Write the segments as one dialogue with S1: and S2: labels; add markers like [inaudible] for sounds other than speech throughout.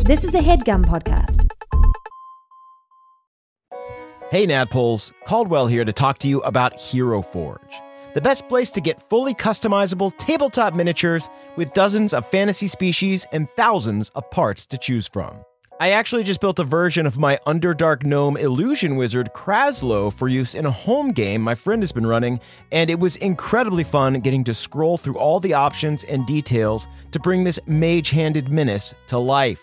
S1: This is a headgum podcast.
S2: Hey, Nadpoles. Caldwell here to talk to you about Hero Forge, the best place to get fully customizable tabletop miniatures with dozens of fantasy species and thousands of parts to choose from. I actually just built a version of my Underdark Gnome Illusion Wizard Kraslo for use in a home game my friend has been running, and it was incredibly fun getting to scroll through all the options and details to bring this mage handed menace to life.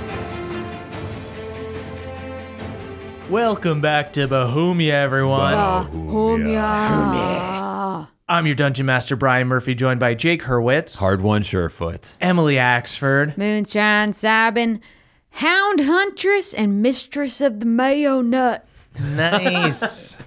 S3: Welcome back to Bohemia, everyone.
S4: Uh,
S5: Oh,
S3: I'm your Dungeon Master, Brian Murphy, joined by Jake Hurwitz,
S5: Hard one, surefoot.
S3: Emily Axford,
S4: Moonshine Sabin, Hound Huntress, and Mistress of the Mayo Nut. [laughs]
S3: nice,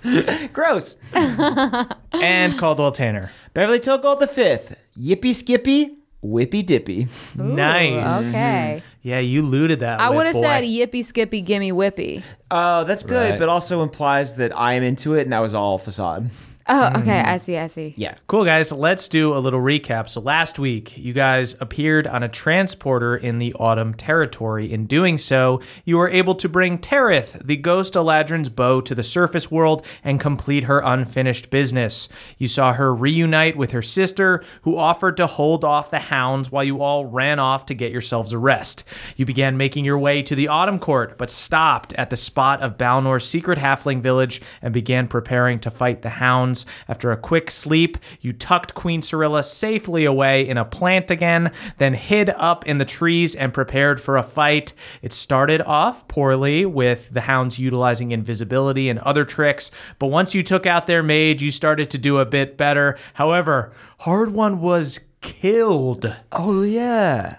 S2: Gross.
S3: and Caldwell Tanner.
S2: Beverly Togo the fifth. Yippee skippy, whippy
S5: [laughs]
S2: dippy.
S3: nice.
S4: Okay.
S3: Yeah, you looted that.
S4: I
S3: lip,
S4: would have
S3: boy.
S4: said yippee skippy gimme whippy.
S2: Oh, that's good,
S5: Right.
S2: but also implies that I am into it and that was all facade.
S4: Oh,
S3: Mm.
S4: okay. I see. I see.
S2: Yeah.
S3: Cool, guys. Let's do a little recap. So, last week, you guys appeared on a transporter in the Autumn Territory. In doing so, you were able to bring Tarith, the ghost Eladrin's bow, to the surface world and complete her unfinished business. You saw her reunite with her sister, who offered to hold off the hounds while you all ran off to get yourselves a rest. You began making your way to the Autumn Court, but stopped at the spot of Balnor's secret halfling village and began preparing to fight the hounds. After a quick sleep, you tucked Queen Cyrilla safely away in a plant again, then hid up in the trees and prepared for a fight. It started off poorly with the hounds utilizing invisibility and other tricks, but once you took out their mage, you started to do a bit better. However, Hard One was killed
S5: Oh yeah.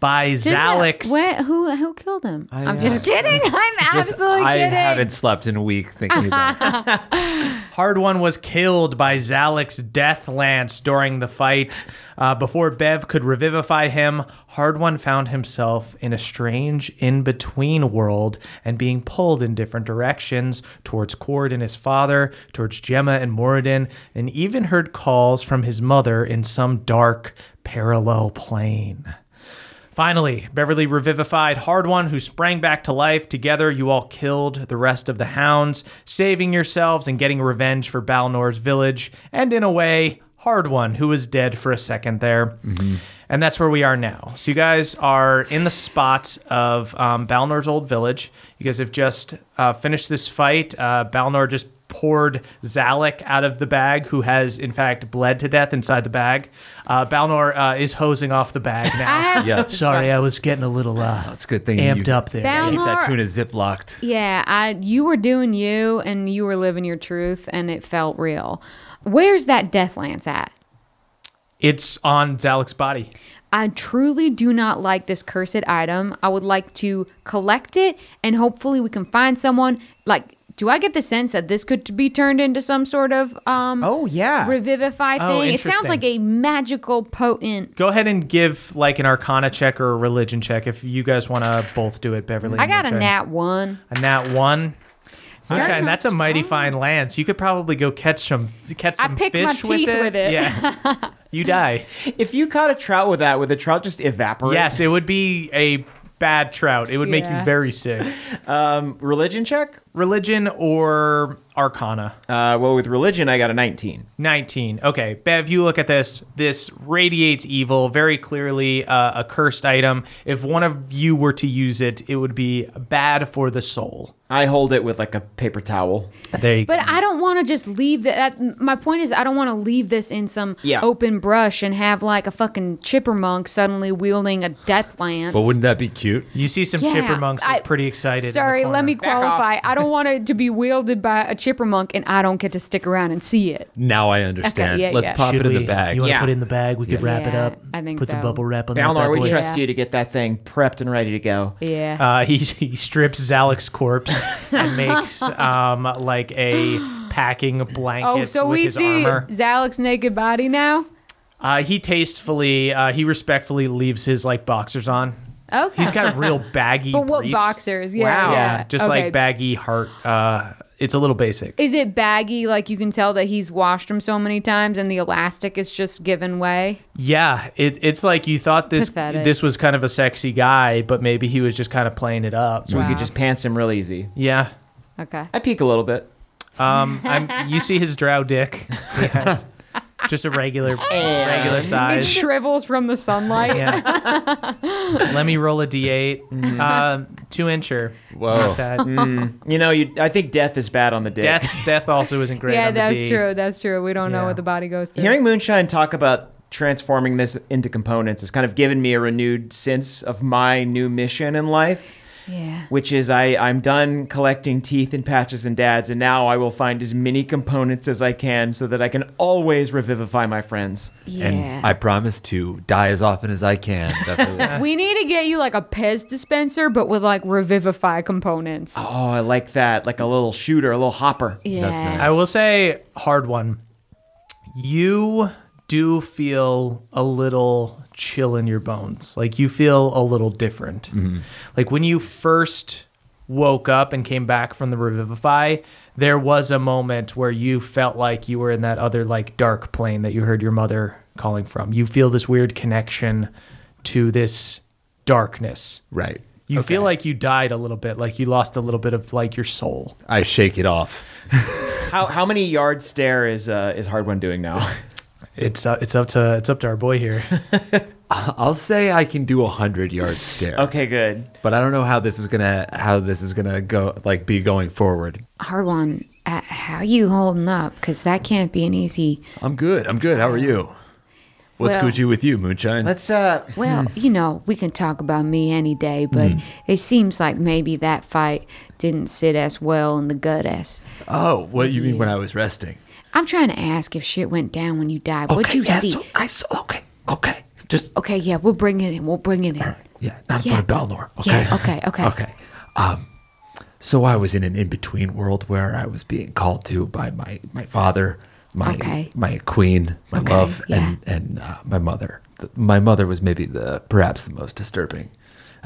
S3: by
S4: Didn't it-
S3: Zalix.
S4: Wait, who who killed him? I, am
S5: uh, [laughs]
S4: just kidding. I'm
S5: Just-
S4: absolutely
S5: I
S4: kidding.
S5: haven't slept in a week thinking about it.
S3: Hard One was killed by Zalix Death Lance during the fight. Uh, before Bev could revivify him, Hard One found himself in a strange in between world and being pulled in different directions towards Cord and his father, towards Gemma and Moradin, and even heard calls from his mother in some dark parallel plane. Finally, Beverly revivified Hard One, who sprang back to life. Together, you all killed the rest of the hounds, saving yourselves and getting revenge for Balnor's village, and in a way, Hard One, who was dead for a second there. And that's where we are now. So, you guys are in the spot of um, Balnor's old village. You guys have just uh, finished this fight. Uh, Balnor just poured Zalek out of the bag, who has, in fact, bled to death inside the bag. Uh, Balnor uh, is hosing off the
S4: [laughs]
S3: bag now.
S4: I have.
S5: Yeah.
S3: Sorry, I was getting a little uh,
S5: That's a good thing.
S3: amped
S5: you
S3: up there.
S4: Bal-
S5: Keep that
S4: Balnor-
S5: tuna ziplocked.
S4: Yeah. I. You were doing you, and you were living your truth, and it felt real. Where's that death lance at?
S3: It's on Zalek's body.
S4: I truly do not like this cursed item. I would like to collect it and hopefully we can find someone. Like, do I get the sense that this could be turned into some sort of um
S2: Oh, yeah.
S4: revivify
S3: Oh,
S4: thing? It sounds
S3: interesting.
S4: like a magical potent.
S3: Go ahead and give like an Arcana check or a Religion check if you guys want to both do it, Beverly.
S4: I
S3: and
S4: got a
S3: Moonshine.
S4: nat one.
S3: A nat one. Moonshine,
S4: Starting
S3: that's a
S4: off
S3: mighty
S4: strong.
S3: fine lance. You could probably go catch some catch
S4: I
S3: some
S4: picked my
S3: fish with
S4: teeth
S3: it.
S4: with it. [laughs]
S3: Yeah, you die.
S2: If you caught a trout with that, would the trout just evaporate?
S3: Yes, it would be a bad trout. It would make you
S4: Yeah.
S3: very sick.
S2: Um, religion check?
S3: religion or arcana?
S6: Uh, well, with religion, I got a 19.
S3: 19. Okay, Bev, you look at this. This radiates evil, very clearly uh, a cursed item. If one of you were to use it, it would be bad for the soul.
S6: I hold it with like a paper towel.
S3: There you
S4: But
S3: go.
S4: I don't want to just leave that. that- My point is, I don't want to leave this in some
S6: Yeah.
S4: open brush and have like a fucking chippermunk suddenly wielding a death lance.
S7: But wouldn't that be cute?
S3: You see some
S4: Yeah,
S3: chippermunks are
S4: I-
S3: pretty excited. in the
S4: Sorry, let
S3: corner.
S4: me qualify. I don't want it to be wielded by a chippermunk, and I don't get to stick around and see it.
S7: Now I understand.
S4: yeah,
S7: Let's
S4: yeah.
S7: pop
S3: Should
S7: it in
S3: we-
S7: the bag.
S3: You want to
S6: Yeah.
S3: put it in the bag? We could wrap it
S4: Yeah,
S3: up.
S4: I think
S3: Put some
S4: so.
S3: bubble wrap on that
S6: Balnor,
S3: bad
S6: we
S3: boy.
S6: trust
S4: Yeah.
S6: you to get that thing prepped and ready to go.
S4: Yeah.
S3: Uh, he, he strips Zalek's corpse
S4: [laughs]
S3: and makes um, like a packing blanket
S4: oh, so
S3: with
S4: we
S3: his
S4: see
S3: armor.
S4: Zalek's naked body now.
S3: Uh, he tastefully, uh, he respectfully leaves his like boxers on.
S4: Okay.
S3: He's
S4: [laughs]
S3: got real baggy.
S4: But what
S3: briefs.
S4: boxers? Yeah,
S3: Wow.
S4: yeah.
S3: Just
S4: Okay.
S3: like baggy heart. Uh, it's a little basic.
S4: Is it baggy? Like you can tell that he's washed him so many times, and the elastic is just given way.
S3: Yeah, it, it's like you thought this
S4: Pathetic.
S3: this was kind of a sexy guy, but maybe he was just kind of playing it up.
S6: So we
S4: Wow.
S6: could just pants him real easy.
S3: Yeah.
S4: Okay.
S6: I peek a little bit.
S3: Um, I'm, you see his drow dick. Yes. Just a regular, regular
S4: It
S3: size.
S4: shrivels from the
S3: [laughs]
S4: sunlight.
S3: Yeah.
S4: [laughs]
S3: Let me roll a d8. Um, two incher.
S7: Whoa.
S3: That-
S6: You know, you. I think death is bad on the dick.
S3: Death, death also isn't great.
S4: Yeah,
S3: on the
S4: that's
S3: D.
S4: true. That's true. We don't know
S3: Yeah.
S4: what the body goes through.
S6: [laughs] Hearing Moonshine talk about transforming this into components has kind of given me a renewed sense of my new mission in life,
S4: yeah.
S6: which is I, I'm done collecting teeth and patches and dads, and now I will find as many components as I can so that I can always revivify my friends.
S4: Yeah.
S7: And I promise to die as often as I
S4: [laughs]
S7: can. That's what-
S4: we need to get you like a Pez dispenser, but with like revivify components.
S6: Oh, I like that. Like a little shooter, a little hopper.
S4: yeah.
S7: nice.
S3: I will say, hard one. You do feel a little chill in your bones. Like you feel a little different. Like when you first woke up and came back from the revivify, there was a moment where you felt like you were in that other like dark plane that you heard your mother calling from. You feel this weird connection to this darkness.
S7: right.
S3: You feel like you died a little bit, like you lost a little bit of like your soul.
S7: I shake it off.
S6: How, how many yard stare is uh, is hard one doing now? [laughs]
S3: It's uh, it's up to it's up to our boy here. [laughs]
S7: I'll say I can do a hundred yard stare.
S6: okay, good.
S7: But I don't know how this is gonna how this is gonna go like be going forward.
S4: Hard one. Uh, how you holding up? Because that can't be an easy.
S7: I'm good. I'm good. How are you? What's
S4: Well-
S7: Gucci with you, Moonshine?
S6: Let's uh
S4: Well,
S7: Hmm.
S4: you know, we can talk about me any day, but it seems like maybe that fight didn't sit as well in the gut as.
S7: oh, what you mean when I was resting?
S4: I'm trying to ask if shit went down when you died. What'd
S7: Okay,
S4: you
S7: yeah,
S4: see?
S7: so I saw. Okay, okay, just
S4: Okay, yeah, we'll bring it in. We'll bring it in.
S7: yeah, not in
S4: Yeah.
S7: front of Balnor. Okay,
S4: Yeah, okay, okay.
S7: okay. Um, so I was in an in-between world where I was being called to by my my father, my
S4: Okay.
S7: my queen, my
S4: Okay,
S7: love,
S4: yeah.
S7: and and uh, my mother. The, my mother was maybe the perhaps the most disturbing.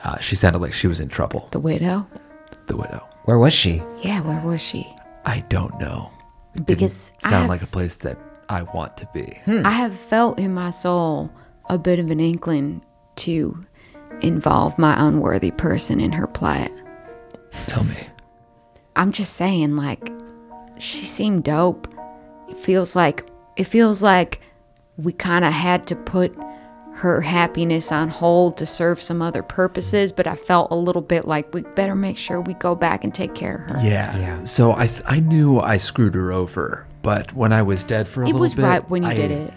S7: Uh, she sounded like she was in trouble.
S4: The widow?
S7: The widow.
S6: Where was she?
S4: Yeah, where was she?
S7: I don't know. It
S4: Because
S7: didn't
S4: I
S7: sound
S4: have- Hmm.
S7: like a place that I want to be.
S4: I have felt in my soul a bit of an inkling to involve my unworthy person in her plight.
S7: Tell me.
S4: I'm just saying, like, she seemed dope. It feels like it feels like we kind of had to put her happiness on hold to serve some other purposes, but I felt a little bit like we better make sure we go back and take care of her.
S7: Yeah. So I, s- I knew I screwed her over, but when I was dead for a
S4: It
S7: little
S4: was
S7: bit,
S4: right when you
S7: I-
S4: did it.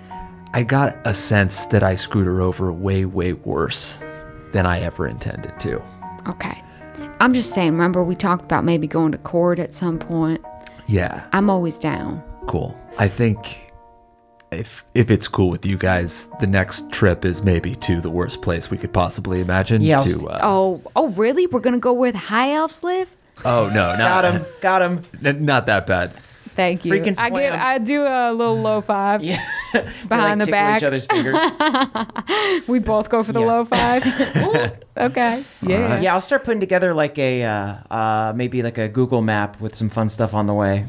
S7: I got a sense that I screwed her over way way worse than I ever intended to.
S4: Okay. I'm just saying, remember we talked about maybe going to court at some point?
S7: Yeah.
S4: I'm always down.
S7: Cool. I think if if it's cool with you guys, the next trip is maybe to the worst place we could possibly imagine.
S6: Yeah, I'll
S7: To, uh,
S4: Oh, oh, really? We're gonna go where the high elves live?
S7: oh no, not
S6: Got him. Got him.
S7: [laughs] n- not that bad.
S4: Thank you.
S6: Freaking
S4: I give,
S6: slam.
S4: I do a little
S6: [laughs]
S4: low five [laughs]
S6: They, like,
S4: behind the
S6: tickle
S4: back.
S6: each other's fingers.
S4: [laughs] We both go for the
S6: Yeah.
S4: low five.
S6: [laughs]
S4: okay. Yeah.
S6: Yeah, I'll start putting together like a uh, uh, maybe like a Google map with some fun stuff on the way.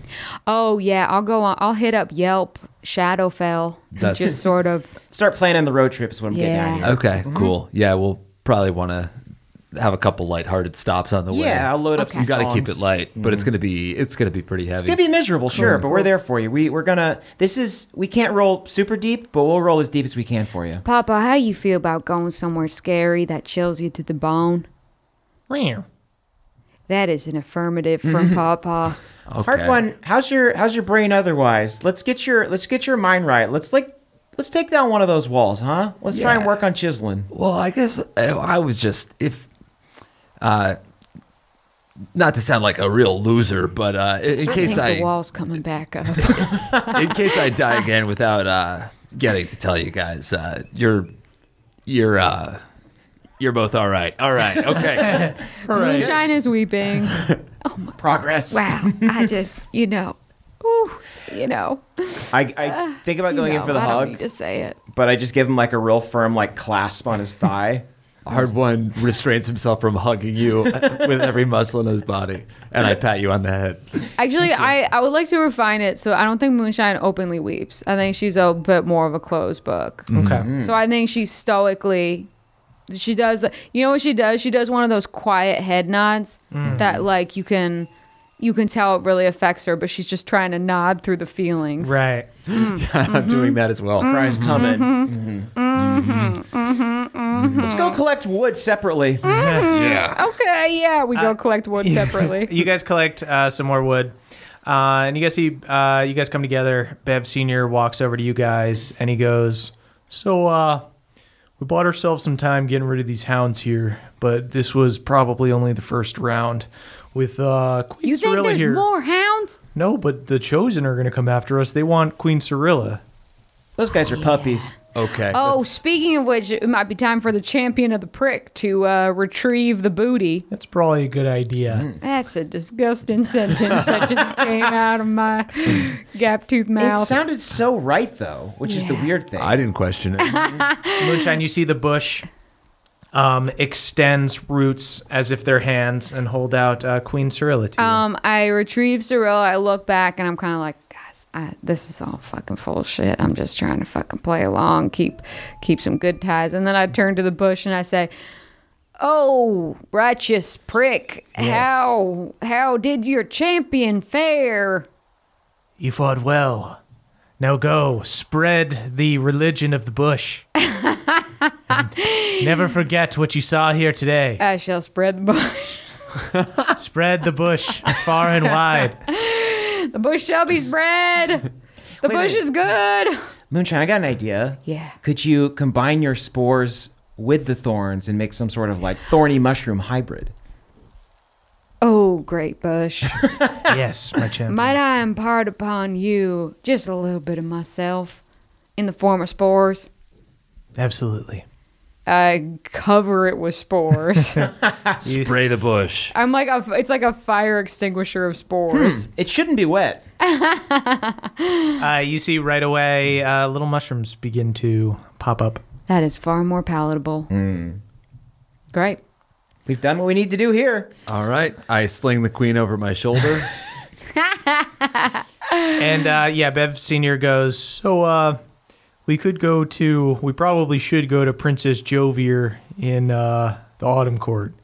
S4: Oh yeah. I'll go on. I'll hit up Yelp, Shadowfell,
S7: That's-
S4: just sort of.
S6: Start planning the road trips when we get
S4: Yeah.
S6: down here.
S7: Okay, cool. Yeah, we'll probably want to have a couple lighthearted stops on the way.
S6: Yeah, I'll load up
S4: Okay.
S6: some
S7: you got to keep it
S6: songs.
S7: light, but it's gonna be it's gonna be pretty heavy.
S6: Mm. It's gonna be miserable,
S7: Mm.
S6: sure, but we're there for you. We we're gonna. This is we can't roll super deep, but we'll roll as deep as we can for you.
S4: Papa, how you feel about going somewhere scary that chills you to the bone? That is an affirmative
S6: Mm-hmm.
S4: from Papa.
S7: okay.
S6: Hard one. How's your how's your brain otherwise? Let's get your let's get your mind right. Let's like let's take down one of those walls, huh? Let's try and
S7: Yeah.
S6: work on chiseling.
S7: Well, I guess I, I was just if, uh, not to sound like a real loser, but uh, in, in
S4: I
S7: case
S4: think
S7: I
S4: the
S6: [laughs]
S4: wall's coming back up.
S7: in case I die again without uh, getting to tell you guys, uh, you're you're uh, you're both all right. All right,
S6: [laughs]
S7: okay.
S4: Moonshina's weeping.
S6: Progress.
S4: Wow, I just you know, ooh, you know.
S6: [laughs] I, I think about
S4: you
S6: going
S4: know,
S6: in for the
S4: I
S6: hug,
S4: Don't need to say it.
S6: but I just give him like a real firm like clasp on his [laughs] thigh.
S7: Hard one restrains himself from hugging you with every muscle in his body, and I pat you on the head. [laughs]
S4: Actually, I, I would like to refine it. So I don't think Moonshine openly weeps. I think she's a bit more of a closed book.
S6: Hmm.
S3: Okay.
S4: So I think she stoically, she does. You know what she does? She does one of those quiet head nods
S6: Hmm.
S4: that like you can, you can tell it really affects her, but she's just trying to nod through the feelings.
S3: Right.
S7: I'm
S6: Mm-hmm.
S7: doing that as well.
S6: Surprise coming.
S4: Mm-hmm.
S6: Mm-hmm. Let's go collect wood separately.
S4: Mm-hmm.
S7: Yeah.
S4: Okay. Yeah, we go collect
S6: [laughs]
S4: wood separately.
S3: You guys collect uh, some more wood, uh, and you guys see uh, you guys come together. Bev Senior walks over to you guys, and he goes, "So uh, we bought ourselves some time getting rid of these hounds here, but this was probably only the first round." With uh, Queen
S4: You think
S3: Cirilla
S4: there's
S3: here.
S4: more hounds?
S3: No, but the Chosen are going to come after us. They want Queen Cirilla.
S6: Those guys are puppies.
S7: Okay.
S4: Oh,
S7: that's-
S4: speaking of which, it might be time for the champion of the prick to uh, retrieve the booty.
S3: That's probably a good
S4: Mm-hmm.
S3: idea.
S4: That's a disgusting sentence that just came out of my gap tooth
S6: It
S4: mouth.
S6: sounded so right though, which is the
S4: Yeah.
S6: weird thing.
S7: I didn't question it.
S3: Moonshine, you see the bush um, extends roots as if they're hands and hold out uh, Queen Cirilla to you.
S4: um, I retrieve Cirilla. I look back and I'm kind of like, guys, I, this is all fucking full of shit. I'm just trying to fucking play along, keep keep some good ties. And then I turn to the bush and I say, "Oh, righteous prick, how how did your champion fare?"
S3: You fought well. Now go, spread the religion of the bush. And never forget what you saw here today.
S4: I shall spread the bush. [laughs]
S3: Spread the bush far and wide.
S4: The bush shall be
S6: [laughs]
S4: spread. The
S6: Wait a
S4: bush
S6: minute.
S4: is good.
S6: Moonshine, I got an idea.
S4: Yeah.
S6: Could you combine your spores with the thorns and make some sort of like thorny mushroom hybrid?
S4: Oh, great bush.
S3: Yes, my
S6: Mm-hmm.
S3: champion.
S4: Might I impart upon you just a little bit of myself in the form of spores?
S3: Absolutely.
S4: I cover it with spores.
S6: [laughs]
S7: Spray the bush.
S4: I'm like a, it's like a fire extinguisher of spores.
S6: It shouldn't be wet.
S3: Uh, you see right away, uh, little mushrooms begin to pop up.
S6: Hmm.
S4: That is far more palatable. Great.
S6: We've done what we need to do here.
S7: All right. I sling the queen over my shoulder.
S3: And uh, yeah, Bev Senior goes. So uh, we could go to. We probably should go to Princess Jovier in uh, the Autumn Court.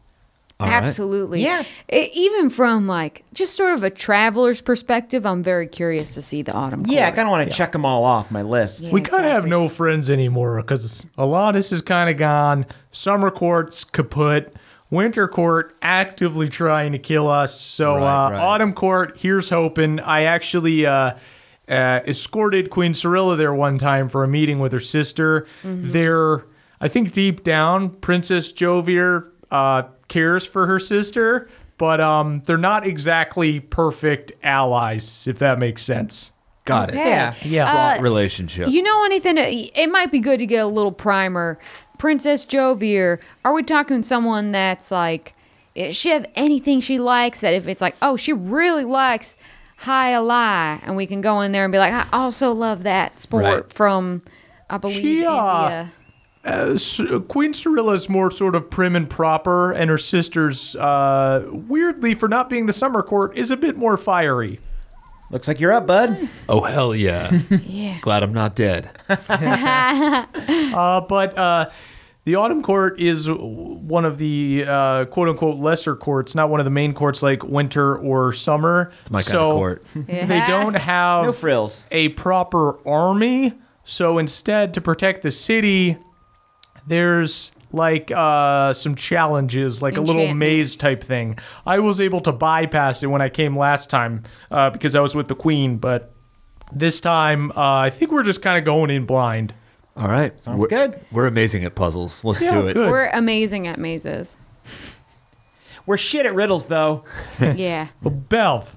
S7: All right.
S4: Absolutely.
S6: Yeah.
S4: E- even from like just sort of a traveler's perspective, I'm very curious to see the autumn.
S6: Yeah, I
S4: court.
S6: kind of want to check them all off my list.
S4: Yeah,
S3: we kind of have
S4: exactly.
S3: no friends anymore because Alanis is kind of gone. Summer Court's kaput. Winter Court actively trying to kill us. So
S7: Right,
S3: uh,
S7: right.
S3: Autumn Court, here's hoping. I actually uh, uh, escorted Queen Cirilla there one time for a meeting with her sister. There, I think deep down, Princess Jovier uh, cares for her sister, but um, they're not exactly perfect allies, if that makes sense.
S7: Got it.
S6: Yeah.
S3: Yeah.
S7: Fraught relationship.
S4: You know anything? It might be good to get a little primer. Princess Jovier, are we talking someone that's like, does she have anything she likes that if it's like, oh, she really likes High a Lie, and we can go in there and be like, I also love that sport
S7: Right.
S4: from, I believe,
S3: She, uh,
S4: India.
S3: Uh, Queen Cyrilla's more sort of prim and proper, and her sister's, uh, weirdly, for not being the summer court, is a bit more fiery.
S6: Looks like you're up, bud.
S7: Oh hell yeah!
S4: Yeah.
S7: Glad I'm not dead.
S3: Uh, but uh, The Autumn Court is one of the uh, quote unquote lesser courts, not one of the main courts like winter or summer. It's
S5: my kind of court.
S3: They don't have
S6: No frills.
S3: a proper army. So instead, to protect the city, there's like uh, some challenges, like a little maze
S4: Enchantments.
S3: type thing. I was able to bypass it when I came last time uh, because I was with the queen, but this time uh, I think we're just kind of going in blind.
S5: All right. Sounds we're,
S6: good.
S5: We're amazing at puzzles. Let's do it.
S3: good.
S4: We're amazing at mazes.
S6: We're shit at riddles, though.
S4: yeah.
S3: Belv,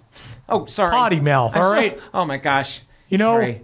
S6: Oh, sorry.
S3: potty mouth.
S6: I'm
S3: All
S6: so-
S3: right.
S6: oh my gosh.
S3: You know-
S6: Sorry.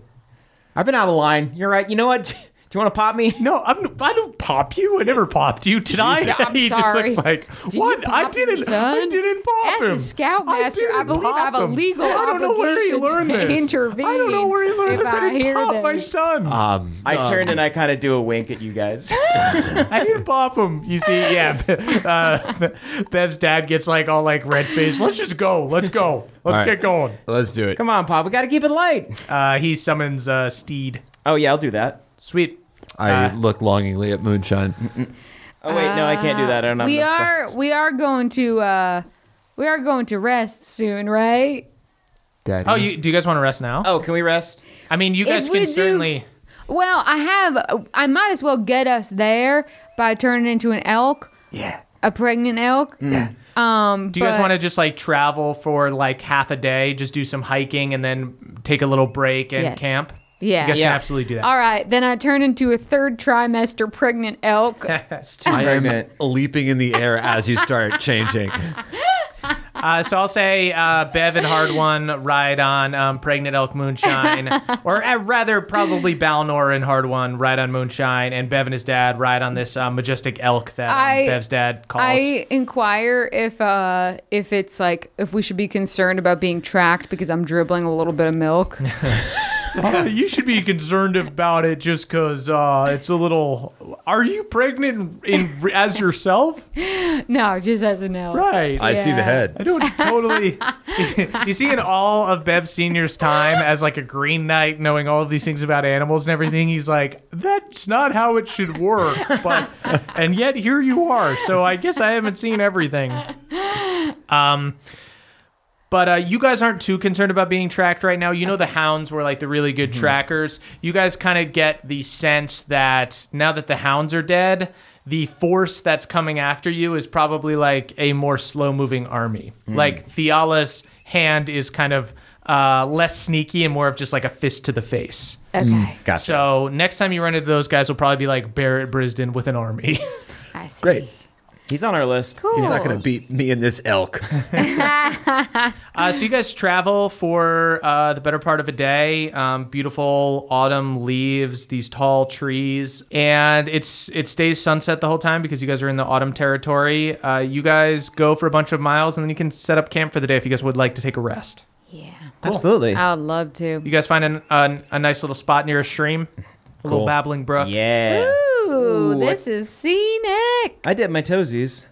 S6: I've been out of line. You're right. You know what? [laughs] Do you want to pop [laughs] me?
S3: No, I'm, I don't pop you. I never popped you, did I?
S4: Yeah, I'm
S3: he
S4: sorry.
S3: just looks like
S4: Did you
S3: what? I
S4: pop him,
S3: didn't. I
S4: son?
S3: didn't pop
S4: As a
S3: him.
S4: scoutmaster, I
S3: didn't
S4: believe I have
S3: pop
S4: a
S3: him.
S4: legal
S3: I don't know where he
S4: obligation
S3: learned
S4: to
S3: this. I don't know where he learned
S4: intervene
S3: this. I
S4: if I
S3: didn't
S4: hear
S3: pop my
S4: this.
S3: son.
S4: [laughs]
S5: Um,
S6: I turned and I kind of do a wink at you [laughs] guys.
S3: I didn't pop him. You see,
S4: [laughs]
S3: yeah. Uh, Bev's dad gets like all like red faced. Let's just go. Let's go. Let's
S5: All right.
S3: get going.
S5: let's do it.
S6: Come on, Pop. We got to keep it light.
S3: Uh, he summons uh, Steed.
S6: Oh, yeah, I'll do that.
S3: Sweet.
S5: I
S3: Uh,
S5: look longingly at Moonshine.
S6: Oh, wait. No, I can't do that. I don't have
S4: Uh, we
S6: enough
S4: are
S6: spells.
S4: we are going to uh we are going to rest soon, right?
S5: Daddy.
S3: Oh, you, do you guys want to rest now?
S6: Oh, can we rest?
S3: I mean, you
S4: If
S3: guys
S4: we
S3: can
S4: do-
S3: certainly.
S4: Well, I have I might as well get us there by turning into an elk,
S5: Yeah.
S4: a pregnant elk. Um
S3: Do you guys
S4: but-
S3: want to just like travel for like half a day, just do some hiking, and then take a little break and
S4: Yes.
S3: camp?
S4: Yeah.
S3: You guys
S6: Yeah.
S3: can absolutely do that. [laughs]
S4: All right, then I turn into a third trimester pregnant
S3: [laughs]
S4: elk.
S6: It's too
S5: I am
S6: pregnant.
S5: leaping in the air as you start changing.
S3: Uh, so I'll say uh, Bev and Hard One ride on um, Pregnant Elk Moonshine,
S4: [laughs]
S3: or uh, rather, probably Balnor and Hard One ride on Moonshine, and Bev and his dad ride on this um, majestic elk that um,
S4: I-
S3: Bev's dad calls. [laughs]
S4: I inquire if uh if it's like if we should be concerned about being tracked because I'm dribbling a little bit
S3: [laughs]
S4: of milk. [laughs]
S3: Oh, you should be concerned about it just because uh, it's a little. Are you pregnant in, as yourself?
S4: no, just as a no.
S3: Right.
S5: I see the
S4: Yeah.
S3: I
S5: head.
S3: don't totally. [laughs] do you see in all of Bev Senior's time as like a Green Knight, knowing all of these things about animals and everything? He's like, that's not how it should work, but and yet here you are. So I guess I haven't seen everything. Um. But uh, you guys aren't too concerned about being tracked right now. You know the hounds were like the really good trackers. You guys kind of get the sense that now that the hounds are dead, the force that's coming after you is probably like a more slow-moving army. Like Theala's hand is kind of uh, less sneaky and more of just like a fist to the face.
S4: Okay.
S6: Gotcha.
S3: So next time you run into those guys, will probably be like Barrett Brisden with an army. [laughs]
S4: I see.
S5: Great.
S6: He's on our list.
S4: Cool.
S5: He's not going to beat me and this elk.
S3: Uh, so you guys travel for uh, the better part of a day. Um, beautiful autumn leaves, these tall trees, and it's it stays sunset the whole time because you guys are in the autumn territory. Uh, you guys go for a bunch of miles, and then you can set up camp for the day if you guys would like to take a rest.
S4: Yeah.
S6: Absolutely.
S4: I would love to.
S3: You guys find an, an, a nice little spot near a stream, a little
S5: Cool.
S3: babbling brook.
S6: Yeah.
S4: Ooh, this is scenic.
S6: I did my toesies.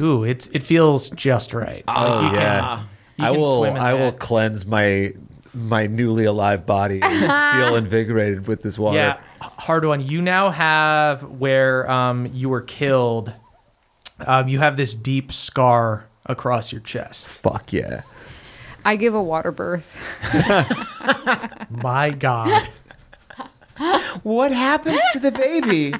S3: Ooh, it's it feels just right.
S5: [laughs] Oh yeah. I
S3: can
S5: will.
S3: swim in
S5: I will
S3: that.
S5: cleanse my my newly alive body and feel invigorated with this water.
S3: Yeah, h- hard one. You now have where um, you were killed. Um, you have this deep scar across your chest.
S5: Fuck yeah.
S4: I give a water birth.
S3: My
S6: [laughs]
S3: God,
S6: What happens to the baby?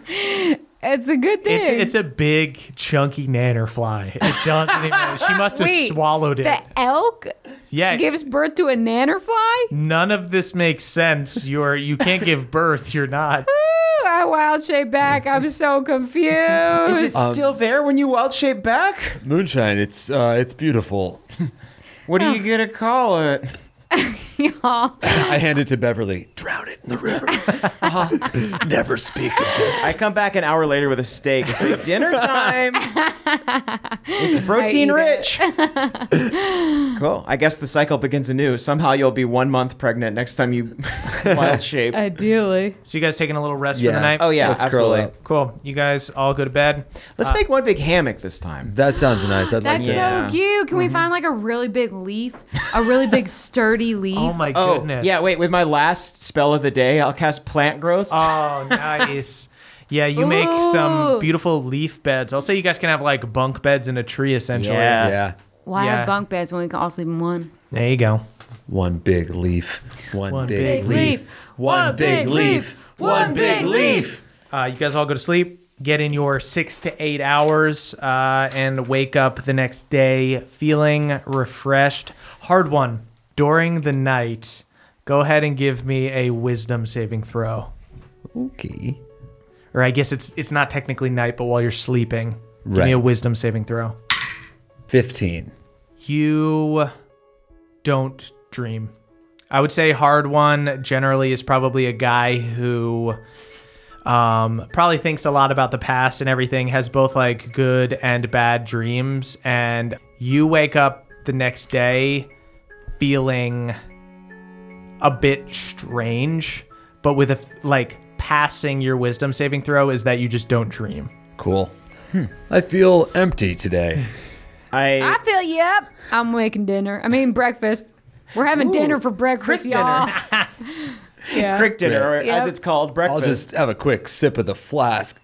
S4: [laughs] It's a good thing.
S3: it's it's a big chunky nanner fly. It doesn't even.
S6: [laughs]
S3: She must have
S4: Wait,
S3: swallowed it.
S4: the elk
S3: yeah.
S4: gives birth to a nannerfly?
S3: None of this makes sense. You're you can't give birth. You're not.
S4: Ooh, I wild shape back.
S5: [laughs]
S4: I'm so
S6: Is
S4: confused.
S6: it still there when you wild shape back?
S5: Moonshine. It's uh, it's beautiful. [coughs]
S6: What are you gonna call it?
S4: Y'all.
S5: I hand it to Beverly. Drown it in the river. [laughs] Never speak of this.
S6: I come back an hour later with a steak. It's like dinner time. it's protein
S4: it.
S6: rich. cool. I guess the cycle begins anew. Somehow you'll be one month pregnant next time you [laughs] wild shape.
S4: Uh, Ideally.
S3: So you guys taking a little rest for
S5: Yeah.
S3: the night?
S6: Oh yeah,
S5: Let's curl
S6: absolutely.
S5: up.
S3: Cool. You guys all go to bed.
S6: Let's make one big hammock this time.
S5: That sounds nice. I'd like
S4: That's
S5: that.
S6: Yeah.
S4: so cute.
S5: Mm-hmm.
S4: Can we find like a really big leaf? A
S5: [laughs]
S4: really big sturdy leaf?
S3: Oh my
S6: Oh
S3: goodness. Uh,
S6: yeah, wait. With my last spell of the day, I'll cast plant growth.
S3: Oh, nice. Yeah, you make some
S4: Ooh.
S3: beautiful leaf beds. I'll say you guys can have like bunk beds in a tree, essentially.
S6: Yeah.
S5: yeah.
S4: Why
S3: Yeah.
S4: have bunk beds when we can all sleep in one?
S3: There you go.
S5: One big leaf. One,
S3: One
S5: big,
S3: big
S5: leaf.
S4: leaf.
S5: One big leaf. One big leaf.
S3: Uh, you guys all go to sleep, get in your six to eight hours, uh, and wake up the next day feeling refreshed. Hard one. During the night, go ahead and give me a wisdom saving throw.
S5: Okay.
S3: Or I guess it's it's not technically night, but while you're sleeping, give me
S5: Right.
S3: a wisdom saving throw.
S5: 15.
S3: You don't dream. I would say hard one generally is probably a guy who um, probably thinks a lot about the past and everything, has both like good and bad dreams. And you wake up the next day feeling a bit strange, but with a f- like passing your wisdom saving throw is that you just don't dream.
S5: Cool. Hmm. I feel empty [laughs] today.
S6: I
S4: I feel you up. I'm making dinner. I mean breakfast. We're having dinner for breakfast, y'all.
S5: [laughs]
S4: yeah.
S6: crick dinner, or
S4: Yep.
S6: as it's called,
S5: I'll
S6: breakfast.
S5: just have a quick sip of the [laughs] flask.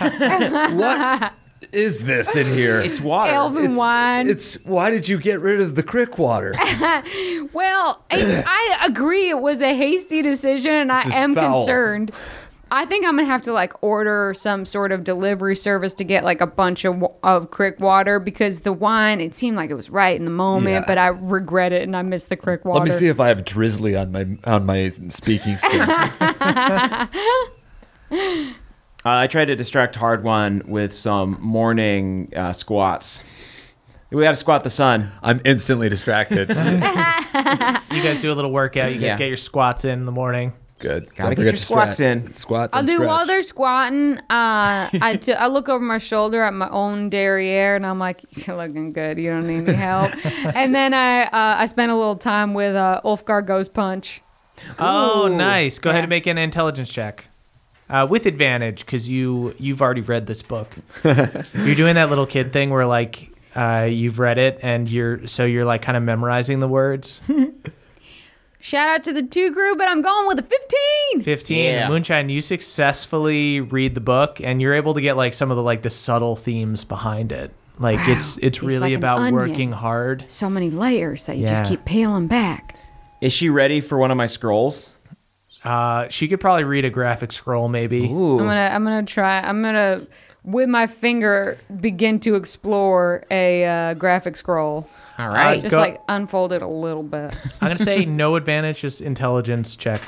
S5: what is this in here?
S6: it's water.
S4: Elven wine.
S5: It's why did you get rid of the crick
S6: [laughs]
S5: water?
S4: Well, I, I agree. It was a hasty decision, and I
S5: This is
S4: am
S5: foul.
S4: concerned. I think I'm gonna have to like order some sort of delivery service to get like a bunch of wa- of crick water because the wine. It seemed like it was right in the moment,
S5: Yeah.
S4: but I regret it and I miss the crick water.
S5: Let me see if I have drizzly on my on my
S6: [laughs]
S5: speaking skill.
S6: Uh, I tried to distract Hard One with some morning uh, squats. We got to squat the sun.
S5: I'm instantly
S6: [laughs]
S5: distracted.
S3: You guys do a little workout. You guys
S6: Yeah.
S3: get your squats in in the morning.
S5: Good.
S6: Gotta
S5: Don't
S6: get
S5: forget
S6: your
S5: to
S6: squats
S5: stretch.
S6: in.
S5: Squat.
S4: I'll
S5: then
S4: do while
S5: stretch.
S4: they're squatting. Uh, I t- I look over my shoulder at my own derriere, and I'm like, "You're looking good. You don't need
S5: [laughs]
S4: any help." and then I uh, I spent a little time with uh, Ulfgar Ghost Punch.
S3: Oh,
S6: Ooh.
S3: nice. Go ahead
S4: Yeah.
S3: and make an intelligence check. Uh, with advantage, because you you've already read this
S4: [laughs]
S3: book. you're doing that little kid thing where like uh, you've read it and you're so you're like kind of memorizing the
S4: [laughs]
S3: words.
S4: Shout out to the two crew, but I'm going with a 15.
S3: Fifteen
S6: Yeah.
S3: moonshine. You successfully read the book and you're able to get like some of the like the subtle themes behind it. Like
S4: Wow.
S3: it's it's
S4: It's
S3: really
S4: like an
S3: about
S4: onion.
S3: working hard.
S4: So many layers that you just
S3: Yeah.
S4: keep peeling back.
S6: Is she ready for one of my scrolls?
S3: Uh, she could probably read a graphic scroll maybe.
S6: Ooh.
S4: I'm gonna I'm gonna try. I'm gonna with my finger begin to explore a uh, graphic scroll.
S6: All
S3: right.
S4: just
S3: go-
S4: like unfold it a
S3: [laughs]
S4: little bit.
S3: I'm gonna
S4: [laughs]
S3: say no advantage, just intelligence check.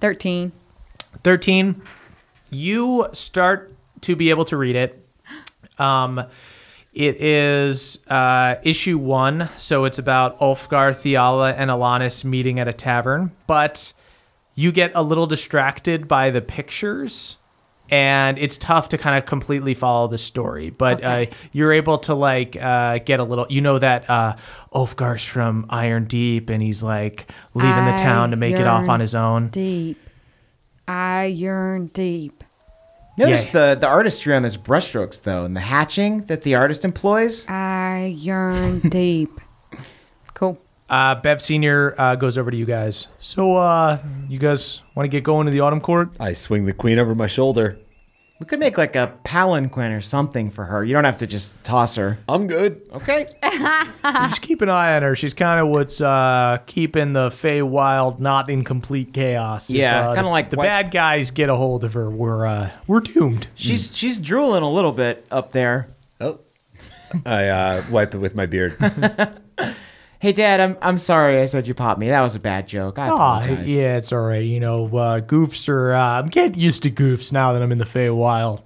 S4: 13.
S3: 13 you start to be able to read it um it is uh issue one so it's about ulfgar theala and alanis meeting at a tavern but you get a little distracted by the pictures and it's tough to kind of completely follow the story but uh, you're able to like uh, get a little you know that uh, ulfgar's from iron deep and he's like leaving the town to make it off on his own
S4: Deep. I yearn deep.
S6: Notice
S3: Yeah.
S6: the, the artistry on this brushstrokes, though, and the hatching that the artist employs.
S4: I
S3: [laughs]
S4: yearn deep. Cool.
S3: Uh, Bev Senior uh, goes over to you guys. So, uh, you guys want to get going to the autumn court?
S5: I swing the queen over my shoulder.
S6: We could make like a palanquin or something for her. You don't have to just toss her.
S5: I'm good.
S3: [laughs]
S6: Okay.
S3: Just keep an eye on her. She's kind of what's uh, keeping the Fey Wild not in complete chaos. If,
S6: Yeah,
S3: uh,
S6: kinda like
S3: the
S6: what-
S3: bad guys get a hold of her. We're uh, we're doomed.
S6: She's she's drooling a little bit up there.
S5: Oh. I uh, wipe it with my
S6: [laughs]
S5: beard.
S6: Hey, Dad, I'm I'm sorry I said you popped me. That was a bad joke. I
S3: Ah,
S6: apologize.
S3: yeah, it's all right. You know, uh, goofs are. Uh, I'm getting used to goofs now that I'm in the Fey Wild.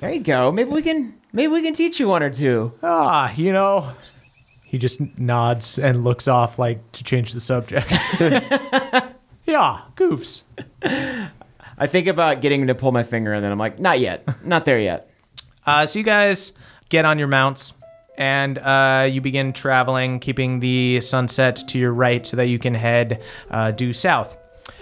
S6: There you go. Maybe we can maybe we can teach you one or two.
S3: Ah, you know. He just nods and looks off, like to change the [laughs] subject. yeah, goofs.
S6: I think about getting to pull my finger, and then I'm like, not yet, not there yet.
S3: Uh, so you guys get on your mounts and uh, you begin traveling, keeping the sunset to your right so that you can head uh, due south.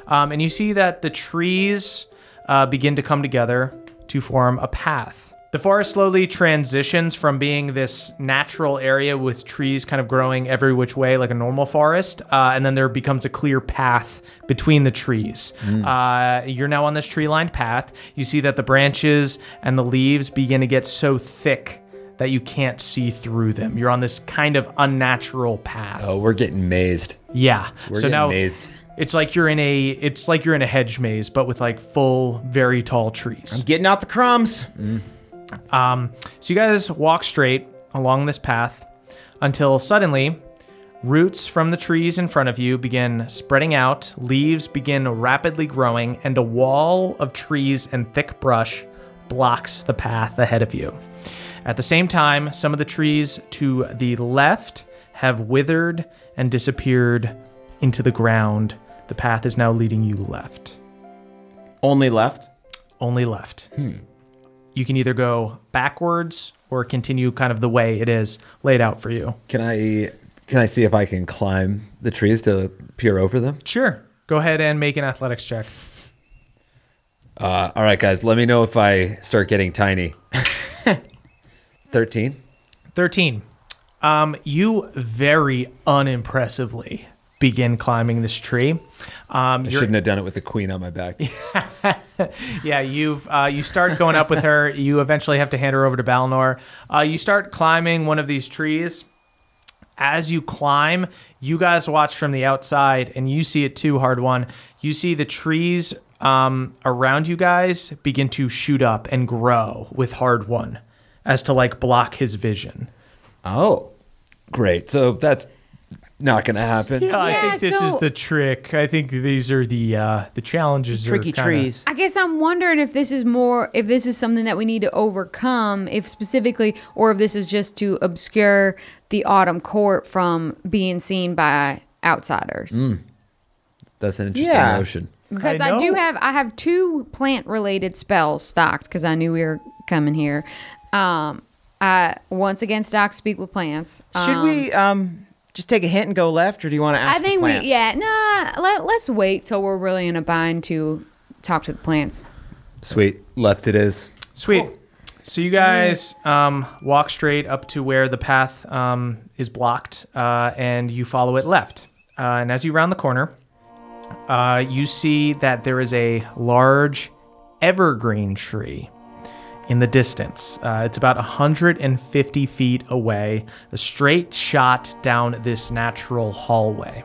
S3: Um, and you see that the trees uh, begin to come together to form a path. The forest slowly transitions from being this natural area with trees kind of growing every which way, like a normal forest, uh, and then there becomes a clear path between the trees.
S7: Mm.
S3: Uh, you're now on this tree lined path. You see that the branches and the leaves begin to get so thick that you can't see through them. You're on this kind of unnatural path.
S7: Oh, we're getting mazed.
S3: Yeah. so
S7: getting
S3: now
S7: mazed.
S3: it's like you're in a it's like you're in a hedge maze, but with like full, very tall trees.
S6: Getting out the crumbs.
S3: Um, so you guys walk straight along this path until suddenly roots from the trees in front of you begin spreading out, leaves begin rapidly growing, and a wall of trees and thick brush blocks the path ahead of you. At the same time, some of the trees to the left have withered and disappeared into the ground. The path is now leading you left
S6: Only left.
S3: only left.
S7: Hmm.
S3: You can either go backwards or continue kind of the way it is laid out for you.
S7: Can I can I see if I can climb the trees to peer over them?
S3: Sure. Go ahead and make an athletics check.
S7: Uh, all right, guys. Let me know if I start getting
S6: [laughs]
S7: tiny. Thirteen.
S3: 13. Um, you very unimpressively begin climbing this tree. Um,
S7: I
S3: you're-
S7: shouldn't have done it with the queen on my
S6: [laughs]
S7: back.
S3: yeah, you've uh, you start going up with her. You eventually have to hand her over to Balnor. Uh, you start climbing one of these trees. As you climb, you guys watch from the outside, and you see it too. Hard one. You see the trees um, around you guys begin to shoot up and grow with hard one, as to like block his vision.
S7: Oh, great. So that's not going to happen.
S3: Yeah, I
S4: Yeah,
S3: think this is
S4: so-
S3: the trick. I think these are the uh, the challenges. are
S6: Tricky
S3: kinda-
S6: trees.
S4: I guess I'm wondering if this is more, if this is something that we need to overcome, if specifically, or if this is just to obscure the autumn court from being seen by outsiders.
S6: Mm.
S7: That's an interesting
S6: Yeah.
S7: notion.
S4: Because
S3: I
S4: I, do
S3: know.
S4: have, I have two plant-related spells stocked because I knew we were coming here. Um, I once again stock speak with plants.
S6: Should
S4: Um,
S6: we um just take a hint and go left, or do you want to ask?
S4: I
S6: the
S4: think we,
S6: plants?
S4: yeah, nah. Let, let's wait till we're really in a bind to talk to the plants.
S7: Sweet. Left it is.
S3: Sweet. So you guys um, walk straight up to where the path um, is blocked, uh, and you follow it left. Uh, and as you round the corner, uh, you see that there is a large evergreen tree in the distance. Uh, it's about 150 feet away, a straight shot down this natural hallway.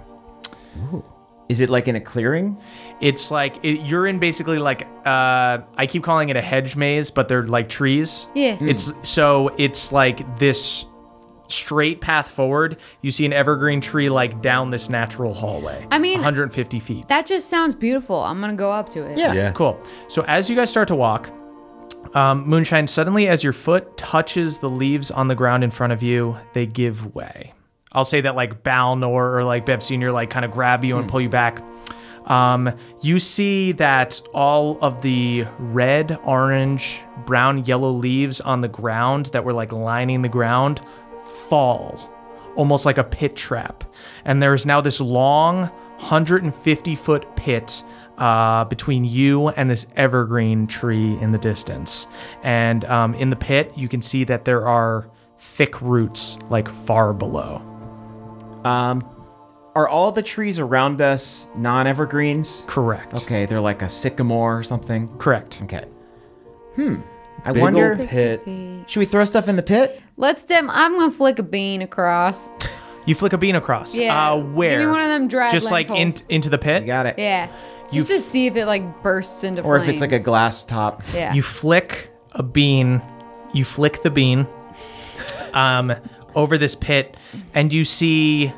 S6: Is it like in a clearing?
S3: It's like it, you're in basically like uh, I keep calling it a hedge maze, but they're like trees.
S4: Yeah.
S3: It's so it's like this straight path forward. You see an evergreen tree like down this natural hallway.
S4: I mean-
S3: 150 feet.
S4: That just sounds beautiful. I'm gonna go up to it.
S6: Yeah.
S7: Yeah.
S3: Cool. So as you guys start to walk, um, Moonshine, suddenly as your foot touches the leaves on the ground in front of you, they give way. I'll say that like Balnor or like Bev Senior like kind of grab you and pull you back. Um, you see that all of the red, orange, brown, yellow leaves on the ground that were like lining the ground fall, almost like a pit trap. And there is now this long, 150 foot pit uh, between you and this evergreen tree in the distance. And um, in the pit, you can see that there are thick roots like far below.
S6: Um, are all the trees around us non-evergreens?
S3: Correct.
S6: Okay, they're like a sycamore or something.
S3: Correct.
S6: Okay. Hmm. I
S7: Big
S6: wonder.
S7: old pit.
S6: Should we throw stuff in the pit?
S4: Let's them. I'm gonna flick a bean across.
S3: You flick a bean across.
S4: Yeah.
S3: Uh,
S4: Give me
S3: where?
S4: one of them dried
S3: Just like in,
S4: lentils.
S3: into the pit.
S6: You got it.
S4: Yeah. Just
S3: You-
S4: to see if it like bursts into
S6: Or
S4: flames.
S6: if it's like a glass top.
S4: yeah.
S3: You flick a bean. You flick the bean um, over this pit, and you see,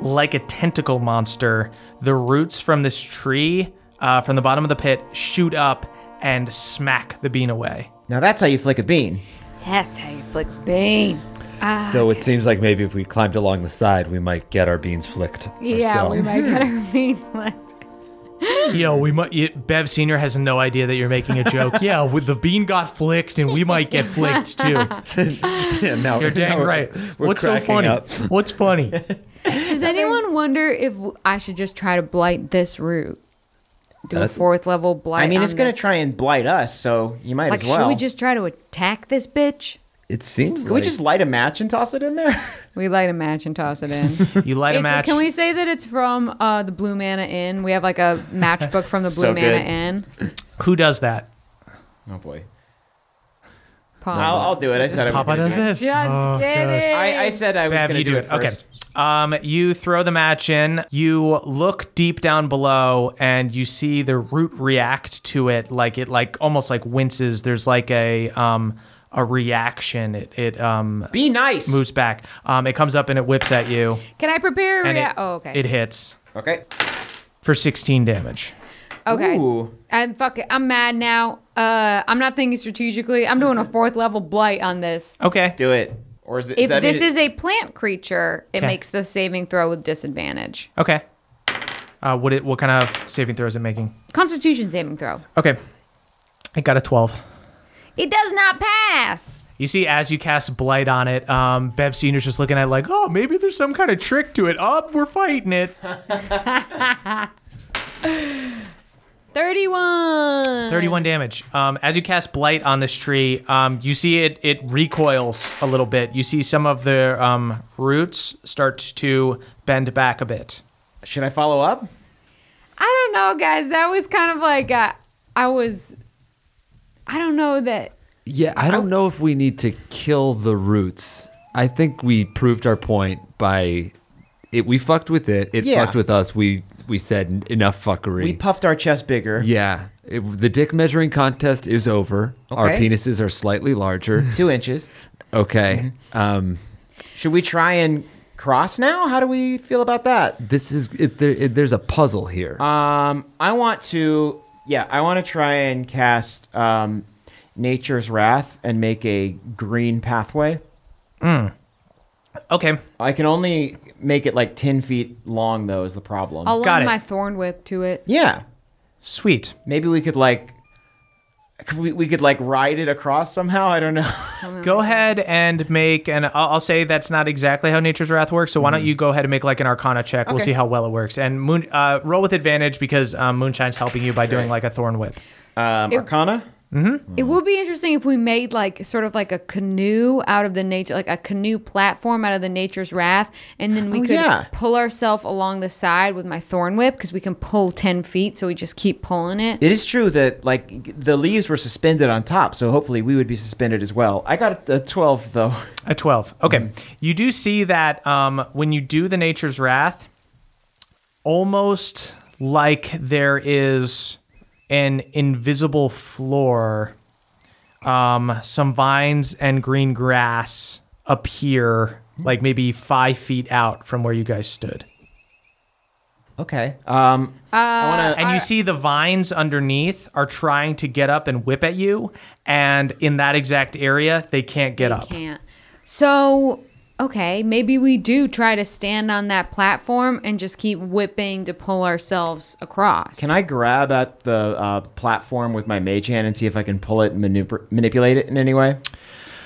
S3: like a tentacle monster, the roots from this tree uh, from the bottom of the pit shoot up and smack the bean away.
S6: Now that's how you flick a bean.
S4: That's how you flick bean.
S7: So it seems like maybe if we climbed along the side, we might get our beans flicked.
S4: Yeah, we
S7: ourselves.
S6: [laughs]
S4: might get our bean flicked.
S3: Yo, we might. It, Bev Senior has no idea that you're making a [laughs] joke. yeah, with the bean got flicked, and we might get flicked [laughs] too.
S7: Yeah, [laughs] now
S3: You're
S7: now
S3: dang
S7: we're-
S3: right.
S7: We're
S3: What's so
S7: cracking
S3: funny?
S7: Up.
S3: What's funny?
S4: Does anyone wonder if w- I should just try to blight this root? do
S7: That's-
S4: a fourth level blight.
S6: I mean,
S4: on
S6: it's gonna
S4: this.
S6: try and blight us, so you might
S4: Like,
S6: as well.
S4: should we just try to attack this bitch?
S7: It seems
S6: Can we
S7: like
S6: just light a match and toss it in there?
S4: We light a match and toss it
S6: [laughs]
S4: in.
S3: You light a
S4: It's-
S3: match.
S4: Can we say that it's from uh, the Blue Mana Inn? We have like a matchbook from the Blue
S6: [laughs] So
S4: Mana
S6: good.
S4: Inn.
S3: Who does that?
S6: Oh boy.
S4: Paul.
S6: [laughs] I'll, I'll do it. I said I was
S3: Papa
S6: gonna
S3: does
S6: do
S3: it.
S4: Just kidding.
S6: Oh, I, I said I was
S3: Bab,
S6: gonna
S3: you
S6: do, it first.
S3: Okay. Um, you throw the match in. You look deep down below, and you see the root react to it, like it, like almost like winces. There's like a um, a reaction. It it um,
S6: Be nice.
S3: moves back. Um, it comes up and it whips at you,
S4: Can I prepare? a
S3: and
S4: Rea-
S3: it
S4: oh, okay.
S3: it hits
S6: Okay.
S3: for 16 damage.
S4: okay.
S6: Ooh.
S4: I'm fuck it. I'm mad now. Uh, I'm not thinking strategically. I'm doing a fourth level blight on this.
S3: Okay.
S6: Do it. Or is it?
S4: If
S6: that
S4: this
S6: it-
S4: is a plant creature, it
S3: Okay.
S4: makes the saving throw with disadvantage.
S3: Okay. Uh, what it what kind of saving throw is it making?
S4: Constitution saving throw.
S3: Okay. It got a 12.
S4: It does not pass.
S3: You see, as you cast Blight on it, um, Bev Senior's just looking at it like, oh, maybe there's some kind of trick to it. Up, we're fighting it.
S4: 31.
S3: 31 damage. Um, as you cast Blight on this tree, um, you see it it recoils a little bit. You see some of the um, roots start to bend back a bit.
S6: Should I follow up?
S4: I don't know, guys. That was kind of like uh, I was. I don't know that.
S7: Yeah, I don't know if we need to kill the roots. I think we proved our point by it. We fucked with it. It
S6: Yeah.
S7: fucked with us. We we said "N- enough fuckery.
S6: We puffed our chest bigger.
S7: yeah, It- the dick measuring contest is over. Our
S6: Okay.
S7: penises are slightly larger.
S6: Two inches.
S7: Okay, um,
S6: Should we try and cross now? How do we feel about that?
S7: this is it, there, it, there's a puzzle here.
S6: Um, I want to. Yeah, I want to try and cast um, Nature's Wrath and make a green pathway.
S3: Okay.
S6: I can only make it like ten feet long, though, is the problem.
S4: I'll
S3: Got
S4: lend
S3: it.
S4: my thorn whip to it.
S6: yeah,
S3: Sweet.
S6: maybe we could like. could We, we could like ride it across somehow. I don't know.
S3: Go ahead and make, and I'll, I'll say that's not exactly how Nature's Wrath works. So why don't you go ahead and make like an Arcana check? We'll
S4: Okay.
S3: see how well it works. And moon, uh, roll with advantage because um, Moonshine's helping you by doing like a Thorn Whip.
S6: Um, Arcana.
S4: It would be interesting if we made like sort of like a canoe out of the nature, like a canoe platform out of the nature's wrath, and then we
S6: Oh,
S4: could
S6: yeah.
S4: pull ourselves along the side with my thorn whip because we can pull ten feet, so we just keep pulling it.
S6: It is true that like the leaves were suspended on top, so hopefully we would be suspended as well. I got a twelve though. [laughs]
S3: A 12. Okay. You do see that um, when you do the Nature's Wrath, almost like there is an invisible floor, um, some vines and green grass appear like maybe five feet out from where you guys stood.
S6: Okay. Um, I wanna,
S3: And you see the vines underneath are trying to get up and whip at you. And in that exact area, they can't get
S4: We
S3: up.
S4: can't. So okay, maybe we do try to stand on that platform and just keep whipping to pull ourselves across.
S6: Can I grab at the uh, platform with my mage hand and see if I can pull it and maneuver- manipulate it in any way?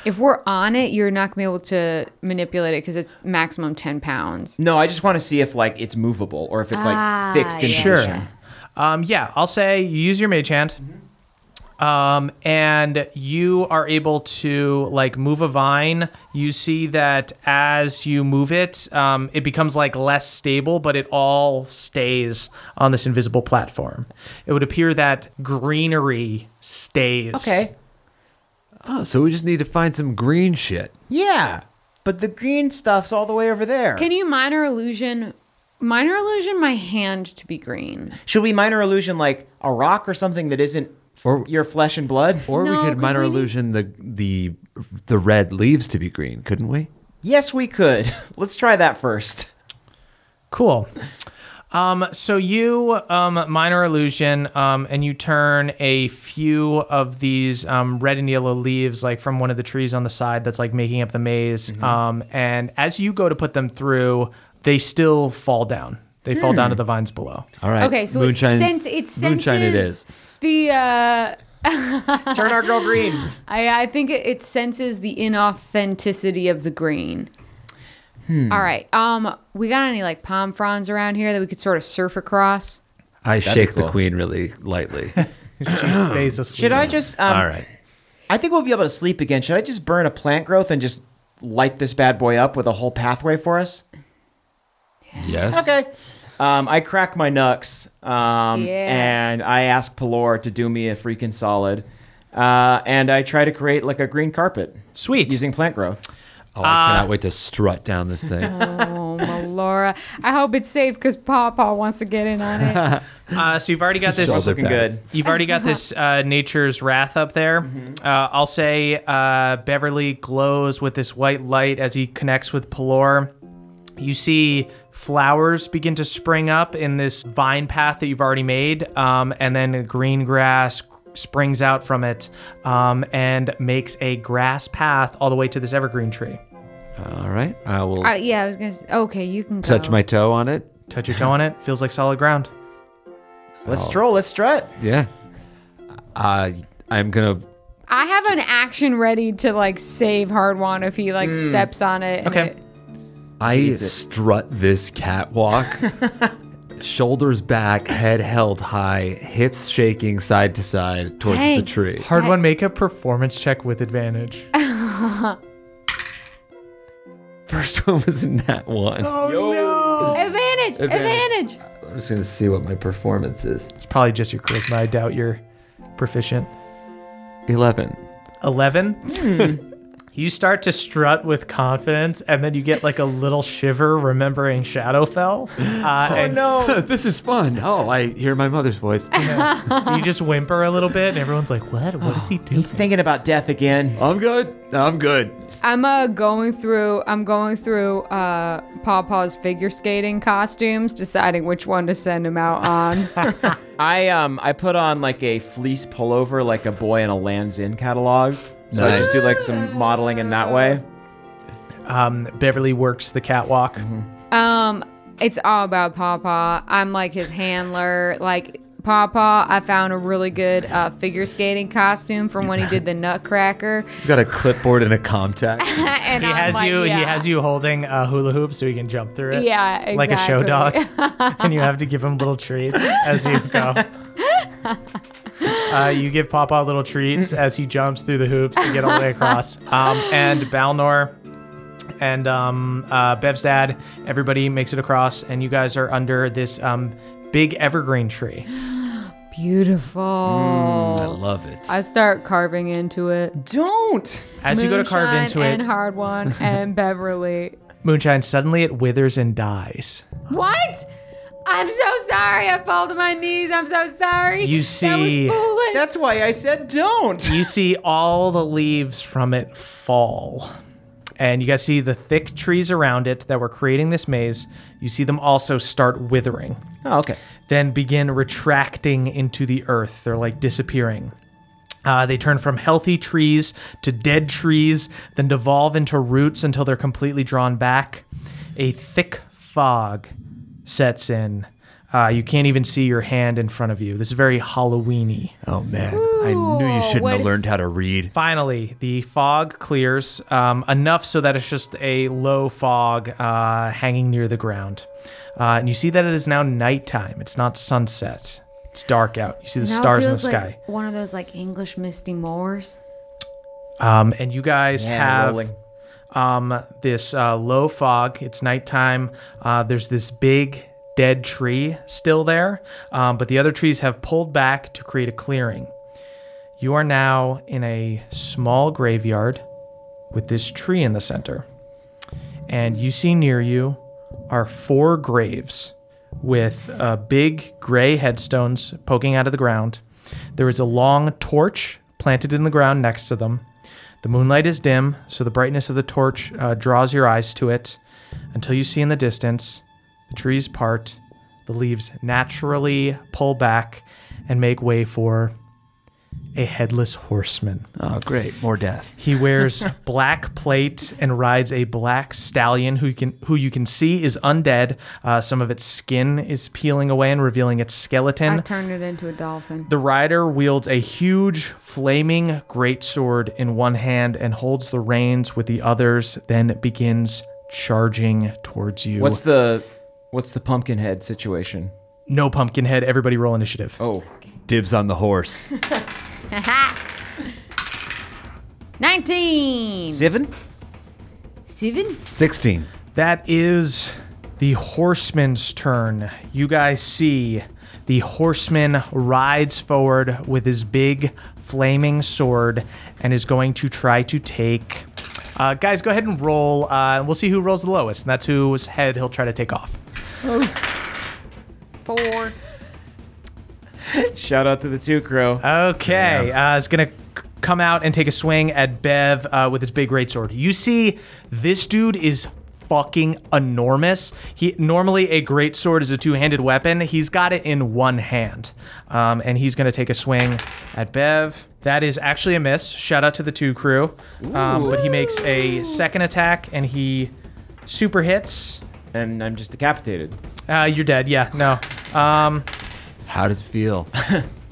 S4: If we're on it, you're not gonna be able to manipulate it because it's maximum ten pounds.
S6: No, I just want to see if like it's movable or if it's like fixed in
S4: Ah, yeah.
S3: Sure.
S6: position.
S3: Um, yeah, I'll say you use your mage hand. Um, and you are able to like move a vine. You see that as you move it, um, it becomes like less stable, but it all stays on this invisible platform. It would appear that greenery stays.
S6: Okay.
S7: oh, so we just need to find some green shit.
S6: Yeah, but the green stuff's all the way over there.
S4: Can you minor illusion? Minor illusion my hand to be green.
S6: Should we minor illusion like a rock or something that isn't
S7: Or-
S6: your flesh and blood?
S7: Or
S4: No,
S7: we could
S4: 'cause
S7: minor
S4: we need-
S7: illusion the the the red leaves to be green, couldn't we?
S6: yes, we could. [laughs] Let's try that
S4: [laughs]
S6: first.
S3: Cool. Um, so you um, minor illusion, um, and you turn a few of these um, red and yellow leaves, like from one of the trees on the side that's like making up the maze. Um, and as you go to put them through, they still fall down. They fall down to the vines below.
S7: All right.
S4: Okay, so
S7: moonshine.
S4: it, sens- it senses
S7: moonshine. It is.
S4: the. Uh,
S6: Turn our girl green.
S4: I, I think it, it senses the inauthenticity of the green.
S7: Hmm.
S4: All right. Um, we got any like palm fronds around here that we could sort of surf across?
S7: I shake the
S5: cool.
S7: queen really lightly.
S3: She stays asleep.
S6: Should I just? Um,
S5: All right.
S6: I think we'll be able to sleep again. Should I just burn a plant growth and just light this bad boy up with a whole pathway for us?
S7: yes.
S6: Okay. Um, I crack my nucks, um,
S4: Yeah.
S6: and I ask Pelor to do me a freaking solid, uh, and I try to create like a green carpet
S3: Sweet.
S6: using plant growth.
S7: Oh, I cannot wait to strut down this
S4: [laughs]
S7: thing.
S4: Oh, Melora. I hope it's safe because Pawpaw wants to get in
S7: [laughs]
S4: on it.
S3: uh, so you've already got this.
S7: Shoulder
S6: Looking good.
S3: You've already got this uh, nature's wrath up there. Uh, I'll say uh, Beverly glows with this white light as he connects with Pelor. You see flowers begin to spring up in this vine path that you've already made, um, and then green grass springs out from it um, and makes a grass path all the way to this evergreen tree.
S7: All right. I will
S4: Uh, yeah, I was going to say, okay, you can go.
S7: touch my toe on it.
S3: Touch your toe on it, feels like solid ground.
S6: Let's stroll. Let's strut.
S7: Yeah. Uh, I'm going to.
S4: I have an action ready to like save Hardwan if he like
S7: Hmm.
S4: steps on it. and
S3: Okay.
S4: it-
S7: I strut this
S4: [laughs]
S7: catwalk. Shoulders back, head held high, hips shaking side to side towards
S4: Dang.
S7: the tree.
S3: Hard one, make a performance check with advantage.
S7: First one was in that one.
S4: Oh. Advantage, advantage!
S7: Advantage. I'm just going to see what my performance is.
S3: It's probably just your charisma. I doubt you're proficient.
S7: 11.
S3: 11 [laughs] you start to strut with confidence and then you get like a little shiver remembering shadowfell uh, and
S7: [laughs] this is fun. Oh, I hear my mother's
S4: [laughs]
S7: voice.
S3: you just whimper a little bit and everyone's like what what is he doing
S6: He's thinking about death again.
S7: I'm good. I'm good.
S4: I'm uh going through I'm going through uh Pawpaw's figure skating costumes, deciding which one to send him out on.
S3: [laughs]
S6: I um I put on like a fleece pullover, like a boy in a Lands End catalog. So I
S7: Nice.
S6: just do like some modeling in that way.
S3: um, beverly works the catwalk
S4: um, it's all about Pawpaw. I'm like his handler. Like Pawpaw, I found a really good uh, figure skating costume from when
S3: [laughs]
S4: he did the Nutcracker.
S7: You got a clipboard and a Comtac.
S4: [laughs] and
S3: he
S4: I'm
S3: has
S4: like,
S3: you
S4: yeah.
S3: he has you holding a hula hoop so he can jump through it
S4: Yeah, exactly.
S3: like a show dog [laughs] and you have to give him little treats as you
S4: [laughs]
S3: go Uh, you give Papa little treats as he jumps through the hoops to get all the way
S4: [laughs]
S3: across. Um, and Balnor and um, uh, Bev's dad, everybody makes it across, and you guys are under this um, big evergreen tree.
S4: Beautiful.
S7: I love it.
S4: I start carving into it.
S6: Don't.
S3: Hmm. As you go to carve
S4: Moonshine
S3: into
S4: and
S3: it,
S4: hard one
S3: [laughs]
S4: and Beverly.
S3: Moonshine, suddenly it withers and dies.
S4: What? I'm so sorry. I fell to my knees. I'm so sorry.
S3: You
S4: that was
S3: see-
S4: foolish.
S6: That's why I said don't.
S3: you see all the leaves from it fall. And you guys see the thick trees around it that were creating this maze. You see them also start withering,
S6: Oh, okay.
S3: then begin retracting into the earth. They're like disappearing. Uh, they turn from healthy trees to dead trees, then devolve into roots until they're completely drawn back. A thick fog sets in. Uh, you can't even see your hand in front of you. This is very Halloweeny.
S7: oh man, I knew you shouldn't
S4: what
S7: have
S4: if-
S7: learned how to read.
S3: Finally, the fog clears um, enough so that it's just a low fog uh, hanging near the ground. Uh, and you see that it is now nighttime. It's not sunset. It's dark out. You see the
S4: Now it
S3: stars in the
S4: feels
S3: sky.
S4: Like one of those like English misty moors.
S3: Um, and you guys
S6: Yeah,
S3: have
S6: rolling.
S3: um, this uh, low fog. It's nighttime. Uh, there's this big dead tree still there, um, but the other trees have pulled back to create a clearing. You are now in a small graveyard with this tree in the center. And you see near you are four graves with uh, big gray headstones poking out of the ground. There is a long torch planted in the ground next to them. The moonlight is dim, so the brightness of the torch uh, draws your eyes to it until you see in the distance the trees part, the leaves naturally pull back and make way for a headless horseman.
S7: Oh great, more death.
S3: He wears black plate and rides a black stallion who you can who you can see is undead. Uh, some of its skin is peeling away and revealing its
S4: I
S3: skeleton.
S4: turned it into a dolphin. [laughs]
S3: the rider wields a huge flaming greatsword in one hand and holds the reins with the others, then begins charging towards you.
S6: What's the what's the pumpkin head situation?
S3: No Pumpkinhead. Everybody roll initiative.
S6: Oh,
S7: Dibs on the
S4: [laughs]
S7: horse.
S4: 19.
S6: Zivin?
S4: Steven?
S7: 16.
S3: That is the horseman's turn. You guys see the horseman rides forward with his big flaming sword and is going to try to take. Uh, guys, go ahead and roll. Uh, we'll see who rolls the lowest, and that's whose head he'll try to take off.
S4: Four.
S6: Shout out to the two crow.
S3: Okay, uh, it's gonna c- come out and take a swing at Bev uh, with his big greatsword. You see, this dude is fucking enormous. He normally a greatsword is a two-handed weapon. He's got it in one hand, um, and he's gonna take a swing at Bev. That is actually a miss. Shout out to the two crew, um, but he makes a second attack and he super hits.
S6: and I'm just decapitated.
S3: Uh, you're dead. Yeah, no. Um,
S7: How does it feel?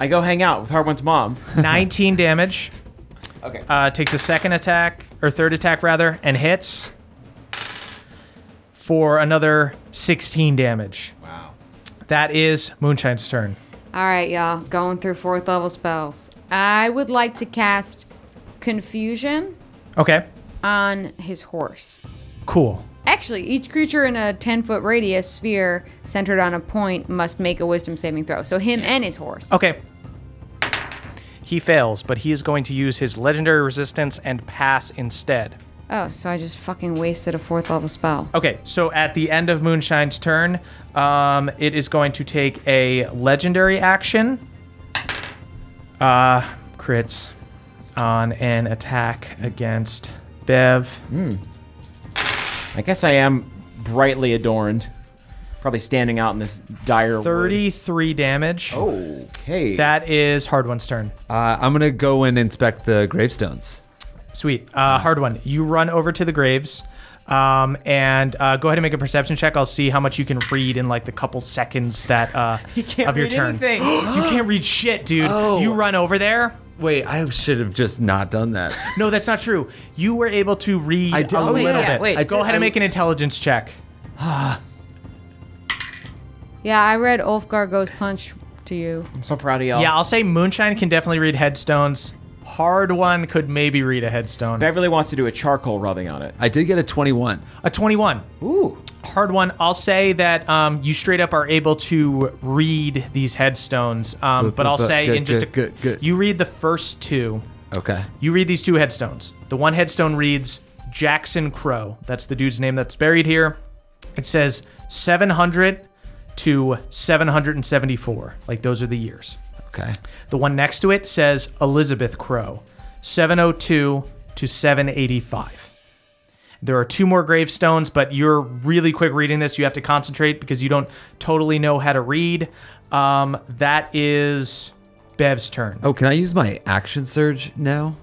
S6: I go hang out with Hardwin's mom.
S3: 19 damage.
S6: Okay.
S3: Uh, takes a second attack, or third attack rather, and hits for another 16 damage. Wow. That is Moonshine's turn.
S4: All right, y'all. Going through fourth level spells. I would like to cast Confusion
S3: Okay,
S4: on his horse.
S3: cool.
S4: Actually, each creature in a 10 foot radius sphere centered on a point must make a wisdom saving throw. So, him and his horse.
S3: Okay. He fails, but he is going to use his legendary resistance and pass instead.
S4: Oh, so I just fucking wasted a fourth level spell.
S3: Okay, so at the end of Moonshine's turn, um, it is going to take a legendary action. Uh, crits on an attack against Bev.
S6: Mm. I guess I am brightly adorned. Probably standing out in this dire. wood.
S3: 33 damage.
S6: Oh. Okay.
S3: That is Hard One's turn.
S7: Uh, I'm going to go and inspect the gravestones.
S3: Sweet. Uh, hard One, you run over to the graves. Um, and uh, go ahead and make a perception check. I'll see how much you can read in like the couple seconds that
S6: [laughs]
S3: uh,
S6: can't
S3: of your
S6: read
S3: turn.
S6: anything.
S3: [gasps]
S6: Oh.
S3: you can't read shit, dude. You run over there.
S7: Wait, I should have just not done that.
S3: No, that's not true. You were able to read
S7: [laughs] I did-
S3: a
S7: oh,
S3: little
S7: yeah,
S3: bit.
S7: wait. I
S3: Go
S7: did-
S3: ahead and
S7: I-
S3: make an intelligence check.
S4: Yeah, I read Ulfgar goes punch to you.
S6: I'm so proud of
S7: Oh.
S6: y'all.
S3: Yeah, I'll say Moonshine can definitely read headstones. Hard one could maybe read a headstone.
S6: Beverly wants to do a charcoal rubbing on it.
S7: I did get a 21.
S3: A 21.
S6: Ooh.
S3: Hard one. I'll say that um, you straight up are able to read these headstones, um,
S7: Good,
S3: but I'll
S7: good,
S3: say
S7: good,
S3: in just a,
S7: good, good, good.
S3: you read the first two.
S7: Okay.
S3: You read these two headstones. The one headstone reads Jackson Crow. That's the dude's name that's buried here. It says 700 to 774. Like those are the years.
S7: Okay.
S3: The one next to it says Elizabeth Crow, 702 to 785. There are two more gravestones, but you're really quick reading this. You have to concentrate because you don't totally know how to read. Um, that is Bev's turn.
S7: Oh, can I use my action surge now?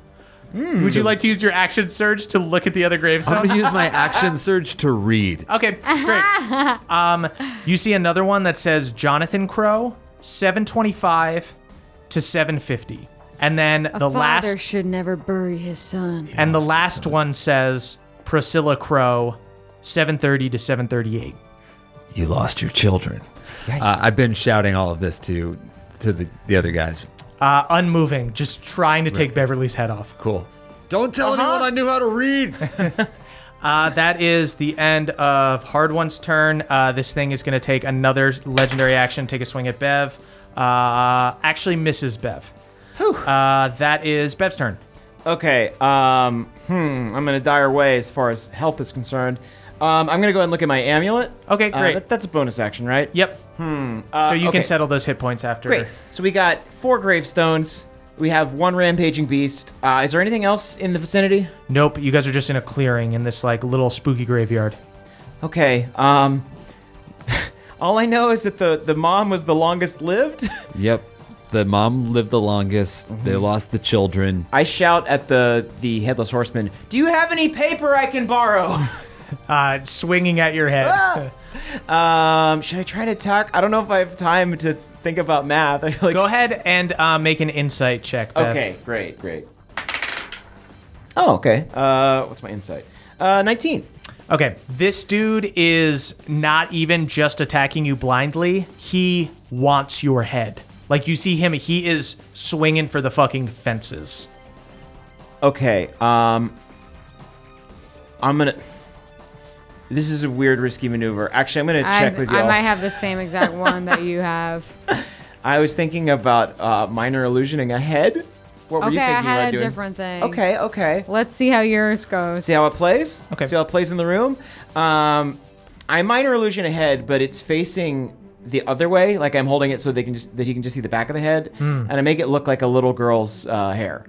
S3: Would you like to use your action surge to look at the other
S7: I'm
S3: gravestones?
S7: going to use my [laughs] action surge to read.
S3: Okay, great. um, you see another one that says Jonathan Crow, 725 to 750. And then the
S4: Father
S3: last
S4: should never bury his son.
S3: and the last one says Priscilla Crow, 730 to 738.
S7: You lost your children. Uh, I've been shouting all of this to to the, the other guys.
S3: Uh, unmoving, just trying to take Beverly's head off.
S7: Cool. Don't tell anyone I knew how to read.
S3: Uh, that is the end of Hard One's turn. Uh, this thing is going to take another legendary action, take a swing at Bev. Uh, actually, misses Bev. Uh, that is Bev's turn.
S6: Okay. Um. Hmm. I'm in a dire way as far as health is concerned. Um. I'm gonna go ahead and look at my amulet.
S3: Okay,
S6: Uh,
S3: great.
S6: that- that's a bonus action, right?
S3: Yep.
S6: Uh,
S3: so you
S6: okay.
S3: can settle those hit points after.
S6: Great. So we got four gravestones. We have one rampaging beast. Uh, is there anything else in the vicinity?
S3: Nope. You guys are just in a clearing in this like little spooky graveyard.
S6: Okay. Um. [laughs] All I know is that the the mom was the longest lived.
S7: [laughs]
S6: [laughs]
S7: yep. The mom lived the longest. They lost the children.
S6: I shout at the the headless horseman. Do you have any paper I can borrow? [laughs]
S3: Uh, swinging at your head.
S6: Ah! um. Should I try to attack? I don't know if I have time to think about math. [laughs] I feel
S3: [laughs]
S6: like
S3: Go ahead and uh, make an insight check. Bev.
S6: Okay, great, great. Oh, okay. Uh, what's my insight? Uh, 19.
S3: Okay, this dude is not even just attacking you blindly. He wants your head. Like you see him, he is swinging for the fucking fences.
S6: Okay. Um, I'm gonna. This is a weird, risky maneuver. Actually, I'm gonna
S4: I,
S6: check with y'all.
S4: I might have the same
S6: [laughs]
S4: exact one that you have.
S6: I was thinking about uh, minor illusioning ahead. What were
S4: Okay,
S6: you thinking
S4: I had
S6: about
S4: a
S6: doing?
S4: different thing.
S6: Okay. Okay.
S4: Let's see how yours goes.
S6: See how it plays.
S3: Okay.
S6: See how it plays in the room. Um, I minor illusion ahead, but it's facing the other way. Like I'm holding it so they can just that you can just see the back of the head, and I make it look like a little girl's uh, hair.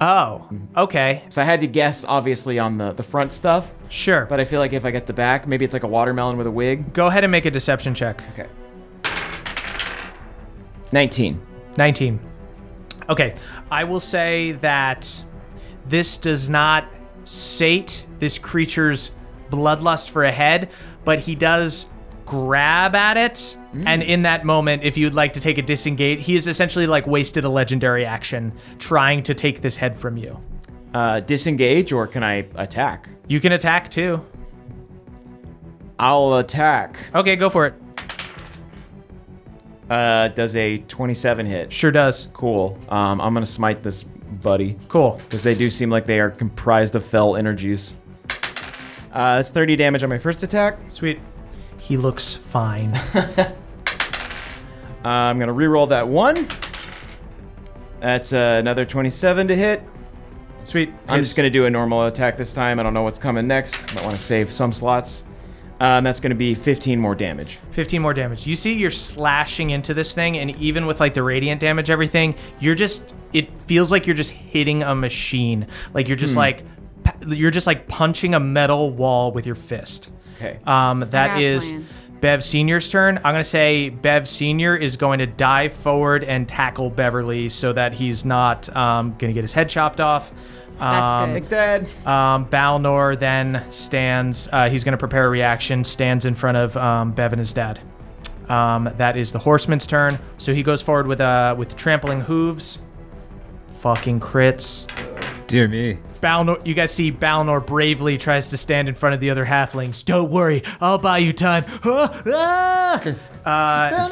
S3: Oh, okay,
S6: So I had to guess, obviously, on the the front stuff.
S3: sure.
S6: But I feel like if I get the back, maybe it's like a watermelon with a wig.
S3: Go ahead and make a deception check.
S6: Okay. 19.
S3: 19. Okay, I will say that this does not sate this creature's bloodlust for a head, but he does grab at it. And in that moment, if you'd like to take a disengage, he is essentially like wasted a legendary action trying to take this head from you.
S6: Uh, disengage or can I attack?
S3: You can attack too.
S6: I'll attack.
S3: Okay, go for it.
S6: Uh, does a 27 hit.
S3: Sure does.
S6: Cool. Um, I'm going to smite this buddy
S3: Cool.
S6: because they do seem like they are comprised of fell energies. Uh, that's 30 damage on my first attack.
S3: Sweet. He looks fine.
S6: Uh, I'm going to reroll that one. That's uh, another 27 to hit.
S3: Sweet.
S6: I'm just going to do a normal attack this time. I don't know what's coming next. Might want to save some slots. Um, that's going to be 15 more damage.
S3: 15 more damage. You see, you're slashing into this thing, and even with like the radiant damage, everything, you're just, it feels like you're just hitting a machine. Like you're just like, pa- you're just like punching a metal wall with your fist.
S6: Okay.
S3: Um, that
S4: got a
S3: is
S4: plan.
S3: Bev Senior's turn. I'm gonna say Bev Senior is going to dive forward and tackle Beverly so that he's not um, gonna get his head chopped off.
S4: That's
S3: um,
S4: good.
S6: Dead.
S3: Um, Balnor then stands. Uh, he's going to prepare a reaction. Stands in front of um, Bev and his dad. Um, that is the horseman's turn. So he goes forward with uh with trampling hooves. Fucking crits.
S7: Dear me.
S3: Balnor, you guys see Balnor bravely tries to stand in front of the other halflings. Don't worry, I'll buy you time. [laughs] Huh? Ah!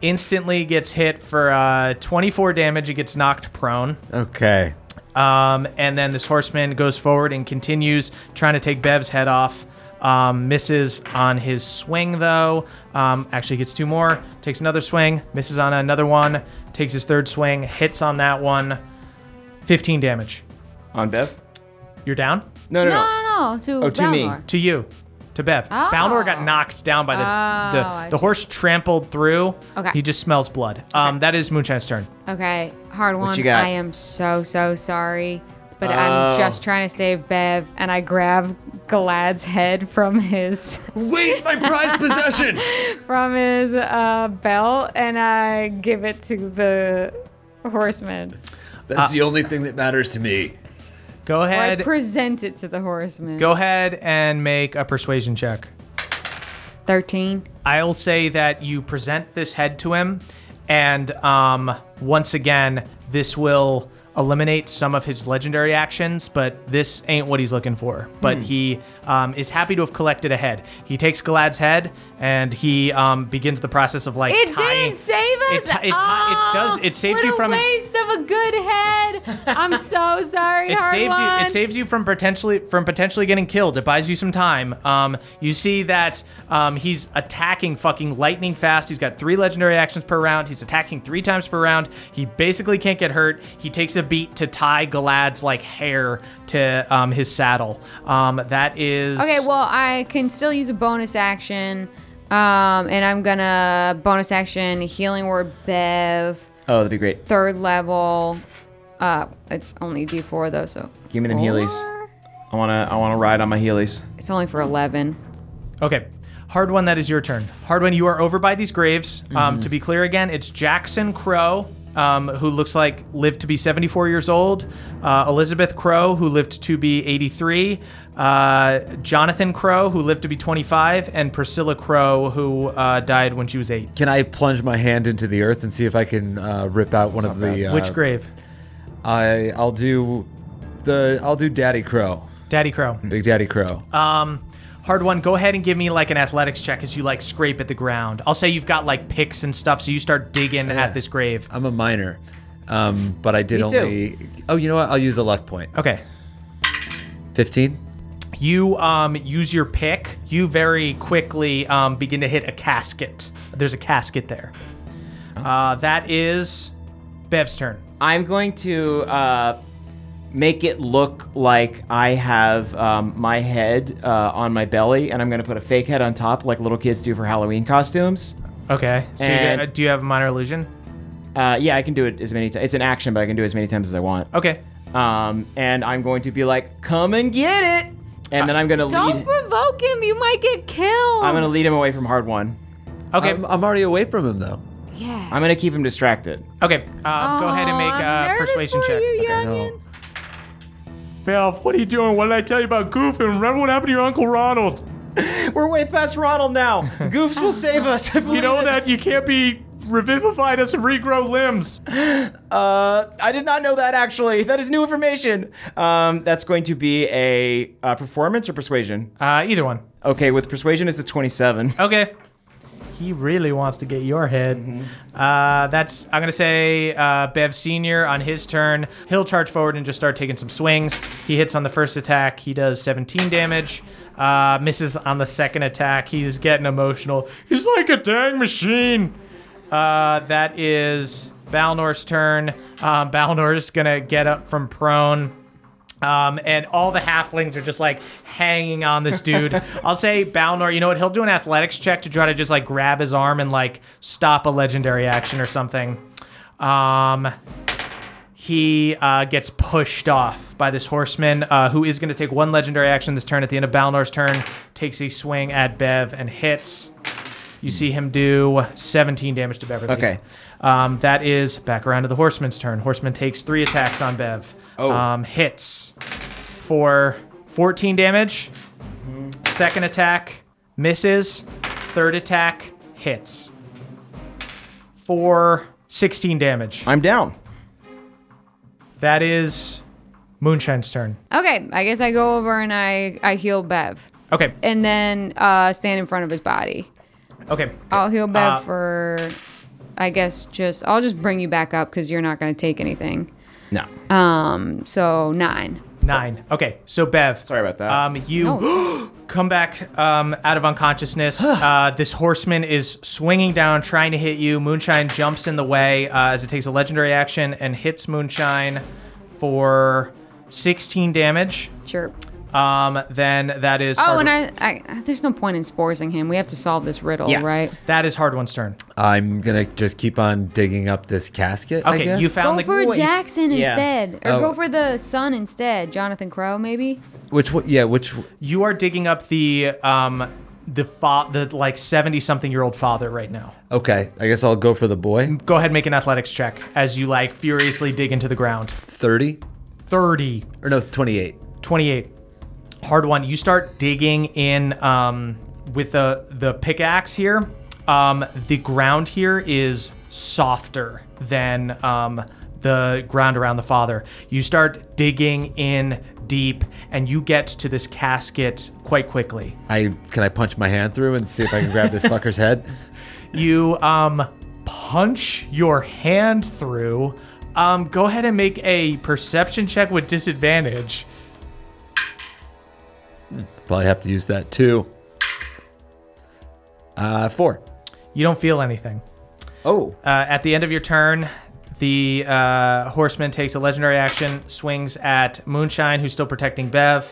S3: Instantly gets hit for uh, 24 damage. He gets knocked prone.
S7: Okay.
S3: Um, and then this horseman goes forward and continues trying to take Bev's head off. Um, misses on his swing, though. Um, actually, gets two more. Takes another swing. Misses on another one. Takes his third swing. Hits on that one. 15 damage.
S6: On Bev?
S3: You're down?
S6: No, no,
S4: No,
S6: no.
S4: no, no. To
S6: Oh, to me.
S4: Balnor.
S3: To you. To Bev. Balnor got knocked down by the.
S4: Oh. I
S3: the, the
S4: see.
S3: horse trampled through.
S4: Okay.
S3: He just smells blood. Um, That is Moonshine's turn.
S4: Okay, hard one.
S6: you got? Oh.
S4: I am so so sorry, but I'm just trying to save Bev, and I grab Glad's head from his
S7: Wait, my prized possession.
S4: from his uh, belt, and I give it to the horseman.
S7: [laughs] That's the only thing that matters to me.
S3: Go
S4: Or I
S3: ahead.
S4: present it to the horseman.
S3: go ahead and make a persuasion check.
S4: Thirteen.
S3: I'll say that you present this head to him, and um, once again, this will eliminate some of his legendary actions, but this ain't what he's looking for. But he um, is happy to have collected a head. He takes Galad's head and he um, begins the process of like
S4: It
S3: tying.
S4: didn't save us.
S3: It, ti- it, ti- it does. It saves
S4: what
S3: you
S4: a
S3: from.
S4: waste of a
S3: [laughs]
S4: good head. I'm so sorry,
S3: It
S4: hard
S3: saves
S4: one.
S3: you. It saves you from potentially from potentially getting killed. It buys you some time. Um, you see that um, he's attacking fucking lightning fast. He's got three legendary actions per round. He's attacking three times per round. He basically can't get hurt. He takes a beat to tie Galad's like hair to um, his saddle. Um, that is
S4: Okay, well, I can still use a bonus action. Um, and I'm gonna bonus action healing word Bev,
S6: Oh, that'd be great.
S4: third level. Uh, it's only D4 though, so
S6: Give me them heelys. I wanna, I wanna ride on my heelys.
S4: it's only for 11.
S3: Okay. Hard one, that is your turn. Hard one, you are over by these graves. Um, to be clear again, it's Jackson Crow, um, who looks like lived to be 74 years old, uh, Elizabeth Crow, who lived to be 83, uh, Jonathan Crow, who lived to be 25, and Priscilla Crow, who uh, died when she was eight.
S7: Can I plunge my hand into the earth and see if I can uh, rip out one of the? Uh,
S3: Which grave?
S7: I I'll do the I'll do Daddy Crow.
S3: Daddy Crow.
S7: Big Daddy Crow.
S3: Um, hard one. Go ahead and give me like an athletics check as you like scrape at the ground. I'll say you've got like picks and stuff, so you start digging at this grave.
S7: I'm a minor, um, but I did
S6: Me too.
S7: only. Oh, you know what? I'll use a luck point.
S3: Okay.
S7: Fifteen.
S3: You um, use your pick. You very quickly um, begin to hit a casket. There's a casket there. Uh, that is Bev's turn.
S6: I'm going to uh, make it look like I have um, my head uh, on my belly, and I'm going to put a fake head on top, like little kids do for Halloween costumes.
S3: Okay. So you
S6: And-
S3: uh, do you have a minor illusion?
S6: Uh, yeah, I can do it as many times. It's an action, but I can do it as many times as I want.
S3: Okay.
S6: Um, and I'm going to be like, "Come and get it," and
S3: Uh,
S6: then I'm going to
S4: Don't
S6: lead.
S4: provoke him. You might get killed.
S6: I'm going to lead him away from hard one.
S3: Okay.
S7: I'm, I'm already away from him though.
S4: Yeah.
S6: I'm going to keep him distracted.
S3: okay. Uh, go ahead and make
S4: Aw,
S3: a
S4: nervous
S3: persuasion
S4: for
S3: check.
S7: No.
S4: You, youngin.
S3: Bev, what are you doing? What did I tell you about goofing? Remember what happened to your uncle Ronald?
S6: [laughs] We're way past
S3: [laughs]
S6: Ronald now. Goofs will save us. I believe it.
S3: that you can't be revivified as and regrow limbs.
S6: Uh, I did not know that actually. That is new information. Um, that's going to be a uh, performance or persuasion.
S3: Uh, either one.
S6: Okay, with persuasion it's a [laughs] 27.
S3: Okay. He really wants to get your head. Uh, that's I'm gonna say uh, Bev Senior on his turn. He'll charge forward and just start taking some swings. He hits on the first attack. He does 17 damage. Uh, misses on the second attack. He's getting emotional. He's like a dang machine. Uh, that is Balnor's turn. Um, Balnor's gonna get up from prone. Um, and all the halflings are just like hanging on this dude. I'll say Balnor, you know what? He'll do an athletics check to try to just like grab his arm and like stop a legendary action or something. Um, he uh, gets pushed off by this horseman uh, who is going to take one legendary action this turn at the end of Balnor's turn, takes a swing at Bev and hits. You see him do 17 damage to Beverly.
S6: Okay.
S3: Um, that is back around to the horseman's turn. Horseman takes three attacks on Bev.
S6: Oh.
S3: Um, hits for 14 damage. Second attack misses. Third attack hits for 16 damage.
S6: I'm down.
S3: That is Moonshine's turn.
S4: Okay, I guess I go over and I I heal Bev,
S3: Okay.
S4: and then uh, stand in front of his body.
S3: Okay.
S4: I'll heal Bev
S3: Uh,
S4: for, I guess just I'll just bring you back up because you're not gonna take anything.
S6: No.
S4: Um, so nine.
S3: Nine. Okay. So Bev.
S6: Sorry about that.
S3: Um, you [gasps] come back um, out of
S6: [sighs]
S3: unconsciousness. uh, this horseman is swinging down, trying to hit you. Moonshine jumps in the way uh, as it takes a legendary action and hits Moonshine for 16 damage.
S4: Sure.
S3: Um, then that is
S4: Oh,
S3: hard
S4: and I, I there's no point in sporsing him. We have to solve this riddle,
S6: Yeah.
S4: right?
S3: that is hard one's turn.
S7: I'm gonna just keep on digging up this casket. I
S3: Okay,
S7: guess.
S3: you found
S4: Go
S3: the
S4: for
S3: wait,
S4: Jackson
S6: yeah.
S4: instead, or
S7: Oh.
S4: go for the son instead. Jonathan Crow, maybe.
S7: which one? Yeah, which
S3: you are digging up the um the fa- the like 70 something year old father right now.
S7: Okay, I guess I'll go for the boy.
S3: Go ahead and make an athletics check as you like furiously dig into the ground.
S7: 30
S3: 30,
S7: or no, 28.
S3: 28. Hard one. You start digging in um with the the pickaxe here. Um the ground here is softer than um the ground around the father. You start digging in deep and you get to this casket quite quickly.
S7: I can I punch my hand through and see if I can grab this fucker's head.
S3: You um punch your hand through. Um, go ahead and make a perception check with disadvantage.
S7: Probably have to use that too. Uh, four.
S3: You don't feel anything.
S6: oh.
S3: Uh, at the end of your turn, the uh, horseman takes a legendary action, swings at Moonshine, who's still protecting Bev.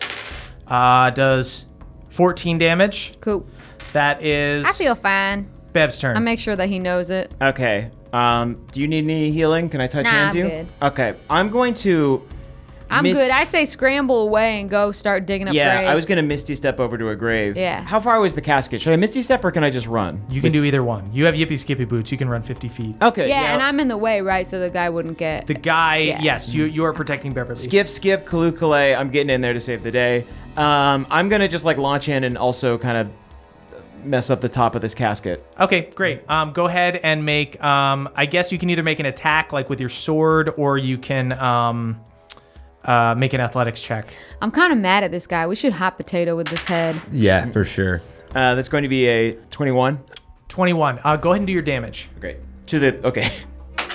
S3: Uh, does 14 damage.
S4: Cool.
S3: That is
S4: I feel fine.
S3: Bev's turn.
S4: I make sure that he knows it.
S6: Okay. Um, do you need any healing? Can I touch
S4: Nah,
S6: hands
S4: I'm
S6: you?
S4: good.
S6: Okay. I'm going to
S4: I'm
S6: Miss-
S4: good. I say scramble away and go start digging up
S6: Yeah, I was
S4: graves.
S6: going to misty step over to a grave.
S4: Yeah.
S6: How far away is the casket? Should I misty step or can I just run?
S3: you can do either one. You have yippy skippy boots. You can run 50 feet.
S6: Okay.
S4: Yeah, and I'm in the way, right? So the guy wouldn't get.
S3: The guy,
S4: Yeah.
S3: yes, you you are protecting Beverly.
S6: Skip, skip, Kalu Kalay. I'm getting in there to save the day. Um, I'm gonna just like launch in and also kind of mess up the top of this casket.
S3: Okay, great. Um, go ahead and make. Um, I guess you can either make an attack, like with your sword, or you can um, uh, make an athletics check.
S4: I'm kind of mad at this guy. We should hot potato with this head.
S7: Yeah, for sure.
S6: Uh, that's going to be a 21.
S3: 21. Uh, go ahead and do your damage.
S6: Great. To the okay. [laughs]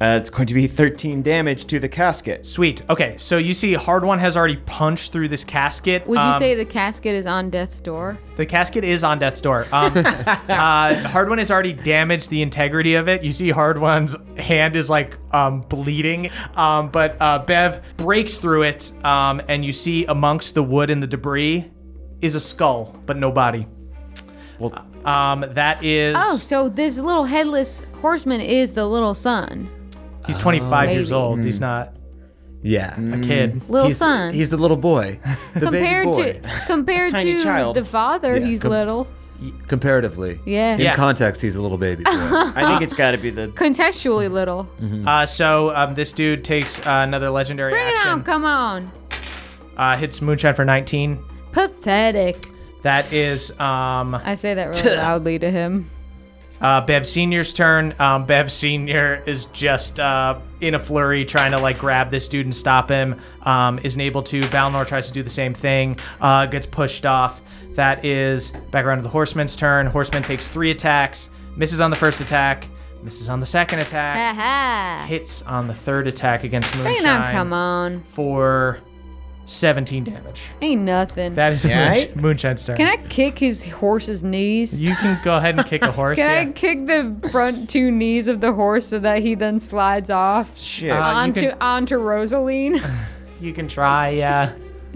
S6: Uh, it's going to be 13 damage to the casket.
S3: Sweet. Okay, so you see, Hard One has already punched through this casket.
S4: Would you
S3: Um,
S4: say the casket is on death's door?
S3: The casket is on death's door.
S4: [laughs]
S3: Um, uh, Hard One has already damaged the integrity of it. You see, Hard One's hand is like um, bleeding, um, but uh, Bev breaks through it, um, and you see amongst the wood and the debris is a skull, but no body.
S6: Well,
S3: Um, that is.
S4: Oh, so this little headless horseman is the little son.
S3: he's 25 years
S4: Maybe.
S3: old. He's not
S7: Yeah.
S3: a kid.
S4: Little
S7: he's,
S4: son.
S7: He's a little boy. The baby
S4: compared
S7: boy.
S4: to compared
S6: Tiny
S4: to
S6: child.
S4: the father,
S7: Yeah,
S4: he's
S7: com-
S4: little.
S7: Comparatively.
S4: Yeah.
S7: In
S3: Yeah.
S7: context, he's a little baby boy.
S4: [laughs]
S6: I think it's got to be the
S4: Contextually little.
S3: Uh, so um, this dude takes uh, another legendary
S4: Bring it on,
S3: action.
S4: come on.
S3: Uh, hits Moonshine for 19.
S4: Pathetic.
S3: That is um,
S4: I say that really loudly to him.
S3: Uh, Bev Senior's turn. Um, Bev Senior is just uh, in a flurry, trying to like grab this dude and stop him. Um, isn't able to. Balnor tries to do the same thing. Uh, gets pushed off. That is back around to the Horseman's turn. Horseman takes three attacks. Misses on the first attack. Misses on the second attack.
S4: Ha ha.
S3: hits on the third attack against
S4: Bring it on,
S3: Moonshine
S4: come on.
S3: for 17 damage.
S4: Ain't nothing.
S3: That is
S6: Yeah,
S3: Moonsh- [laughs]
S6: right?
S3: Moonshine's turn.
S4: Can I kick his horse's knees?
S3: you can go ahead and kick
S4: [laughs]
S3: the horse.
S4: Can I
S3: yeah.
S4: kick the front two knees of the horse so that he then slides off
S6: shit.
S3: Uh, you
S4: onto
S3: can-
S4: onto
S3: [laughs]
S4: Rosaline?
S3: You can try. Yeah.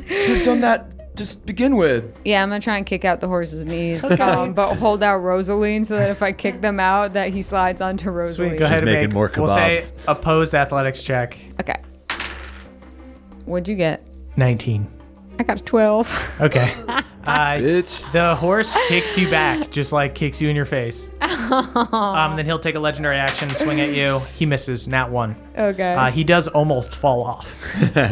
S6: Should have done that to begin with.
S4: yeah, I'm gonna try and kick out the horse's knees, um, but hold out Rosaline so that if I kick them out, that he slides onto Rosaline.
S3: Sweet. Go ahead and
S7: making
S3: make
S7: more
S3: We'll say
S7: kebabs.
S3: opposed athletics check.
S4: Okay. What'd you get?
S3: 19.
S4: I got
S3: [laughs]
S4: a 12.
S3: Okay. uh,
S7: Bitch.
S3: the horse kicks you back, just like kicks you in your face. Um, then he'll take a legendary action, swing at you. He misses, not one.
S4: Okay.
S3: Uh, he does almost fall off.
S7: No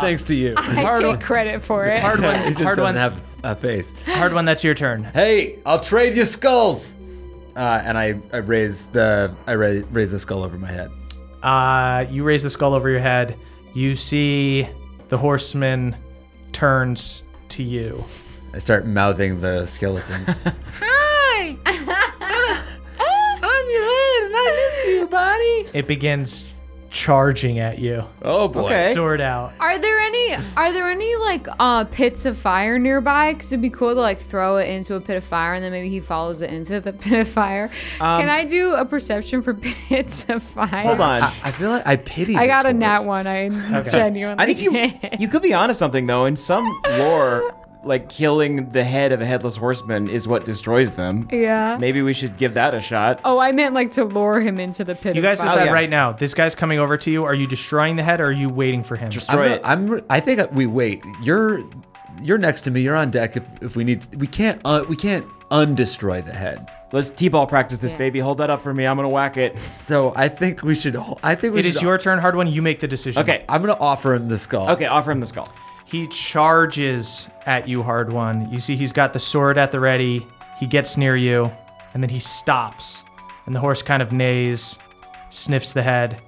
S7: thanks to you.
S4: I take credit for it.
S3: Hard
S7: Uh, [laughs] He
S3: one.
S7: just
S3: Hard
S7: doesn't
S3: one.
S7: have a face.
S3: Hard one. That's your turn.
S7: Hey, I'll trade you skulls. Uh, and I, I raise the I ra- raise the skull over my head.
S3: Uh, you raise the skull over your head. You see the horseman turns to you.
S7: I start mouthing the skeleton.
S3: It begins charging at you.
S7: oh boy.
S6: Okay.
S3: Sword out.
S4: Are there any are there any like uh pits of fire nearby? Cause it'd be cool to like throw it into a pit of fire and then maybe he follows it into the [laughs] pit of fire. Can I do a perception for [laughs] pits of fire?
S6: Um, Hold on.
S7: I, I feel like I pity.
S4: I
S7: this
S4: got a
S7: horse.
S4: nat one.
S6: [laughs]
S4: I genuinely
S6: I think
S7: [laughs]
S6: you
S4: did.
S6: you could be onto something though. In some lore, like killing the head of a headless horseman is what destroys them.
S4: [laughs] Yeah.
S6: Maybe we should give that a shot.
S4: Oh, I meant like to lure him into the pit
S3: You
S4: of
S3: guys
S4: fire.
S3: decide
S6: Oh, yeah.
S3: right now. This guy's coming over to you. Are you destroying the head or are you waiting for him? Uh,
S7: I'm,
S6: Destroy
S7: not-
S6: it.
S7: I'm re- I think uh, we wait. You're you're next to me. You're on deck. If, if we need, we can't uh, we can't undestroy the head.
S6: Let's t-ball practice this,
S4: Yeah.
S6: baby. Hold that up for me. I'm gonna whack it.
S7: So I think we should. ho- I think we
S3: It
S7: should.
S3: is your turn, hard one. You make the decision.
S6: Okay.
S7: I'm gonna offer him the skull.
S6: Okay. Offer him the skull.
S3: He charges at you, hard one. You see, he's got the sword at the ready. He gets near you, and then he stops. And the horse kind of neighs, sniffs the head.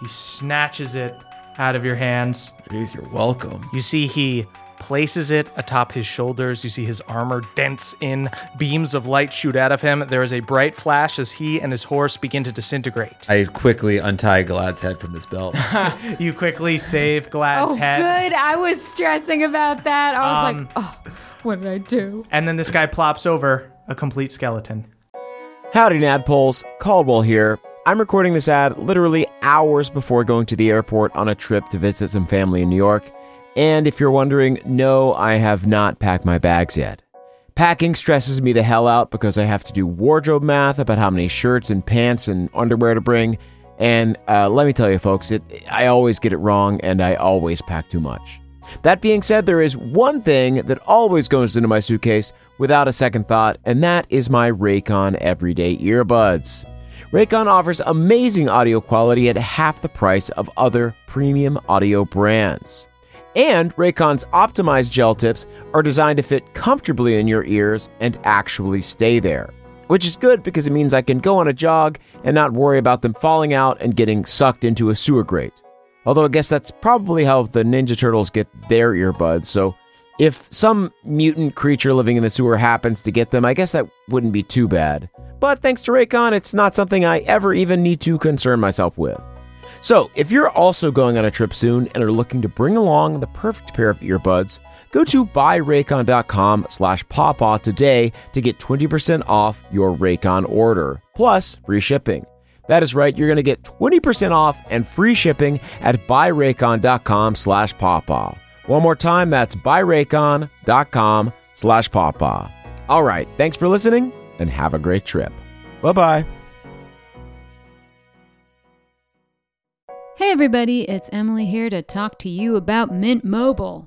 S3: He snatches it out of your hands.
S7: Jeez, you're welcome.
S3: You see, he places it atop his shoulders. You see his armor dents in. Beams of light shoot out of him. There is a bright flash as he and his horse begin to disintegrate.
S7: I quickly untie Galad's head from his
S4: [laughs]
S7: belt.
S3: You quickly save Glad's
S4: Oh,
S3: head.
S4: good. I was stressing about that. I was like,
S6: Um,
S4: oh, what did I do?
S3: And then this guy plops over a complete skeleton.
S2: Howdy, Nadpoles. Caldwell here. I'm recording this ad literally hours before going to the airport on a trip to visit some family in New York. And if you're wondering, no, I have not packed my bags yet. Packing stresses me the hell out because I have to do wardrobe math about how many shirts and pants and underwear to bring. And uh, let me tell you, folks, it, I always get it wrong and I always pack too much. That being said, there is one thing that always goes into my suitcase without a second thought, and that is my Raycon Everyday Earbuds. Raycon offers amazing audio quality at half the price of other premium audio brands. And Raycon's optimized gel tips are designed to fit comfortably in your ears and actually stay there. Which is good because it means I can go on a jog and not worry about them falling out and getting sucked into a sewer grate. Although I guess that's probably how the Ninja Turtles get their earbuds. So if some mutant creature living in the sewer happens to get them, I guess that wouldn't be too bad. But thanks to Raycon, it's not something I ever even need to concern myself with. So, if you're also going on a trip soon and are looking to bring along the perfect pair of earbuds, go to buyraycon.com slash pawpaw today to get 20% off your Raycon order, plus free shipping. That is right, you're going to get 20% off and free shipping at buyraycon.com slash pawpaw. One more time, that's buyraycon.com slash pawpaw. All right, thanks for listening and have a great trip. Bye-bye.
S4: Hey everybody, it's Emily here to talk to you about Mint Mobile.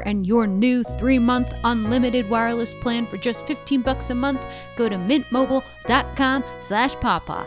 S4: and your new three month unlimited wireless plan for just 15 bucks a month, go to mintmobile.com slash pawpaw.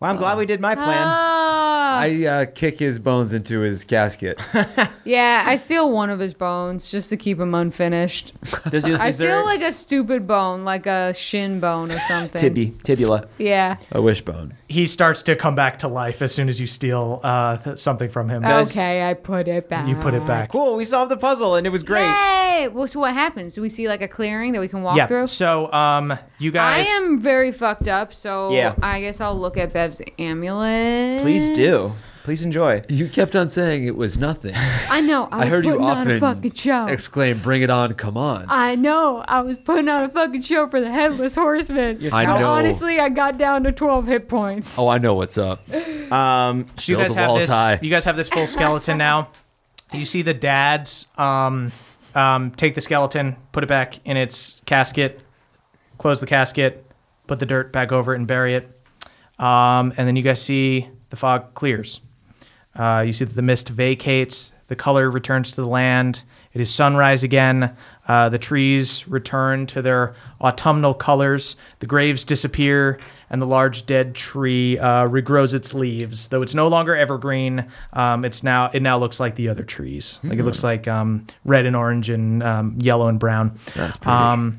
S6: Well, I'm glad we did my plan.
S4: Ah,
S7: I uh, kick his bones into his casket.
S4: yeah, I steal one of his bones just to keep him unfinished.
S6: Does he,
S4: Uh, I
S6: is there
S4: steal like a stupid bone, like a shin bone or something.
S6: tibi, tibula?
S4: Yeah.
S7: A wishbone.
S3: He starts to come back to life as soon as you steal uh, th- something from him.
S4: okay, I put it back.
S3: You put it back.
S6: Cool, we solved the puzzle and it was great.
S4: Yay! Well, so what happens? Do we see like a clearing that we can walk
S3: Yeah.
S4: through?
S3: So, um, you
S4: I
S3: guys.
S4: am very fucked up, so
S6: Yeah.
S4: I guess I'll look at Bev's amulet.
S6: Please do. Please enjoy.
S7: You kept on saying it was nothing.
S4: [laughs] I know.
S7: I
S4: I, was
S7: heard you
S4: putting on a
S7: often
S4: fucking show.
S7: exclaim, "Bring it on! Come on!"
S4: I know. I was putting on a fucking show for the headless horseman.
S7: I
S4: Now,
S7: know.
S4: Honestly, I got down to twelve hit points.
S7: oh, I know what's
S4: [laughs]
S7: up.
S6: Um,
S3: So you
S7: Build
S3: guys
S7: the
S3: have
S7: walls
S3: this.
S7: high.
S3: You guys have this full skeleton now. You see the dads um, um, take the skeleton, put it back in its casket, close the casket, put the dirt back over it, and bury it. Um, and then you guys see the fog clears. Uh, you see that the mist vacates, the color returns to the land. It is sunrise again. Uh, the trees return to their autumnal colors. The graves disappear, and the large dead tree uh, regrows its leaves. Though it's no longer evergreen, um, it's now it now looks like the other trees. Like it looks like um, red and orange and um, yellow and brown. That's pretty. Um,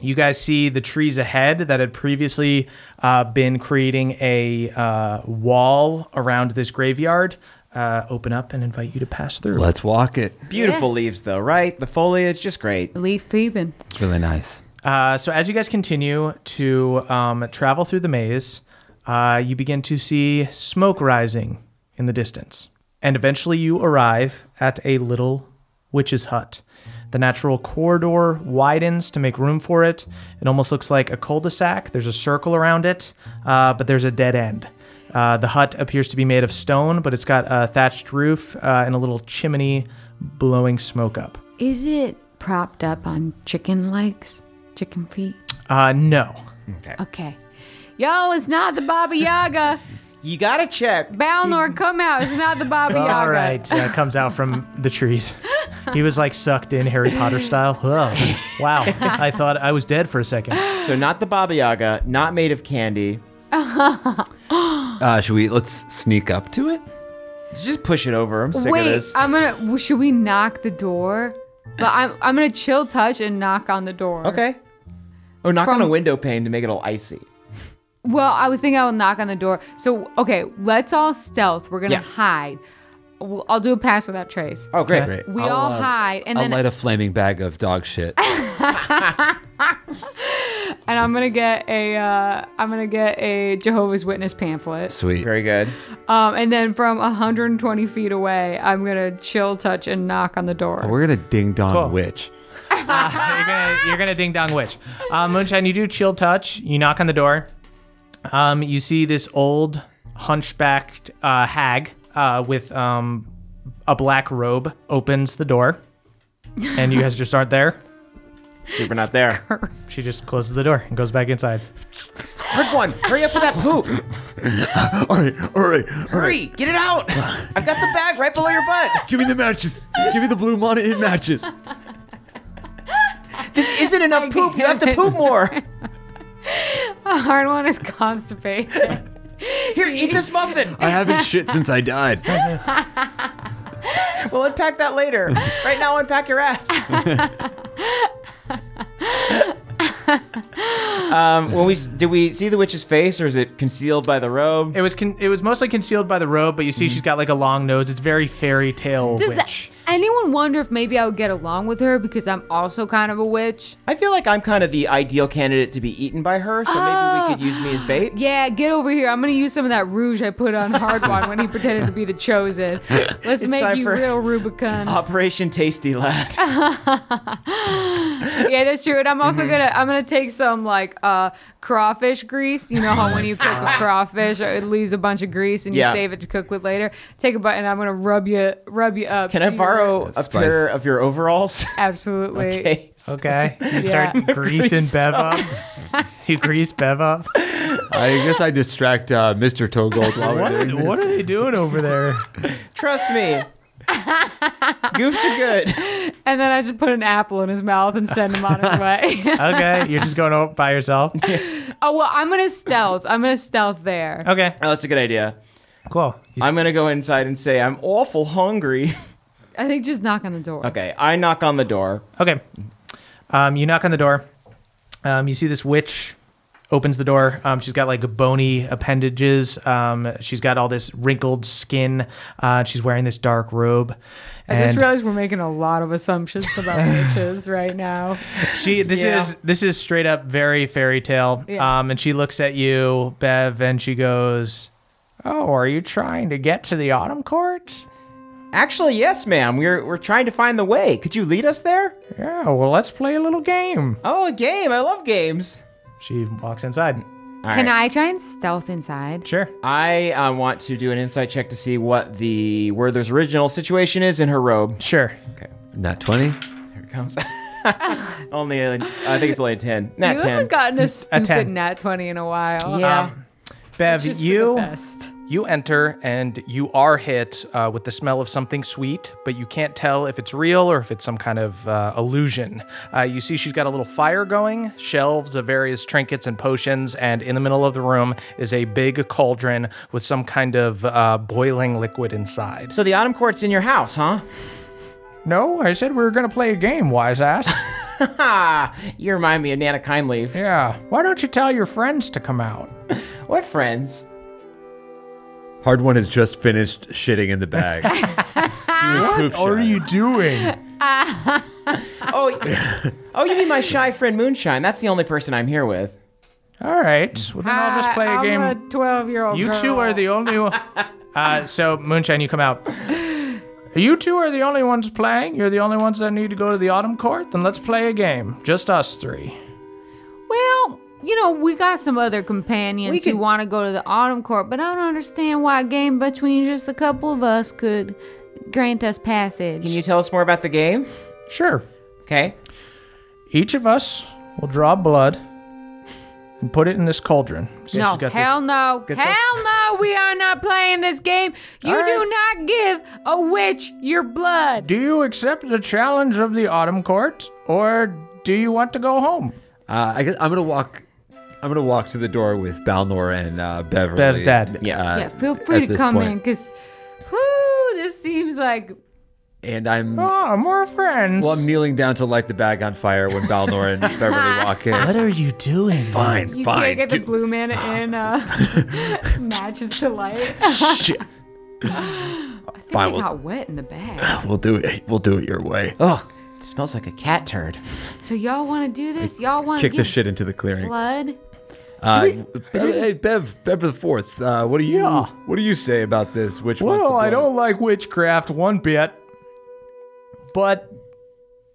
S3: you guys see the trees ahead that had previously uh, been creating a uh, wall around this graveyard uh, open up and invite you to pass through.
S7: Let's walk it.
S6: Beautiful leaves, though, right? The foliage, just great.
S4: Leaf peeping.
S7: It's really nice.
S3: Uh, so as you guys continue to um, travel through the maze, uh, you begin to see smoke rising in the distance, and eventually you arrive at a little witch's hut. The natural corridor widens to make room for it. It almost looks like a cul-de-sac. There's a circle around it, uh, but there's a dead end. Uh, the hut appears to be made of stone, but it's got a thatched roof uh, and a little chimney blowing smoke up.
S4: Is it propped up on chicken legs, chicken feet?
S3: Uh, no,
S4: Okay. Yo, it's not the Baba Yaga.
S6: You gotta check.
S4: Balnor, come out. It's not the Baba Yaga.
S3: All right, uh, comes out from the trees. He was like sucked in Harry Potter style. Oh, wow, I thought I was dead for a second.
S6: [gasps] So not the Baba Yaga, not made of candy.
S7: Uh, should we? Let's sneak up to it.
S6: Just push it over. I'm sick
S4: Wait, um,
S6: of this.
S4: I'm gonna. w- Should we knock the door? But I'm I'm gonna chill touch and knock on the door.
S6: okay. Or knock on
S4: From-
S6: a window pane to make it all icy.
S4: Well, I was thinking I would knock on the door. So okay, let's all stealth. We're gonna
S6: Yeah.
S4: hide. We'll- I'll do a pass without trace.
S6: Oh, great.
S7: Great.
S4: We
S7: I'll,
S4: all
S7: uh,
S4: hide, and
S7: I'll
S4: then [laughs]
S7: light a flaming bag of dog shit.
S8: and I'm gonna get a uh, I'm gonna get a Jehovah's Witness pamphlet.
S7: Sweet.
S6: Very good.
S8: Um, and then from 120 feet away, I'm gonna chill touch and knock on the door.
S4: [laughs]
S6: Oh.
S7: We're gonna ding dong
S3: Cool.
S7: witch.
S3: you're gonna you're gonna ding dong witch. Um, Moonshine, you do chill touch. You knock on the door. Um, you see this old hunchbacked uh, hag uh, with um, a black robe opens the door, and you guys just aren't there.
S6: Super
S4: [laughs]
S6: not there.
S3: She just closes the door and goes back inside.
S6: Quick one, hurry up for
S4: [laughs]
S6: that poop.
S7: All right, all right, all
S6: Hurry, get it out. I've got the bag right below
S4: [laughs]
S6: your butt.
S7: Give me the matches. Give me the blue money in matches.
S6: This isn't enough poop. You have to
S4: [laughs]
S6: poop more.
S8: Hard one is constipated.
S6: Here, eat
S4: [laughs]
S6: this muffin.
S7: I haven't shit since I died.
S6: We'll unpack that [laughs] later. Right now, unpack your ass. [laughs] um, when we s- do we see the witch's face, or is it concealed by the robe?
S3: It was con- it was mostly concealed by the robe, but you see she's got like a long nose. It's very fairy tale
S4: Does
S3: witch.
S4: that, anyone wonder if maybe I would get along with her because I'm also kind of a witch?
S6: I feel like I'm kind of the ideal candidate to be eaten by her, so maybe we could use me as bait.
S4: Yeah, get over here. I'm gonna use some of that rouge I put on Hardwon when he pretended to be the
S6: [laughs]
S4: chosen. Let's make
S6: time
S4: you
S6: for-
S4: real Rubicon.
S6: Operation Tasty Lad.
S8: yeah, that's true. And I'm also
S6: Mm-hmm.
S8: gonna I'm gonna take some like uh, crawfish grease. You know how when you cook
S6: [laughs]
S8: a crawfish, it leaves a bunch of grease and
S6: Yeah.
S8: you save it to cook with later. Take a bite and I'm gonna rub you rub you up.
S6: Can I
S8: so you-
S6: borrow a
S7: That's
S6: pair
S7: spice.
S6: of your [laughs] overalls?
S8: Absolutely.
S6: Okay.
S3: Okay, you start [laughs] greasing Bev up. [laughs] you grease Bev up.
S7: I guess I distract uh, Mr. Togold while we're
S3: What,
S7: doing this.
S3: what are they doing over there?
S6: Trust me. Goofs are good.
S8: And then I just put an apple in his mouth and send him on
S6: [laughs]
S8: his way.
S3: Okay, you're just going out by [laughs] yourself.
S8: oh well, I'm gonna stealth. I'm gonna stealth there.
S3: Okay,
S6: Oh, that's a good idea.
S3: cool. You
S6: I'm gonna go inside and say I'm awful hungry.
S8: I think just knock on the door.
S6: Okay, I knock on the door.
S3: Okay. Um, you knock on the door. Um, you see this witch opens the door. Um, she's got like bony appendages. Um, she's got all this wrinkled skin. Uh, she's wearing this dark robe.
S8: I just
S3: And
S8: realized we're making a lot of assumptions
S3: [laughs]
S8: about witches right now.
S3: she this
S6: Yeah.
S3: is this is straight up very fairy tale.
S8: Yeah.
S3: Um, and she looks at you, Bev, and she goes, "Oh, are you trying to get to the autumn court?
S6: Actually, yes, ma'am. We're we're trying to find the way. Could you lead us there?
S3: Yeah. Well, let's play a little game."
S6: Oh, a game. I love games.
S3: She walks inside.
S4: Can I try and stealth inside?
S3: Sure.
S6: I uh, want to do an insight check to see what the Werther's original situation is in her robe.
S3: Sure.
S7: Not 20?
S6: Here it comes. only, a, I think it's only a ten. Not
S8: you
S6: ten. Um,
S8: haven't gotten a stupid
S3: 10.
S8: nat twenty in a while.
S6: yeah.
S3: Bev,
S8: Just for the
S3: you
S8: best.
S3: You enter and you are hit uh, with the smell of something sweet, but you can't tell if it's real or if it's some kind of uh, illusion. Uh, you see, she's got a little fire going, shelves of various trinkets and potions, and in the middle of the room is a big cauldron with some kind of uh, boiling liquid inside.
S6: so the autumn court's in your house, huh?
S3: No, I said we were going to play a game, wise [laughs] ass.
S6: Ah, you remind me of Nana Kindleaf.
S3: yeah. Why don't you tell your friends to come out?
S6: What friends?
S7: Hard one has just finished shitting in the
S4: [laughs]
S7: bag. what
S3: doing?
S6: Oh, oh, you mean my shy friend Moonshine? That's the only person I'm here with.
S3: All right. Well, then I'll
S4: Uh,
S3: just play a
S8: I'm
S3: game.
S8: a
S4: Oh,
S8: twelve-year-old.
S3: You
S8: girl.
S3: two are the only
S4: [laughs]
S3: one. Uh, so Moonshine, you come out. You two are the only ones playing. You're the only ones that need to go to the autumn court. Then let's play a game. Just us three.
S4: Well, you know, we got some other companions
S6: We
S4: who
S6: could-
S4: want to go to the autumn court, but I don't understand why a game between just a couple of us could grant us passage.
S6: Can you tell us more about the game?
S3: Sure.
S6: Okay.
S3: Each of us will draw blood and put it in this cauldron. So
S4: no,
S3: she's got
S4: hell
S3: this-
S4: no.
S6: Good
S4: Hell no, we are not playing this game. You
S3: All
S4: do not give a witch your blood.
S3: Do you accept the challenge of the autumn court, or do you want to go home?
S7: Uh, I guess I'm gonna walk. I'm gonna walk to the door with Balnor and uh, Beverly.
S3: Bev's dad.
S6: Yeah.
S7: uh,
S4: Yeah, feel free
S7: at
S4: to
S7: this
S4: come
S7: point.
S4: in because, whoo, this seems like
S7: And I'm
S3: Oh, more friends.
S7: well, I'm kneeling down to light the bag on fire when
S8: [laughs]
S7: Balnor and Beverly walk in.
S3: are you doing?
S7: Fine,
S8: You
S7: fine.
S8: can't get the
S7: do-
S8: blue man in uh,
S4: [laughs]
S8: matches to light.
S7: shit.
S4: I think
S7: Fine,
S4: I
S7: we'll,
S4: got wet in the bag.
S7: we'll do it. We'll do it your way. Oh,
S6: smells like a cat turd.
S9: So y'all want to do this? Y'all want to
S10: Kick the shit into the clearing.
S9: blood?
S7: Uh, Bev, hey, Bev, Bev the Fourth. Uh, what do you
S3: Yeah.
S7: What do you say about this? Which one's the
S3: Well, I
S7: blood?
S3: don't like witchcraft one bit, but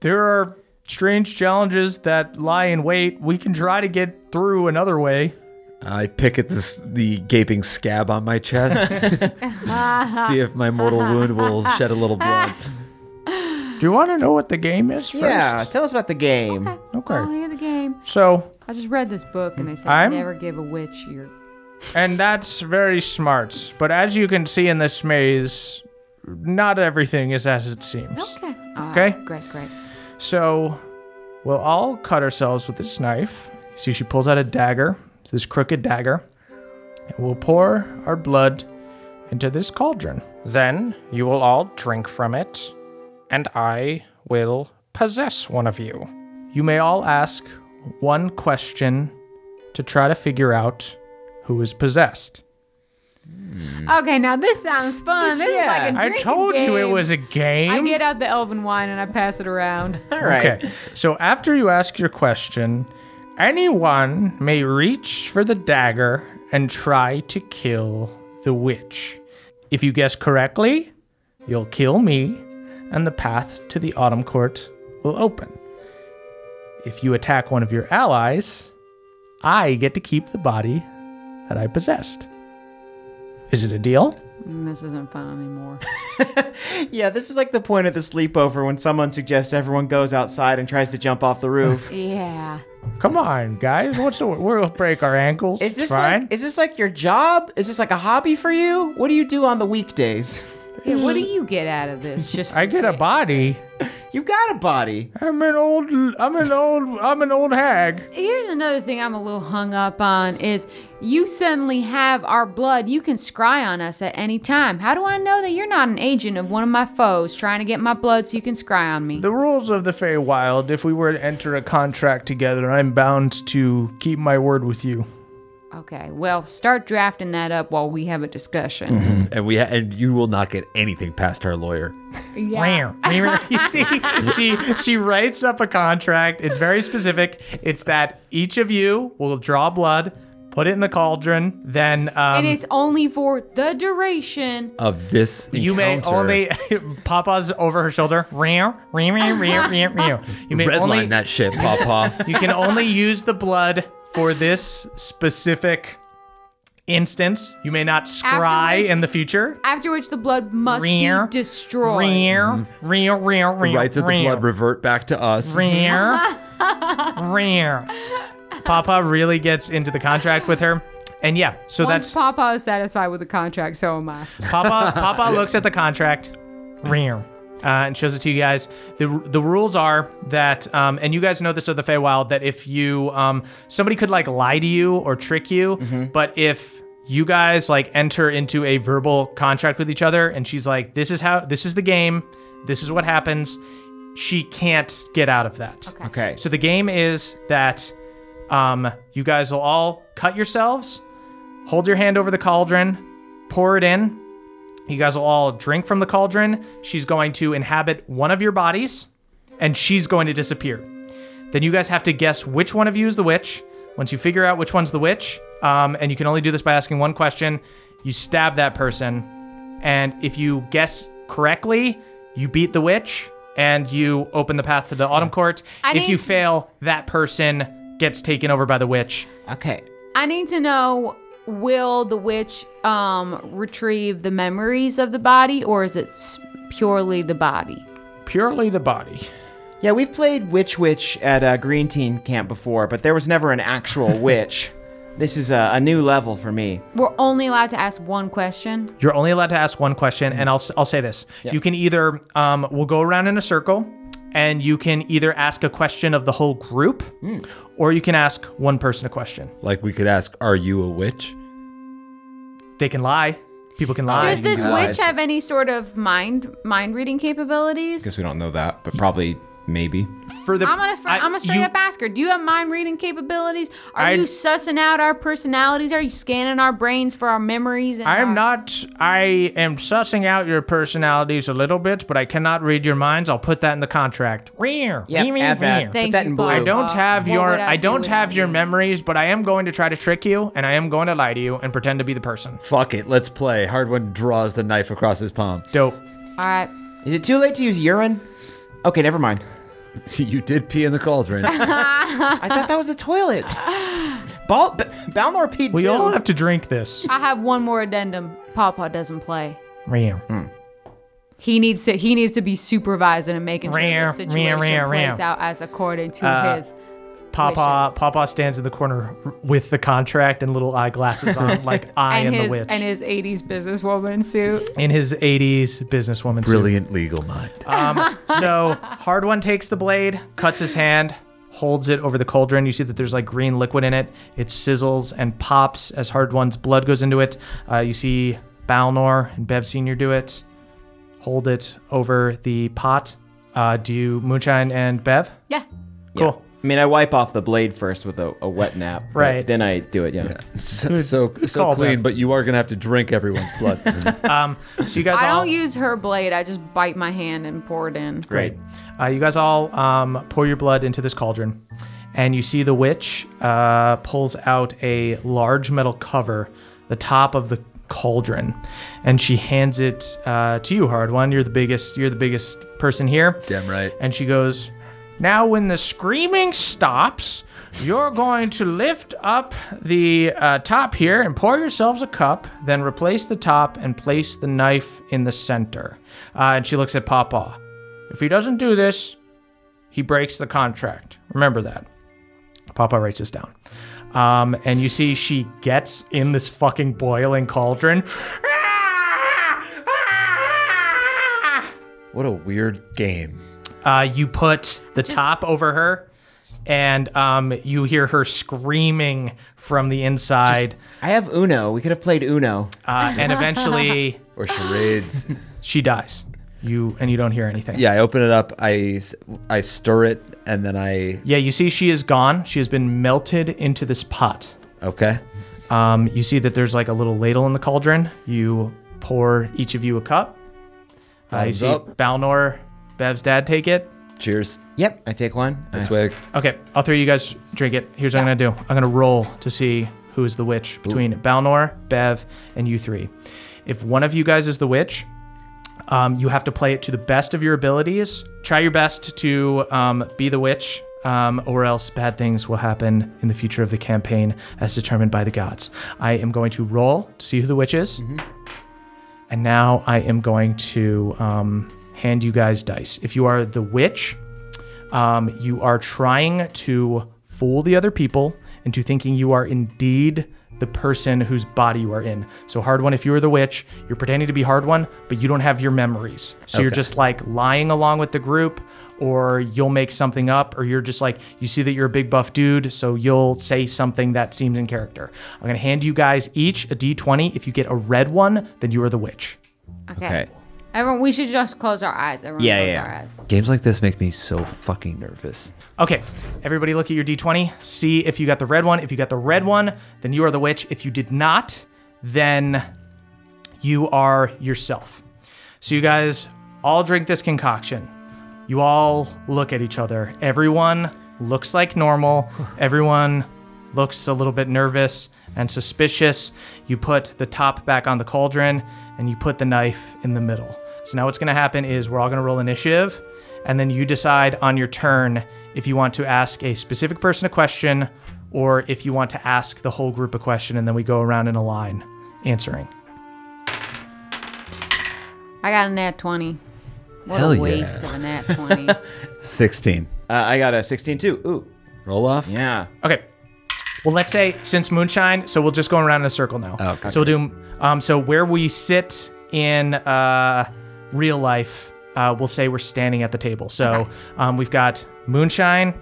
S3: there are strange challenges that lie in wait. We can try to get through another way.
S7: I pick at this the gaping scab on
S8: [laughs]
S7: my chest. See if my mortal wound will shed a
S8: [laughs]
S7: little blood.
S3: Do you want to know what the game is first?
S6: Yeah, tell us about the game.
S3: Okay.
S4: I'll hear the game.
S3: So,
S4: I just read this book and they said
S3: I'm-
S4: never give a witch your.
S3: and that's very smart. But as you can see in this maze, not everything is as it seems.
S4: Okay. Ah,
S3: Okay.
S4: Great, great.
S3: So we'll all cut ourselves with this knife. See, she pulls out a dagger. It's this crooked dagger. And we'll pour our blood into this cauldron. Then you will all drink from it, and I will possess one of you. You may all ask one question to try to figure out who is possessed.
S4: Okay, now this sounds fun. This, is like a
S3: I
S4: drinking
S3: told you it
S4: game.
S3: was a game.
S4: I get out the elven wine and I pass it around. [laughs]
S6: All right.
S3: Okay. So after you ask your question, anyone may reach for the dagger and try to kill the witch. If you guess correctly, you'll kill me, and the path to the Autumn Court will open. If you attack one of your allies, I get to keep the body that I possessed. Is it a deal?
S4: Mm, This isn't fun anymore.
S6: Yeah, this is like the point of the sleepover when someone suggests everyone goes outside and tries to jump off the roof.
S4: yeah.
S3: Come on, guys. What's the we'll break our ankles.
S6: [laughs] Is
S3: It's
S6: this
S3: fine.
S6: like is this like your job? Is this like a hobby for you? What do you do on the weekdays? [laughs]
S4: Yeah, what do you get out
S3: [laughs]
S4: of this? Just
S3: I get a body.
S6: You've got a body.
S3: I'm an old, I'm an old, I'm an old hag.
S4: Here's another thing I'm a little hung up on is you suddenly have our blood. You can scry on us at any time. How do I know that you're not an agent of one of my foes trying to get my blood so you can scry on me?
S3: The rules of the Feywild, if we were to enter a contract together, I'm bound to keep my word with you.
S4: Okay, well, start drafting that up while we have a discussion.
S3: Mm-hmm.
S7: And we ha- and you will not get anything past our lawyer.
S3: [laughs] you see, she she writes up a contract. It's very specific. It's that each of you will draw blood, put it in the cauldron, then um,
S4: and it's only for the duration.
S7: Of this,
S3: you may
S7: encounter.
S3: only [laughs] Papa's over her shoulder. Meow, meow, meow, meow, meow, meow. You may
S7: redline
S3: only
S7: that shit, Papa.
S3: You can only use the blood for this specific instance. You may not scry
S4: Afterwards-
S3: in the future.
S4: After which the blood must
S3: Rear.
S4: be destroyed.
S3: Rear,
S7: Mm-hmm.
S3: rear, rear, rear.
S7: Rights of the blood revert back to us.
S3: Rear,
S4: [laughs]
S3: rear. Papa really gets into the contract with her. And yeah, so
S4: Once
S3: that's
S4: Papa is satisfied with the contract, so am I.
S3: Papa. Papa looks at the contract, rear, uh, and shows it to you guys. the The rules are that, um, and you guys know this of the Feywild, that if you um, somebody could like lie to you or trick you, but if you guys like enter into a verbal contract with each other, and she's like, "This is how this is the game, this is what happens," she can't get out of that.
S6: Okay.
S3: So the game is that um, you guys will all cut yourselves, hold your hand over the cauldron, pour it in. You guys will all drink from the cauldron. She's going to inhabit one of your bodies, and she's going to disappear. Then you guys have to guess which one of you is the witch. Once you figure out which one's the witch, um, and you can only do this by asking one question, you stab that person. And if you guess correctly, you beat the witch and you open the path to the autumn court.
S4: I
S3: if you
S4: need-
S3: fail, that person gets taken over by the witch.
S6: Okay.
S4: I need to know will the witch um retrieve the memories of the body or is it s- purely the body?
S3: Purely the body.
S6: Yeah, we've played Witch Witch at a Green Teen camp before, but there was never an actual witch. This is a, a new level for me.
S4: We're only allowed to ask one question.
S3: You're only allowed to ask one question, and I'll, I'll say this. You can either, um, we'll go around in a circle, and you can either ask a question of the whole group, or you can ask one person a question.
S7: Like we could ask, "Are you a witch?"
S3: They can lie. People can lie.
S4: Does this
S6: guys.
S4: witch have any sort of mind mind reading capabilities?
S6: Guess we don't know that, but probably Maybe.
S3: For the
S8: I'm gonna fr-
S3: I-
S8: I'm gonna straight
S3: you-
S8: up ask her. Do you have mind reading capabilities? Are
S3: I-
S8: you sussing out our personalities? Are you scanning our brains for our memories? And
S3: I am
S8: our-
S3: not. I am sussing out your personalities a little bit, but I cannot read your minds. I'll put that in the contract. Yeah,
S6: add that. Put
S8: Thank
S6: that
S8: you,
S6: in blue. I
S3: I don't
S8: Bob.
S3: have
S8: Uh, What
S3: your.
S8: would
S3: I,
S8: I do
S3: don't
S8: without
S3: have your
S8: you?
S3: memories, but I am going to try to trick you, and I am going to lie to you and pretend to be the person.
S7: Fuck it, let's play. Hard one draws the knife across his palm. [laughs]
S3: Dope.
S8: All right.
S6: Is it too late to use urine? Okay, never mind.
S7: you did pee in the
S3: [laughs]
S7: cauldron. [laughs]
S6: I thought that was the toilet. [laughs] Bal- B- Balnor peed
S3: We
S6: too.
S3: all have to drink this.
S8: I have one more addendum. Pawpaw doesn't play. He needs to. He needs to be supervising and making sure
S3: Meow,
S8: this situation
S3: meow, meow,
S8: plays
S3: meow.
S8: out as according to his.
S3: Papa
S8: Wishes.
S3: Papa stands in the corner with the contract and little eyeglasses on, like I am
S8: And
S3: the
S8: his,
S3: witch,
S8: and his 80s businesswoman suit.
S3: in his '80s businesswoman suit.
S7: Brilliant legal mind.
S3: Um, [laughs] so hard one takes the blade, cuts his hand, holds it over the cauldron. You see that there's like green liquid in it. It sizzles and pops as hard one's blood goes into it. Uh, you see Balnor and Bev Senior do it. Hold it over the pot. Uh, do you Moonshine and Bev?
S8: Yeah.
S3: Cool.
S6: I mean, I wipe off the blade first with a, a wet nap. but
S3: Right.
S6: Then I do it, yeah.
S7: So so, so
S3: call,
S7: clean,
S3: Beth.
S7: but you are gonna have to
S3: [laughs]
S7: drink everyone's blood.
S3: So you guys
S8: I
S3: all
S8: don't use her blade. I just bite my hand and pour it in.
S6: Great.
S3: Uh, you guys all um, pour your blood into this cauldron, and you see the witch uh, pulls out a large metal cover, the top of the cauldron, and she hands it uh, to you, Hard One. You're the biggest. You're the biggest person here.
S7: Damn right.
S3: And she goes, "Now, when the screaming stops." You're going to lift up the uh, top here and pour yourselves a cup, then replace the top and place the knife in the center. Uh, and she looks at Pawpaw. If he doesn't do this, he breaks the contract. Remember that. Papa writes this down. Um, and you see she gets in this fucking boiling cauldron. [laughs] Ah!
S7: What a weird game.
S3: Uh, you put the top over her, and um, you hear her screaming from the inside.
S6: I have Uno. We could have played Uno.
S3: uh, and eventually, [laughs]
S7: Or charades.
S3: she dies. You and you don't hear anything.
S7: yeah, I open it up, I, s- I stir it, and then I.
S3: Yeah. You see, she is gone. She has been melted into this pot.
S7: Okay.
S3: Um, you see that there's like a little ladle in the cauldron. You pour each of you a cup. Uh, you
S7: Thumbs
S3: see
S7: up.
S3: Balnor, Bev's dad take it.
S7: Cheers.
S6: Yep. I take one.
S7: I
S6: Nice.
S7: swig.
S3: Okay, all three of you guys drink it. Here's what I'm gonna do. I'm gonna roll to see who is the witch between Balnor, Bev, and you three. If one of you guys is the witch, um, you have to play it to the best of your abilities. Try your best to um, be the witch, um, or else bad things will happen in the future of the campaign as determined by the gods. I am going to roll to see who the witch is. And now I am going to um, hand you guys dice. If you are the witch, um, you are trying to fool the other people into thinking you are indeed the person whose body you are in. So, hard one, if you are the witch, you're pretending to be hard one, but you don't have your memories. So, you're just like lying along with the group, or you'll make something up, or you're just like, you see that you're a big buff dude, so you'll say something that seems in character. I'm gonna hand you guys each a d20. If you get a red one, then you are the witch.
S8: Okay.
S6: Okay.
S8: Everyone, we should just close our eyes. Everyone,
S6: Yeah,
S8: close
S6: yeah,
S8: our
S6: yeah.
S8: eyes.
S7: Games like this make me so fucking nervous.
S3: Okay, everybody look at your d20. See if you got the red one. If you got the red one, then you are the witch. If you did not, then you are yourself. So you guys all drink this concoction. You all look at each other. Everyone looks like normal. Everyone looks a little bit nervous and suspicious. You put the top back on the cauldron and you put the knife in the middle. So now what's going to happen is we're all going to roll initiative and then you decide on your turn if you want to ask a specific person a question or if you want to ask the whole group a question and then we go around in a line answering.
S8: I got a nat 20. What
S7: Hell
S8: a
S7: yeah.
S8: waste of a nat 20.
S7: 16.
S6: Uh, I got a 16 too. Ooh.
S7: Roll off?
S6: Yeah.
S3: Okay. Well, let's say since moonshine, so we'll just go around in a circle now.
S7: Okay.
S3: So we'll do. Um, so where we sit in uh, real life, uh, we'll say we're standing at the table. So um, we've got moonshine,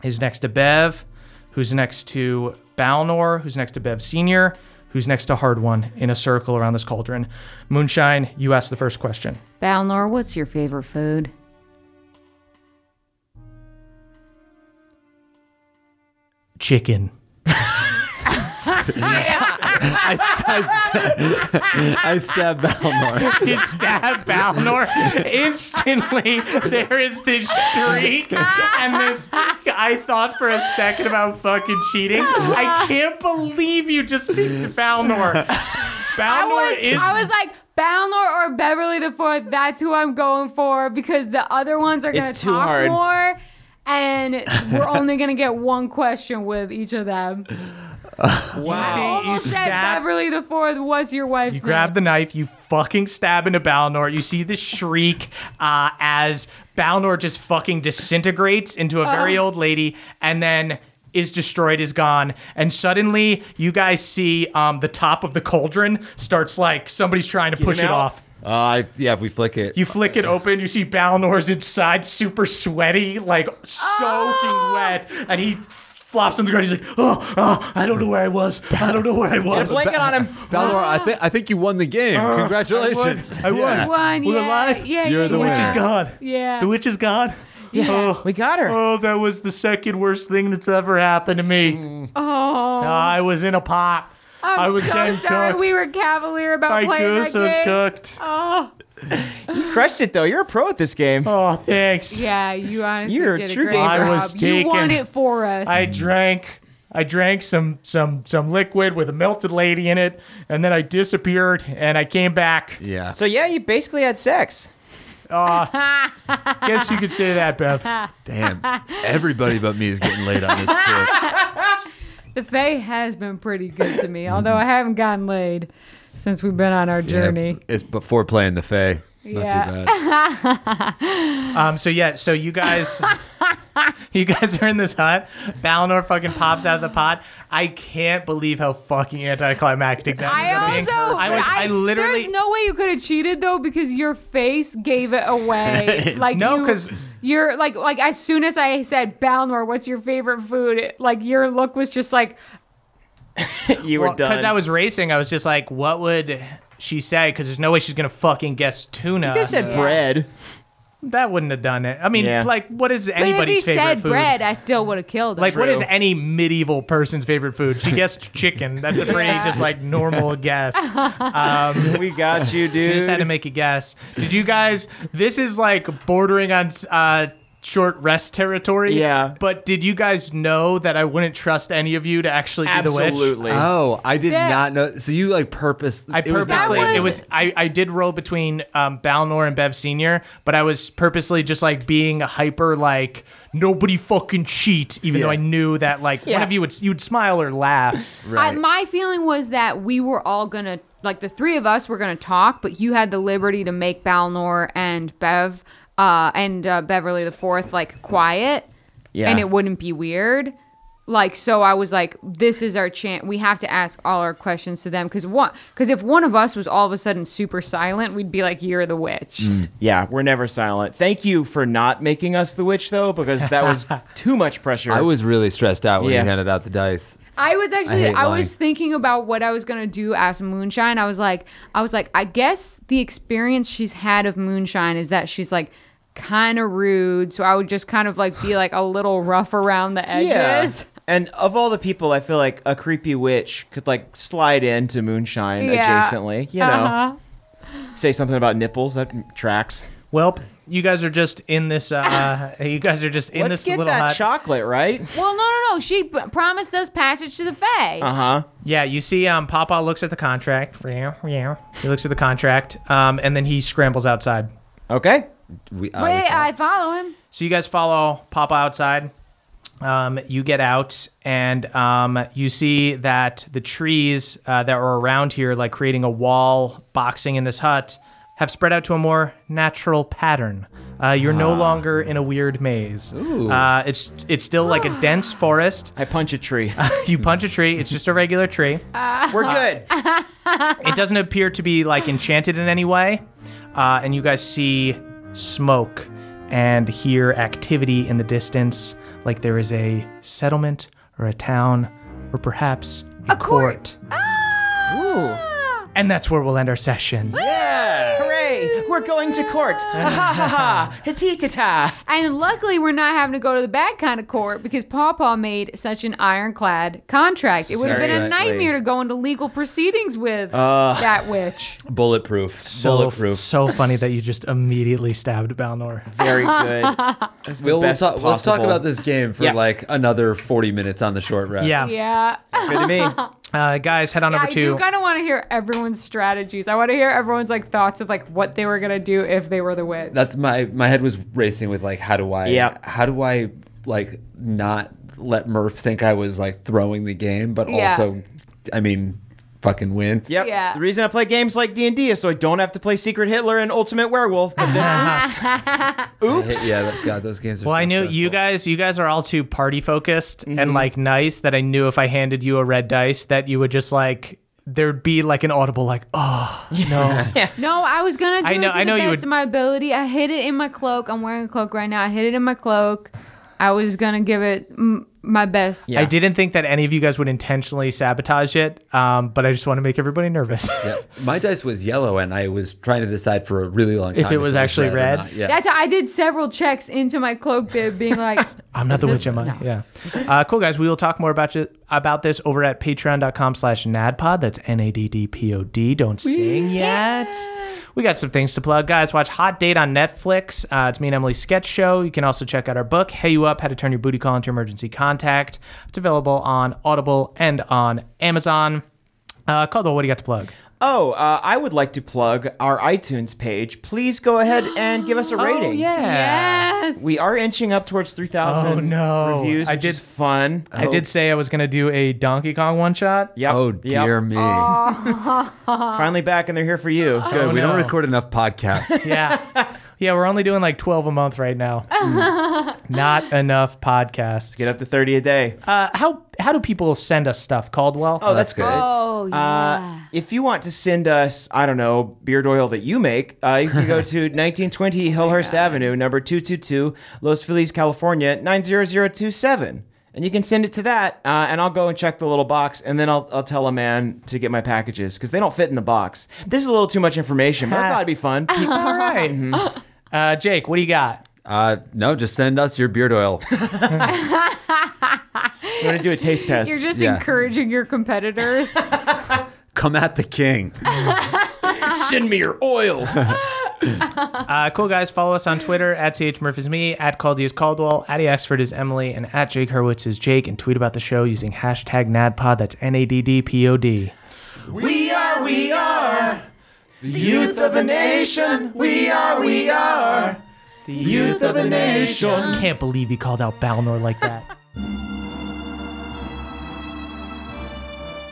S3: who's next to Bev, who's next to Balnor, who's next to Bev Senior, who's next to Hard One in a circle around this cauldron. Moonshine, you ask the first question.
S8: Balnor, what's your favorite food?
S3: chicken.
S7: I, I, [laughs] I stab [laughs] Balnor.
S3: It stabbed Balnor instantly. There is this shriek and this. I thought for a second about fucking cheating. I can't believe you just picked Balnor.
S4: I
S3: Balnor
S4: was,
S3: is.
S4: I was like, Balnor or Beverly the Fourth. That's who I'm going for because the other ones are gonna
S6: It's too
S4: talk
S6: hard.
S4: more, and
S3: [laughs]
S4: we're only gonna get one question with each of them.
S3: wow. you
S4: Almost said Beverly the Fourth was your wife's
S3: You grab
S4: name.
S3: the knife, you fucking stab into Balnor. You see this shriek uh, as Balnor just fucking disintegrates into a very old lady and then is destroyed, is gone. And suddenly you guys see um, the top of the cauldron starts like somebody's trying to push it
S6: out.
S3: off.
S7: Uh, I, yeah, if we flick it.
S3: You flick it open, you see Balnor's inside, super sweaty, like soaking wet, and he flops on the ground. He's like, oh, oh, I don't know where I was. I don't know where I was.
S6: Blanket
S3: [laughs]
S6: on him.
S7: Balnor, I, think I think you won the game. Congratulations.
S3: Uh, I won.
S7: Yeah.
S4: one.
S3: We're
S4: yeah,
S3: alive.
S4: Yeah,
S7: You're
S4: yeah,
S7: the
S4: yeah.
S7: winner.
S3: Witch is gone.
S4: Yeah.
S3: The witch is gone. Yeah. Oh,
S6: We got her.
S3: oh, that was the second worst thing that's ever happened to me.
S4: Oh,
S3: I was in a pot.
S4: I'm
S3: I was
S4: so
S3: getting
S4: sorry.
S3: cooked.
S4: We were cavalier about
S3: My
S4: playing
S3: goose
S4: that
S3: was
S4: game.
S3: cooked.
S4: Oh,
S6: [gasps] Crushed it though. You're a pro at this game.
S3: Oh, thanks.
S4: yeah. You honestly
S6: You're a
S4: did
S6: true
S4: a great
S6: gamer.
S4: job.
S3: I was
S4: you won
S3: taken.
S4: it for us.
S3: I drank. I drank some some some liquid with a melted lady in it, and then I disappeared, and I came back.
S7: Yeah.
S6: So yeah, you basically had sex.
S3: Guess you could say that,
S4: [laughs]
S3: Bev.
S7: [laughs] Damn. Everybody but me is getting laid on this trip.
S3: [laughs]
S4: The Fae has been pretty good to me, although I haven't gotten laid since we've been on our journey.
S7: Yeah, it's before playing the Fae. Not
S4: Yeah.
S7: too
S4: [laughs]
S7: bad.
S3: Um. So yeah. So you guys, you guys are in this hut. Balnor fucking pops out of the pot. I can't believe how fucking anticlimactic that
S4: I
S3: ended
S4: also,
S3: up being. I was. I, literally.
S4: There's no way you could have cheated though, because your face gave it
S3: [laughs]
S4: away. like
S3: No,
S4: you-
S3: 'cause-
S4: you're like, like as soon as I said Balnor, what's your favorite food? It- like your look was just like,
S6: You were done.
S3: Because I was racing, I was just like, what would she say? Because there's no way she's gonna fucking guess tuna.
S6: You guys said bread.
S3: that wouldn't have done it. I mean,
S6: Yeah.
S3: like, what is
S4: but if
S3: anybody's
S4: he
S3: favorite
S4: said
S3: food?
S4: bread, I still would have killed him.
S3: Like, what is
S6: True.
S3: any medieval person's favorite food? She guessed chicken. That's a pretty
S4: [laughs] Yeah.
S3: just like normal guess.
S6: we got you,
S3: [laughs]
S6: dude.
S3: She just had to make a guess. Did you guys? This is like bordering on uh, short rest territory.
S6: Yeah.
S3: But did you guys know that I wouldn't trust any of you to actually be the witch?
S6: Absolutely.
S7: Oh, I did
S4: Yeah.
S7: not know. So you like purpose.
S3: I purposely
S4: That
S3: it
S4: was-
S3: was I, I did roll between um, Balnor and Bev Senior, but I was purposely just like being a hyper like nobody fucking cheat, even though
S7: Yeah.
S3: I knew that like one
S6: Yeah.
S3: of you would you'd smile or laugh.
S4: I, my feeling was that we were all gonna like the three of us were gonna talk, but you had the liberty to make Balnor and Bev uh, and uh, Beverly the Fourth like quiet,
S6: yeah.
S4: and it wouldn't be weird. Like so, I was like, "This is our chance. We have to ask all our questions to them because one, because if one of us was all of a sudden super silent, we'd be like, "You're the witch."
S6: yeah, we're never silent. Thank you for not making us the witch though, because
S3: [laughs]
S6: that was too much pressure.
S7: I was really stressed out when
S6: Yeah.
S7: you handed out the dice.
S4: I was actually
S7: hate
S4: I,
S7: lying.
S4: was thinking about what I was gonna do as Moonshine. I was like I was like, I guess the experience she's had of Moonshine is that she's like kinda rude. So I would just kind of like be like a little rough around the
S6: yeah.
S4: edges.
S6: And of all the people, I feel like a creepy witch could like slide into moonshine
S4: Yeah.
S6: adjacently. You know,
S4: Uh-huh.
S6: say something about nipples that tracks.
S3: Well, you guys are just in this. Uh, you guys are just in this
S6: Let's get
S3: little
S6: that
S3: hut.
S6: chocolate right.
S3: [laughs]
S4: Well, no, no, no. She p- promised us passage to the Fae.
S6: Uh huh.
S3: Yeah, you see, um, Papa looks at the contract. Yeah, yeah. He looks at the contract, um, and then he scrambles outside.
S6: Okay.
S7: We,
S4: Wait, I follow him.
S3: So you guys follow Papa outside. Um, you get out, and um, you see that the trees uh, that were around here, like creating a wall, boxing in this hut, have spread out to a more natural pattern. Uh, you're no longer in a weird maze. Uh, it's it's still like a dense forest.
S6: I punch a tree.
S3: You punch a tree, it's just a regular tree.
S6: We're good.
S4: Uh,
S3: It doesn't appear to be like enchanted in any way. Uh, and you guys see smoke and hear activity in the distance, like there is a settlement or a town or perhaps a, court.
S6: Ooh.
S4: Ah!
S3: And that's where we'll end our session.
S6: Hooray! we're going to court. Ah, ha ha ha. Hatitata.
S4: And luckily, we're not having to go to the bad kind of court because Pawpaw made such an ironclad contract. It would have been a
S6: Seriously.
S4: nightmare to go into legal proceedings with that witch.
S11: Bulletproof.
S3: So,
S11: Bulletproof.
S3: so funny that you just immediately stabbed Balnor.
S6: Very good. That's the
S7: We'll, we'll
S6: best
S7: talk, let's talk
S6: possible.
S7: about [laughs] this game for
S6: Yeah.
S7: like another 40 minutes on the short rest.
S3: Yeah.
S4: Yeah.
S6: Good to me.
S3: Uh, guys, head on
S4: Yeah,
S3: over
S4: I
S3: to.
S4: do kind of want to hear everyone's strategies. I want to hear everyone's like thoughts of like what they were gonna do if they were the witch.
S7: That's my my head was racing with like how do I
S6: Yeah.
S7: how do I like not let Murph think I was like throwing the game, but
S4: Yeah.
S7: also I mean fucking win.
S6: Yep.
S4: Yeah.
S6: The reason I play games like D and D is so I don't have to play Secret Hitler and Ultimate Werewolf. But then,
S7: Oops. Yeah, that- God, those games are
S3: Well,
S7: so
S3: I knew you
S7: stressful.
S3: guys. You guys are all too party focused and like nice. That I knew if I handed you a red dice, that you would just like there'd be like an audible like, oh no.
S4: No, I was gonna do
S3: I know-
S4: it to
S3: I know
S4: the
S3: you
S4: best
S3: would-
S4: of my ability. I hid it in my cloak. I'm wearing a cloak right now. I hid it in my cloak. I was gonna give it m- my best.
S3: I didn't think that any of you guys would intentionally sabotage it, um, but I just want to make everybody nervous.
S7: Yeah. My dice was yellow, and I was trying to decide for a really long time
S3: it was actually
S7: or
S3: red?
S7: not. Yeah.
S4: That's I did several checks into my cloak bib, being like,
S3: [laughs] [laughs] I'm not the witch,
S4: Is this-
S3: am I?
S4: no.
S3: Yeah. Uh, cool, guys. We will talk more about you, about this over at patreon.com slash nadpod. That's N-A-D-D-P-O-D. Don't sing yet. We got some things to plug. Guys, watch Hot Date on Netflix. Uh, it's me and Emily's sketch show. You can also check out our book, Hey You Up, How to Turn Your Booty Call into Emergency Contact. It's available on Audible and on Amazon. Uh, Caldwell, what do you got to plug?
S6: oh, uh, I would like to plug our iTunes page. Please go ahead and give us a rating.
S4: yes.
S6: We are inching up towards 3,000
S3: Oh, no.
S6: reviews,
S3: I
S6: which
S3: did-
S6: is fun.
S3: I did say I was going to do a Donkey Kong one shot.
S6: Yep,
S7: Oh
S6: yep.
S7: dear me.
S6: Finally back, and they're here for you.
S7: Good. we don't
S3: Oh, no.
S7: record
S3: [laughs]
S7: enough podcasts.
S6: [laughs]
S3: yeah. Yeah, we're only doing like 12 a month right now. Not enough podcasts.
S6: Get up to 30 a day.
S3: Uh, how how do people send us stuff, Caldwell?
S6: oh, that's good.
S4: Oh
S6: Uh, if you want to send us, I don't know, beard oil that you make, uh, you can go to 1920 Hillhurst Avenue, number 222, Los Feliz, California, 90027. And you can send it to that, uh, and I'll go and check the little box, and then I'll, I'll tell a man to get my packages because they don't fit in the box. This is a little too much information, but I thought it'd be fun.
S3: All right. Uh, Jake, what do you got?
S7: Uh, no, just send us your beard oil.
S6: We're going to do a taste test.
S4: You're just
S7: yeah.
S4: encouraging your competitors.
S7: Come at the king.
S6: Send me your oil.
S3: Uh, cool guys, follow us on Twitter at chmurph is me, at Caldy is Caldwell, at Axford is Emily, and at Jake Hurwitz is Jake, and tweet about the show using hashtag NADPOD. That's N A D D P O D.
S6: We are, we are the youth of a nation. We are, we are the youth of a nation.
S3: Can't believe you called out Balnor like
S6: [laughs]
S3: that.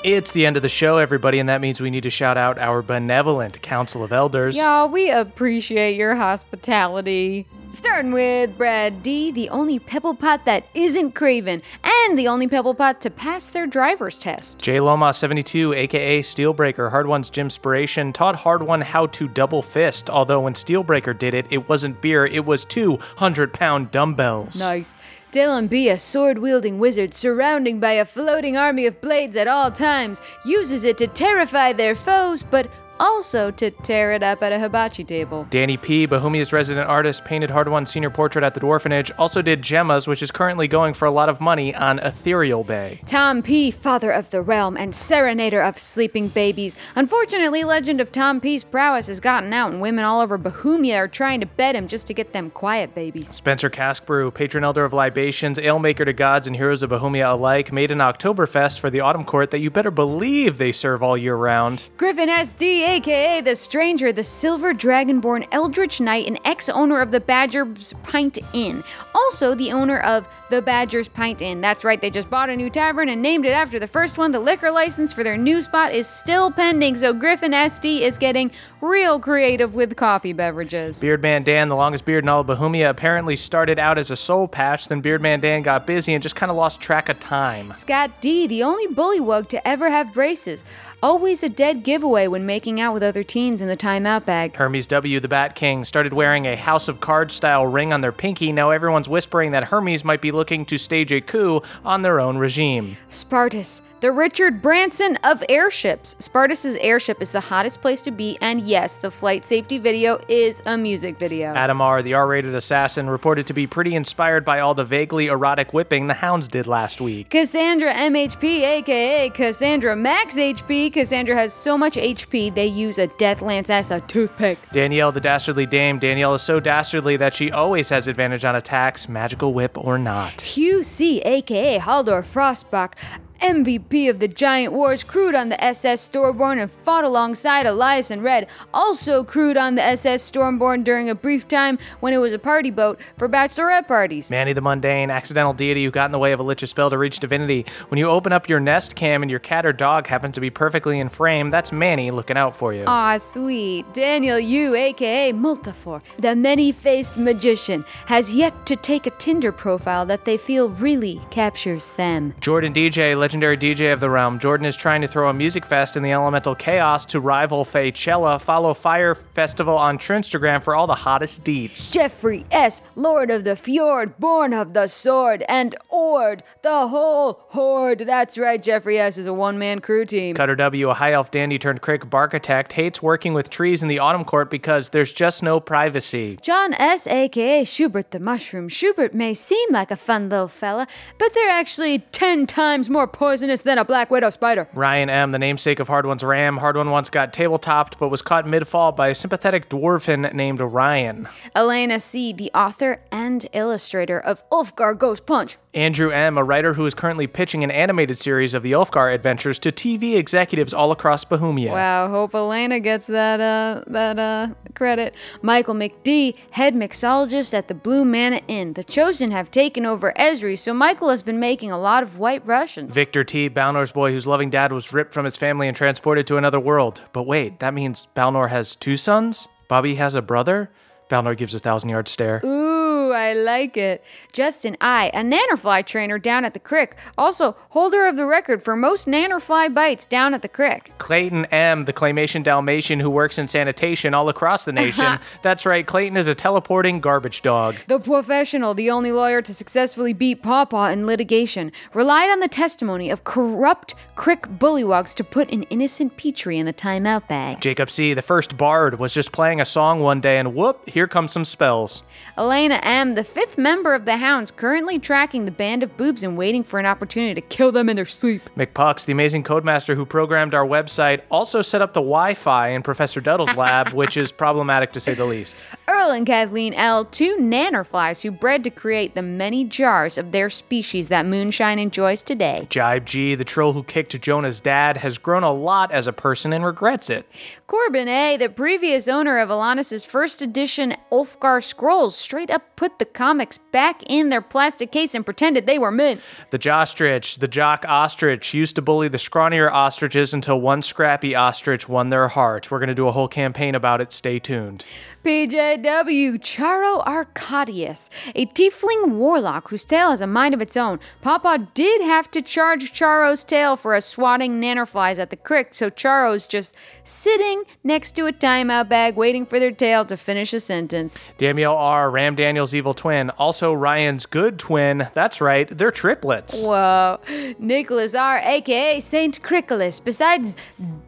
S3: It's the end of the show, everybody, and that means we need to shout out our benevolent Council of Elders.
S4: [laughs] Y'all, we appreciate your hospitality. Starting with Brad D, the only pebble pot that isn't craven, and the only pebble pot to pass their driver's test.
S3: Jay Loma, 72, aka Steelbreaker, Hard One's Gymspiration, taught Hard One how to double fist, although when Steelbreaker did it, it wasn't beer, it was 200 pound dumbbells.
S4: Nice. Dylan B, a sword wielding wizard surrounded by a floating army of blades at all times, uses it to terrify their foes, but also to tear it up at a hibachi table.
S3: Danny P., Bohemia's resident artist, painted Hard One's senior portrait at the Dwarfenage, also did Gemma's, which is currently going for a lot of money on Ethereal Bay.
S4: Tom P., Father of the Realm and Serenader of Sleeping Babies. Unfortunately, legend of Tom P.'s prowess has gotten out, and women all over Bohemia are trying to bed him just to get them quiet babies.
S3: Spencer Caskbrew, patron elder of libations, ale maker to gods and heroes of Bohemia alike, made an Oktoberfest for the autumn court that you better believe they serve all year round.
S4: Griffin S.D., aka The Stranger, the Silver Dragonborn Eldritch Knight and ex owner of the Badger's Pint Inn. Also, the owner of The Badger's Pint Inn. That's right, they just bought a new tavern and named it after the first one. The liquor license for their new spot is still pending, so Griffin S.D. is getting real creative with coffee beverages.
S3: Beardman Dan, the longest beard in all of Bohemia, apparently started out as a soul patch, then Beardman Dan got busy and just kind of lost track of time.
S4: Scott D, the only bullywug to ever have braces. Always a dead giveaway when making out with other teens in the timeout bag.
S3: Hermes W, the Bat King, started wearing a House of Cards style ring on their pinky. Now everyone's whispering that Hermes might be looking to stage a coup on their own regime.
S4: Spartus, The Richard Branson of airships. Spartas's airship is the hottest place to be, and yes, the flight safety video is a music video.
S3: Adam R., the R rated assassin, reported to be pretty inspired by all the vaguely erotic whipping the hounds did last week.
S4: Cassandra MHP, aka Cassandra Max HP. Cassandra has so much HP they use a death lance as a toothpick.
S3: Danielle, the dastardly dame. Danielle is so dastardly that she always has advantage on attacks, magical whip or not.
S4: QC, aka Haldor Frostbach, MVP of the Giant Wars, crewed on the SS Stormborn and fought alongside Elias and Red, also crewed on the SS Stormborn during a brief time when it was a party boat for bachelorette parties.
S3: Manny the mundane, accidental deity who got in the way of a lich's spell to reach divinity. When you open up your nest cam and your cat or dog happens to be perfectly in frame, that's Manny looking out for you.
S4: Aw, Ah, sweet. Daniel Yu, aka Multifor, the many faced magician, has yet to take a Tinder profile that they feel really captures them.
S3: Jordan DJ, legendary DJ of the realm. Jordan is trying to throw a music fest in the elemental chaos to rival Faychella. Follow Fire Festival on Trinstagram for all the hottest deets.
S4: Jeffrey S., Lord of the Fjord, born of the Sword, and Ord, the whole Horde. That's right, Jeffrey S. is a one man crew team.
S3: Cutter W, a high elf dandy turned crick barkitect, hates working with trees in the autumn court because there's just no privacy.
S4: John S., aka Schubert the Mushroom. Schubert may seem like a fun little fella, but they're actually 10 times more poisonous than a black widow spider.
S3: Ryan M, the namesake of Hard One's Ram. Hard One once got tabletopped but was caught mid fall by a sympathetic dwarven named Ryan.
S4: Elena C., the author and illustrator of Ulfgar Ghost Punch.
S3: Andrew M., a writer who is currently pitching an animated series of the Ulfgar adventures to TV executives all across Bohemia.
S4: Wow, hope Elena gets that uh that uh credit. Michael McD, head mixologist at the Blue Manna Inn. The Chosen have taken over Esri, so Michael has been making a lot of white Russians.
S3: Victor T., Balnor's boy whose loving dad was ripped from his family and transported to another world. But wait, that means Balnor has two sons? Bobby has a brother? Balnor gives a thousand yard stare.
S4: Ooh, I like it. Justin I, a nannerfly trainer down at the crick, also holder of the record for most nannerfly bites down at the crick.
S3: Clayton M., the claymation Dalmatian who works in sanitation all across the nation.
S4: [laughs]
S3: That's right, Clayton is a teleporting garbage dog.
S4: The professional, the only lawyer to successfully beat Pawpaw in litigation, relied on the testimony of corrupt crick bullywogs to put an innocent Petrie in the timeout bag.
S3: Jacob C., the first bard, was just playing a song one day and whoop, here comes some spells.
S4: Elena M., the fifth member of the Hounds, currently tracking the band of boobs and waiting for an opportunity to kill them in their sleep.
S3: McPucks, the amazing codemaster who programmed our website, also set up the Wi Fi in Professor Duddle's lab, which is problematic to say the least.
S4: Earl and Kathleen L., two nannerflies who bred to create the many jars of their species that moonshine enjoys today.
S3: Jibe G, the troll who kicked Jonah's dad, has grown a lot as a person and regrets it.
S4: Corbin A., the previous owner of Alanis' first edition Ulfgar Scrolls, straight up put the comics back in their plastic case and pretended they were mint.
S3: The Jostrich, the jock ostrich, used to bully the scrawnier ostriches until one scrappy ostrich won their heart. We're going to do a whole campaign about it. Stay tuned.
S4: PJW Charo Arcadius, a tiefling warlock whose tail has a mind of its own. Papa did have to charge Charo's tail for a swatting nannerflies at the crick, so Charo's just sitting next to a timeout bag waiting for their tail to finish a sentence.
S3: Danielle R., Ram Daniel's evil twin, also Ryan's good twin. That's right, they're triplets.
S4: Whoa. Nicholas R., aka Saint Cricolas. Besides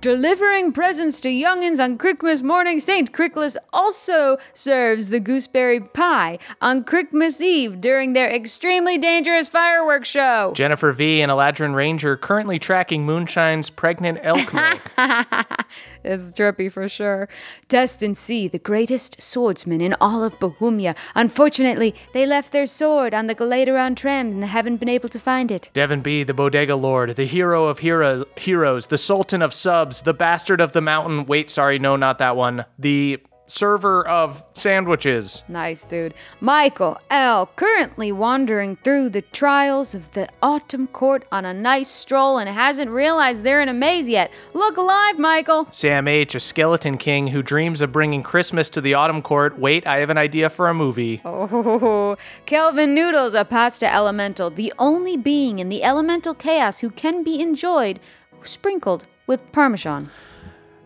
S4: delivering presents to youngins on Christmas morning, Saint Cricolas also serves the gooseberry pie on Christmas Eve during their extremely dangerous fireworks show.
S3: Jennifer V, an Eladrin Ranger, currently tracking Moonshine's pregnant elk milk.
S4: It's trippy for sure. Destin C., the greatest swordsman in all of Bohemia. Unfortunately, they left their sword on the Galateron tram and haven't been able to find it.
S3: Devin B., the bodega lord, the hero of hero- heroes, the sultan of subs, the bastard of the mountain. Wait, sorry, no, not that one. The server of sandwiches.
S4: Nice, dude. Michael L., currently wandering through the trials of the autumn court on a nice stroll and hasn't realized they're in a maze yet. Look alive, Michael! [laughs]
S3: Sam H., a skeleton king who dreams of bringing Christmas to the autumn court. Wait, I have an idea for a movie.
S4: Oh, Kelvin Noodles, a pasta elemental, the only being in the elemental chaos who can be enjoyed sprinkled with parmesan.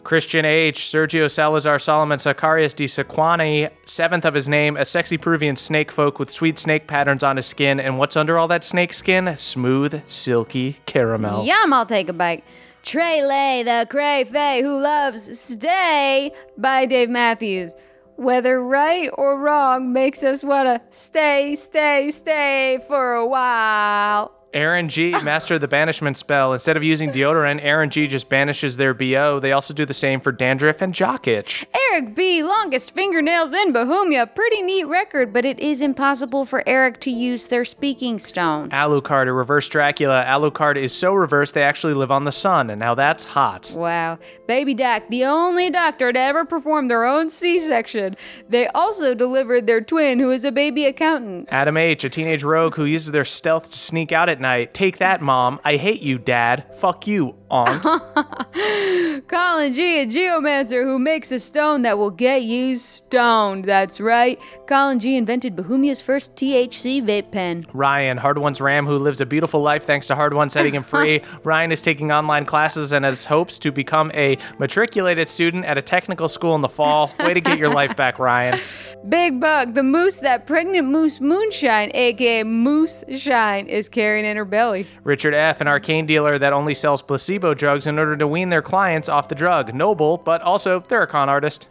S3: Christian H., Sergio Salazar, Solomon Sicarius de Sequani, seventh of his name, a sexy Peruvian snake folk with sweet snake patterns on his skin. And what's under all that snake skin? Smooth, silky caramel.
S4: Yum, I'll take a bite. Trey Lay, the cray fay who loves Stay by Dave Matthews. Whether right or wrong makes us wanna stay, stay, stay for a while.
S3: Aaron G. mastered the banishment spell. Instead of using deodorant, Aaron G. just banishes their BO. They also do the same for dandruff and jock itch.
S4: Eric B, longest fingernails in Bohemia. Pretty neat record, but it is impossible for Eric to use their speaking stone.
S3: Alucard, a reverse Dracula. Alucard is so reversed they actually live on the sun, and now that's hot.
S4: Wow. Baby Doc, the only doctor to ever perform their own C section. They also delivered their twin, who is a baby accountant.
S3: Adam H., a teenage rogue who uses their stealth to sneak out at night. Take that, mom. I hate you, dad. Fuck you, aunt.
S4: Colin G, a geomancer who makes a stone that will get you stoned. That's right. Colin G invented Bohemia's first THC vape pen.
S3: Ryan, Hard One's Ram, who lives a beautiful life thanks to Hard One setting him free. Ryan is taking online classes and has hopes to become a matriculated student at a technical school in the fall. Way to get your life back, Ryan.
S4: Big Bug, the moose that pregnant moose Moonshine, aka Moose Shine, is carrying in her belly.
S3: Richard F., an arcane dealer that only sells placebo drugs in order to wean their clients off the drug. Noble, but also they're a con artist.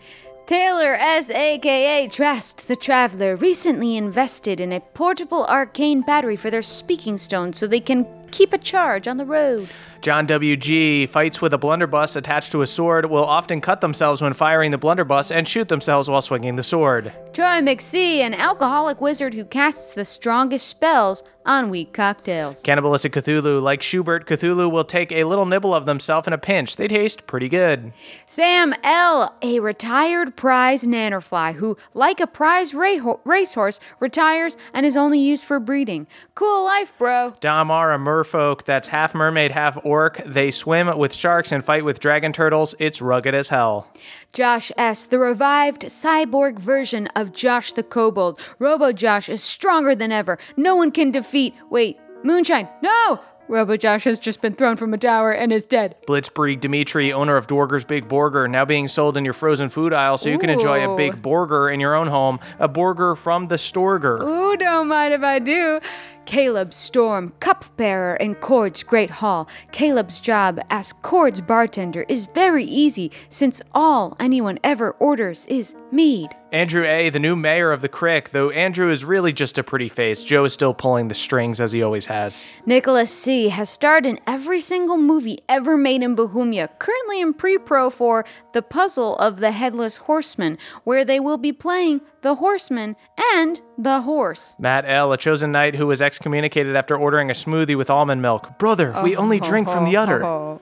S4: Taylor S, aka Trast the Traveler, recently invested in a portable arcane battery for their speaking stone so they can keep a charge on the road.
S3: John W.G. fights with a blunderbuss attached to a sword, will often cut themselves when firing the blunderbuss and shoot themselves while swinging the sword.
S4: Troy McSee, an alcoholic wizard who casts the strongest spells on weak cocktails.
S3: Cannibalistic Cthulhu, like Schubert, Cthulhu will take a little nibble of themselves in a pinch. They taste pretty good.
S4: Sam L., a retired prize nannerfly who, like a prize rayho- racehorse, retires and is only used for breeding. Cool life, bro.
S3: Damar, a merfolk that's half mermaid, half orc. They swim with sharks and fight with dragon turtles. It's rugged as hell.
S4: Josh S., the revived cyborg version of Josh the Kobold. Robo Josh is stronger than ever. No one can defeat. Wait, Moonshine, no! Robo Josh has just been thrown from a tower and is dead.
S3: Blitzkrieg Dimitri, owner of Dorger's Big Burger, now being sold in your frozen food aisle so you can enjoy a
S4: Ooh.
S3: big burger in your own home. A burger from the Storger.
S4: Ooh, don't mind if I do. Caleb Storm, cupbearer in Cord's Great Hall. Caleb's job as Cord's bartender is very easy since all anyone ever orders is mead.
S3: Andrew A., the new mayor of the Crick, though Andrew is really just a pretty face, Joe is still pulling the strings as he always has.
S4: Nicholas C. has starred in every single movie ever made in Bohemia, currently in pre pro for The Puzzle of the Headless Horseman, where they will be playing The Horseman and The Horse.
S3: Matt L., a chosen knight who was excommunicated after ordering a smoothie with almond milk. Brother, we only drink from the udder.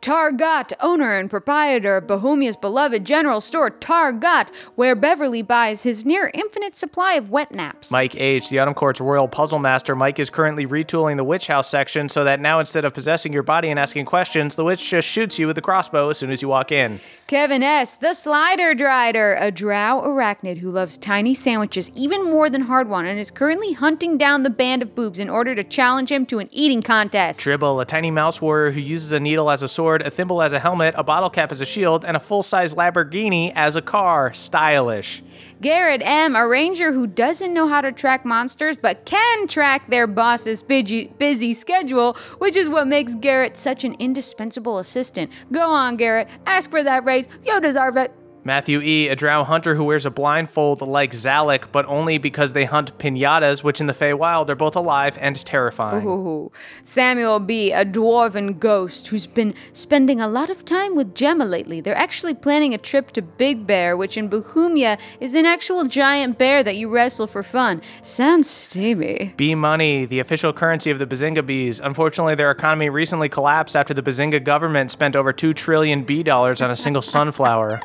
S4: Targat, owner and proprietor of Bohemia's beloved general store, Targat, where Beverly buys his near infinite supply of wet naps.
S3: Mike H., the Autumn Court's royal puzzle master, Mike is currently retooling the witch house section so that now instead of possessing your body and asking questions, the witch just shoots you with a crossbow as soon as you walk in.
S4: Kevin S., the Slider Drider, a drow arachnid who loves tiny sandwiches even more than hard one and is currently hunting down the band of boobs in order to challenge him to an eating contest.
S3: Dribble, a tiny mouse warrior who uses a needle as a sword, a thimble as a helmet, a bottle cap as a shield, and a full size Lamborghini as a car. Stylish.
S4: Garrett M., a ranger who doesn't know how to track monsters but can track their boss's busy, busy schedule, which is what makes Garrett such an indispensable assistant. Go on, Garrett. Ask for that raise. You deserve it.
S3: Matthew E., a drow hunter who wears a blindfold like Zalek, but only because they hunt pinatas, which in the Feywild are both alive and terrifying.
S4: Ooh. Samuel B., a dwarven ghost who's been spending a lot of time with Gemma lately. They're actually planning a trip to Big Bear, which in Bohemia is an actual giant bear that you wrestle for fun. Sounds steamy.
S3: B money, the official currency of the Bazinga bees. Unfortunately, their economy recently collapsed after the Bazinga government spent over 2 trillion B dollars on a single sunflower.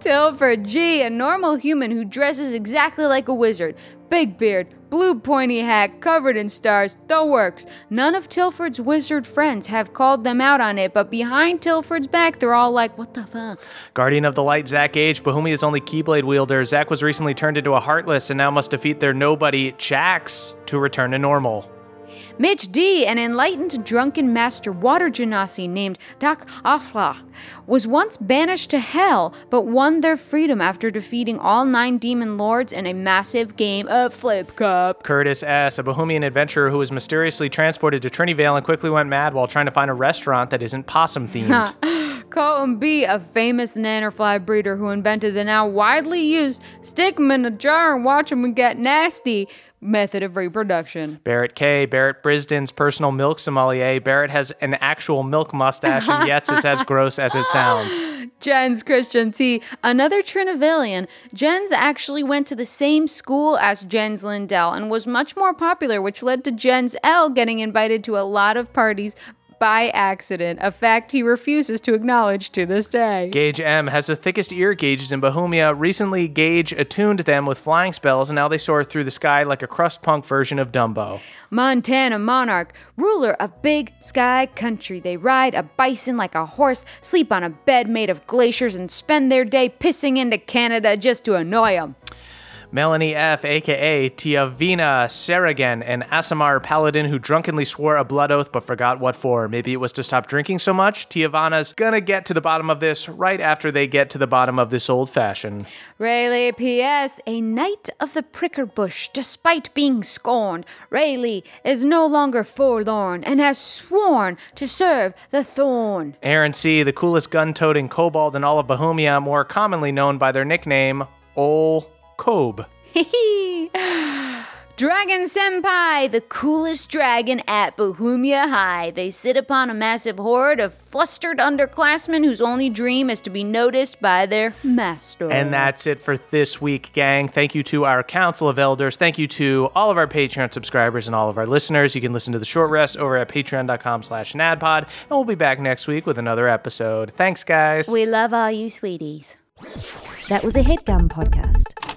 S4: Tilford G., a normal human who dresses exactly like a wizard. Big beard, blue pointy hat, covered in stars, the works. None of Tilford's wizard friends have called them out on it, but behind Tilford's back, they're all like, what the fuck?
S3: Guardian of the Light, Zach H., Bohemia's only Keyblade wielder. Zach was recently turned into a Heartless and now must defeat their nobody, Jax, to return to normal.
S4: Mitch D., an enlightened drunken master water genasi named Dak Afla, was once banished to hell but won their freedom after defeating all nine demon lords in a massive game of flip cup.
S3: Curtis S., a Bohemian adventurer who was mysteriously transported to Trinity and quickly went mad while trying to find a restaurant that isn't possum themed.
S4: Colton B., a famous nannerfly breeder who invented the now widely used stick 'em in a jar and watch 'em get nasty method of reproduction.
S3: [laughs] Barrett K., Barrett Brisden's personal milk sommelier. Barrett has an actual milk mustache, and yes, it's as gross as it sounds.
S4: Jens Christian T, another Trinivillian. Jens actually went to the same school as Jens Lindell and was much more popular, which led to Jens L getting invited to a lot of parties by accident, a fact he refuses to acknowledge to this day.
S3: Gauge M has the thickest ear gauges in Bohemia. Recently, Gauge attuned them with flying spells, and now they soar through the sky like a crust punk version of Dumbo.
S4: Montana monarch, ruler of big sky country. They ride a bison like a horse, sleep on a bed made of glaciers, and spend their day pissing into Canada just to annoy 'em.
S3: Melanie F, aka Tiavina Saragan, an Asimar paladin who drunkenly swore a blood oath but forgot what for. Maybe it was to stop drinking so much. Tiavana's gonna get to the bottom of this right after they get to the bottom of this old fashioned.
S4: Rayleigh P.S., a knight of the pricker bush, despite being scorned, Rayleigh is no longer forlorn and has sworn to serve the thorn.
S3: Aaron C, the coolest gun toting kobold in all of Bohemia, more commonly known by their nickname, Ol Kobe.
S4: [laughs] Dragon Senpai, the coolest dragon at Bohemia High. They sit upon a massive horde of flustered underclassmen whose only dream is to be noticed by their master.
S3: And that's it for this week, gang. Thank you to our Council of Elders. Thank you to all of our Patreon subscribers and all of our listeners. You can listen to The Short Rest over at patreon.com slash nadpod. And we'll be back next week with another episode. Thanks, guys.
S4: We love all you sweeties.
S1: That was a headgum podcast.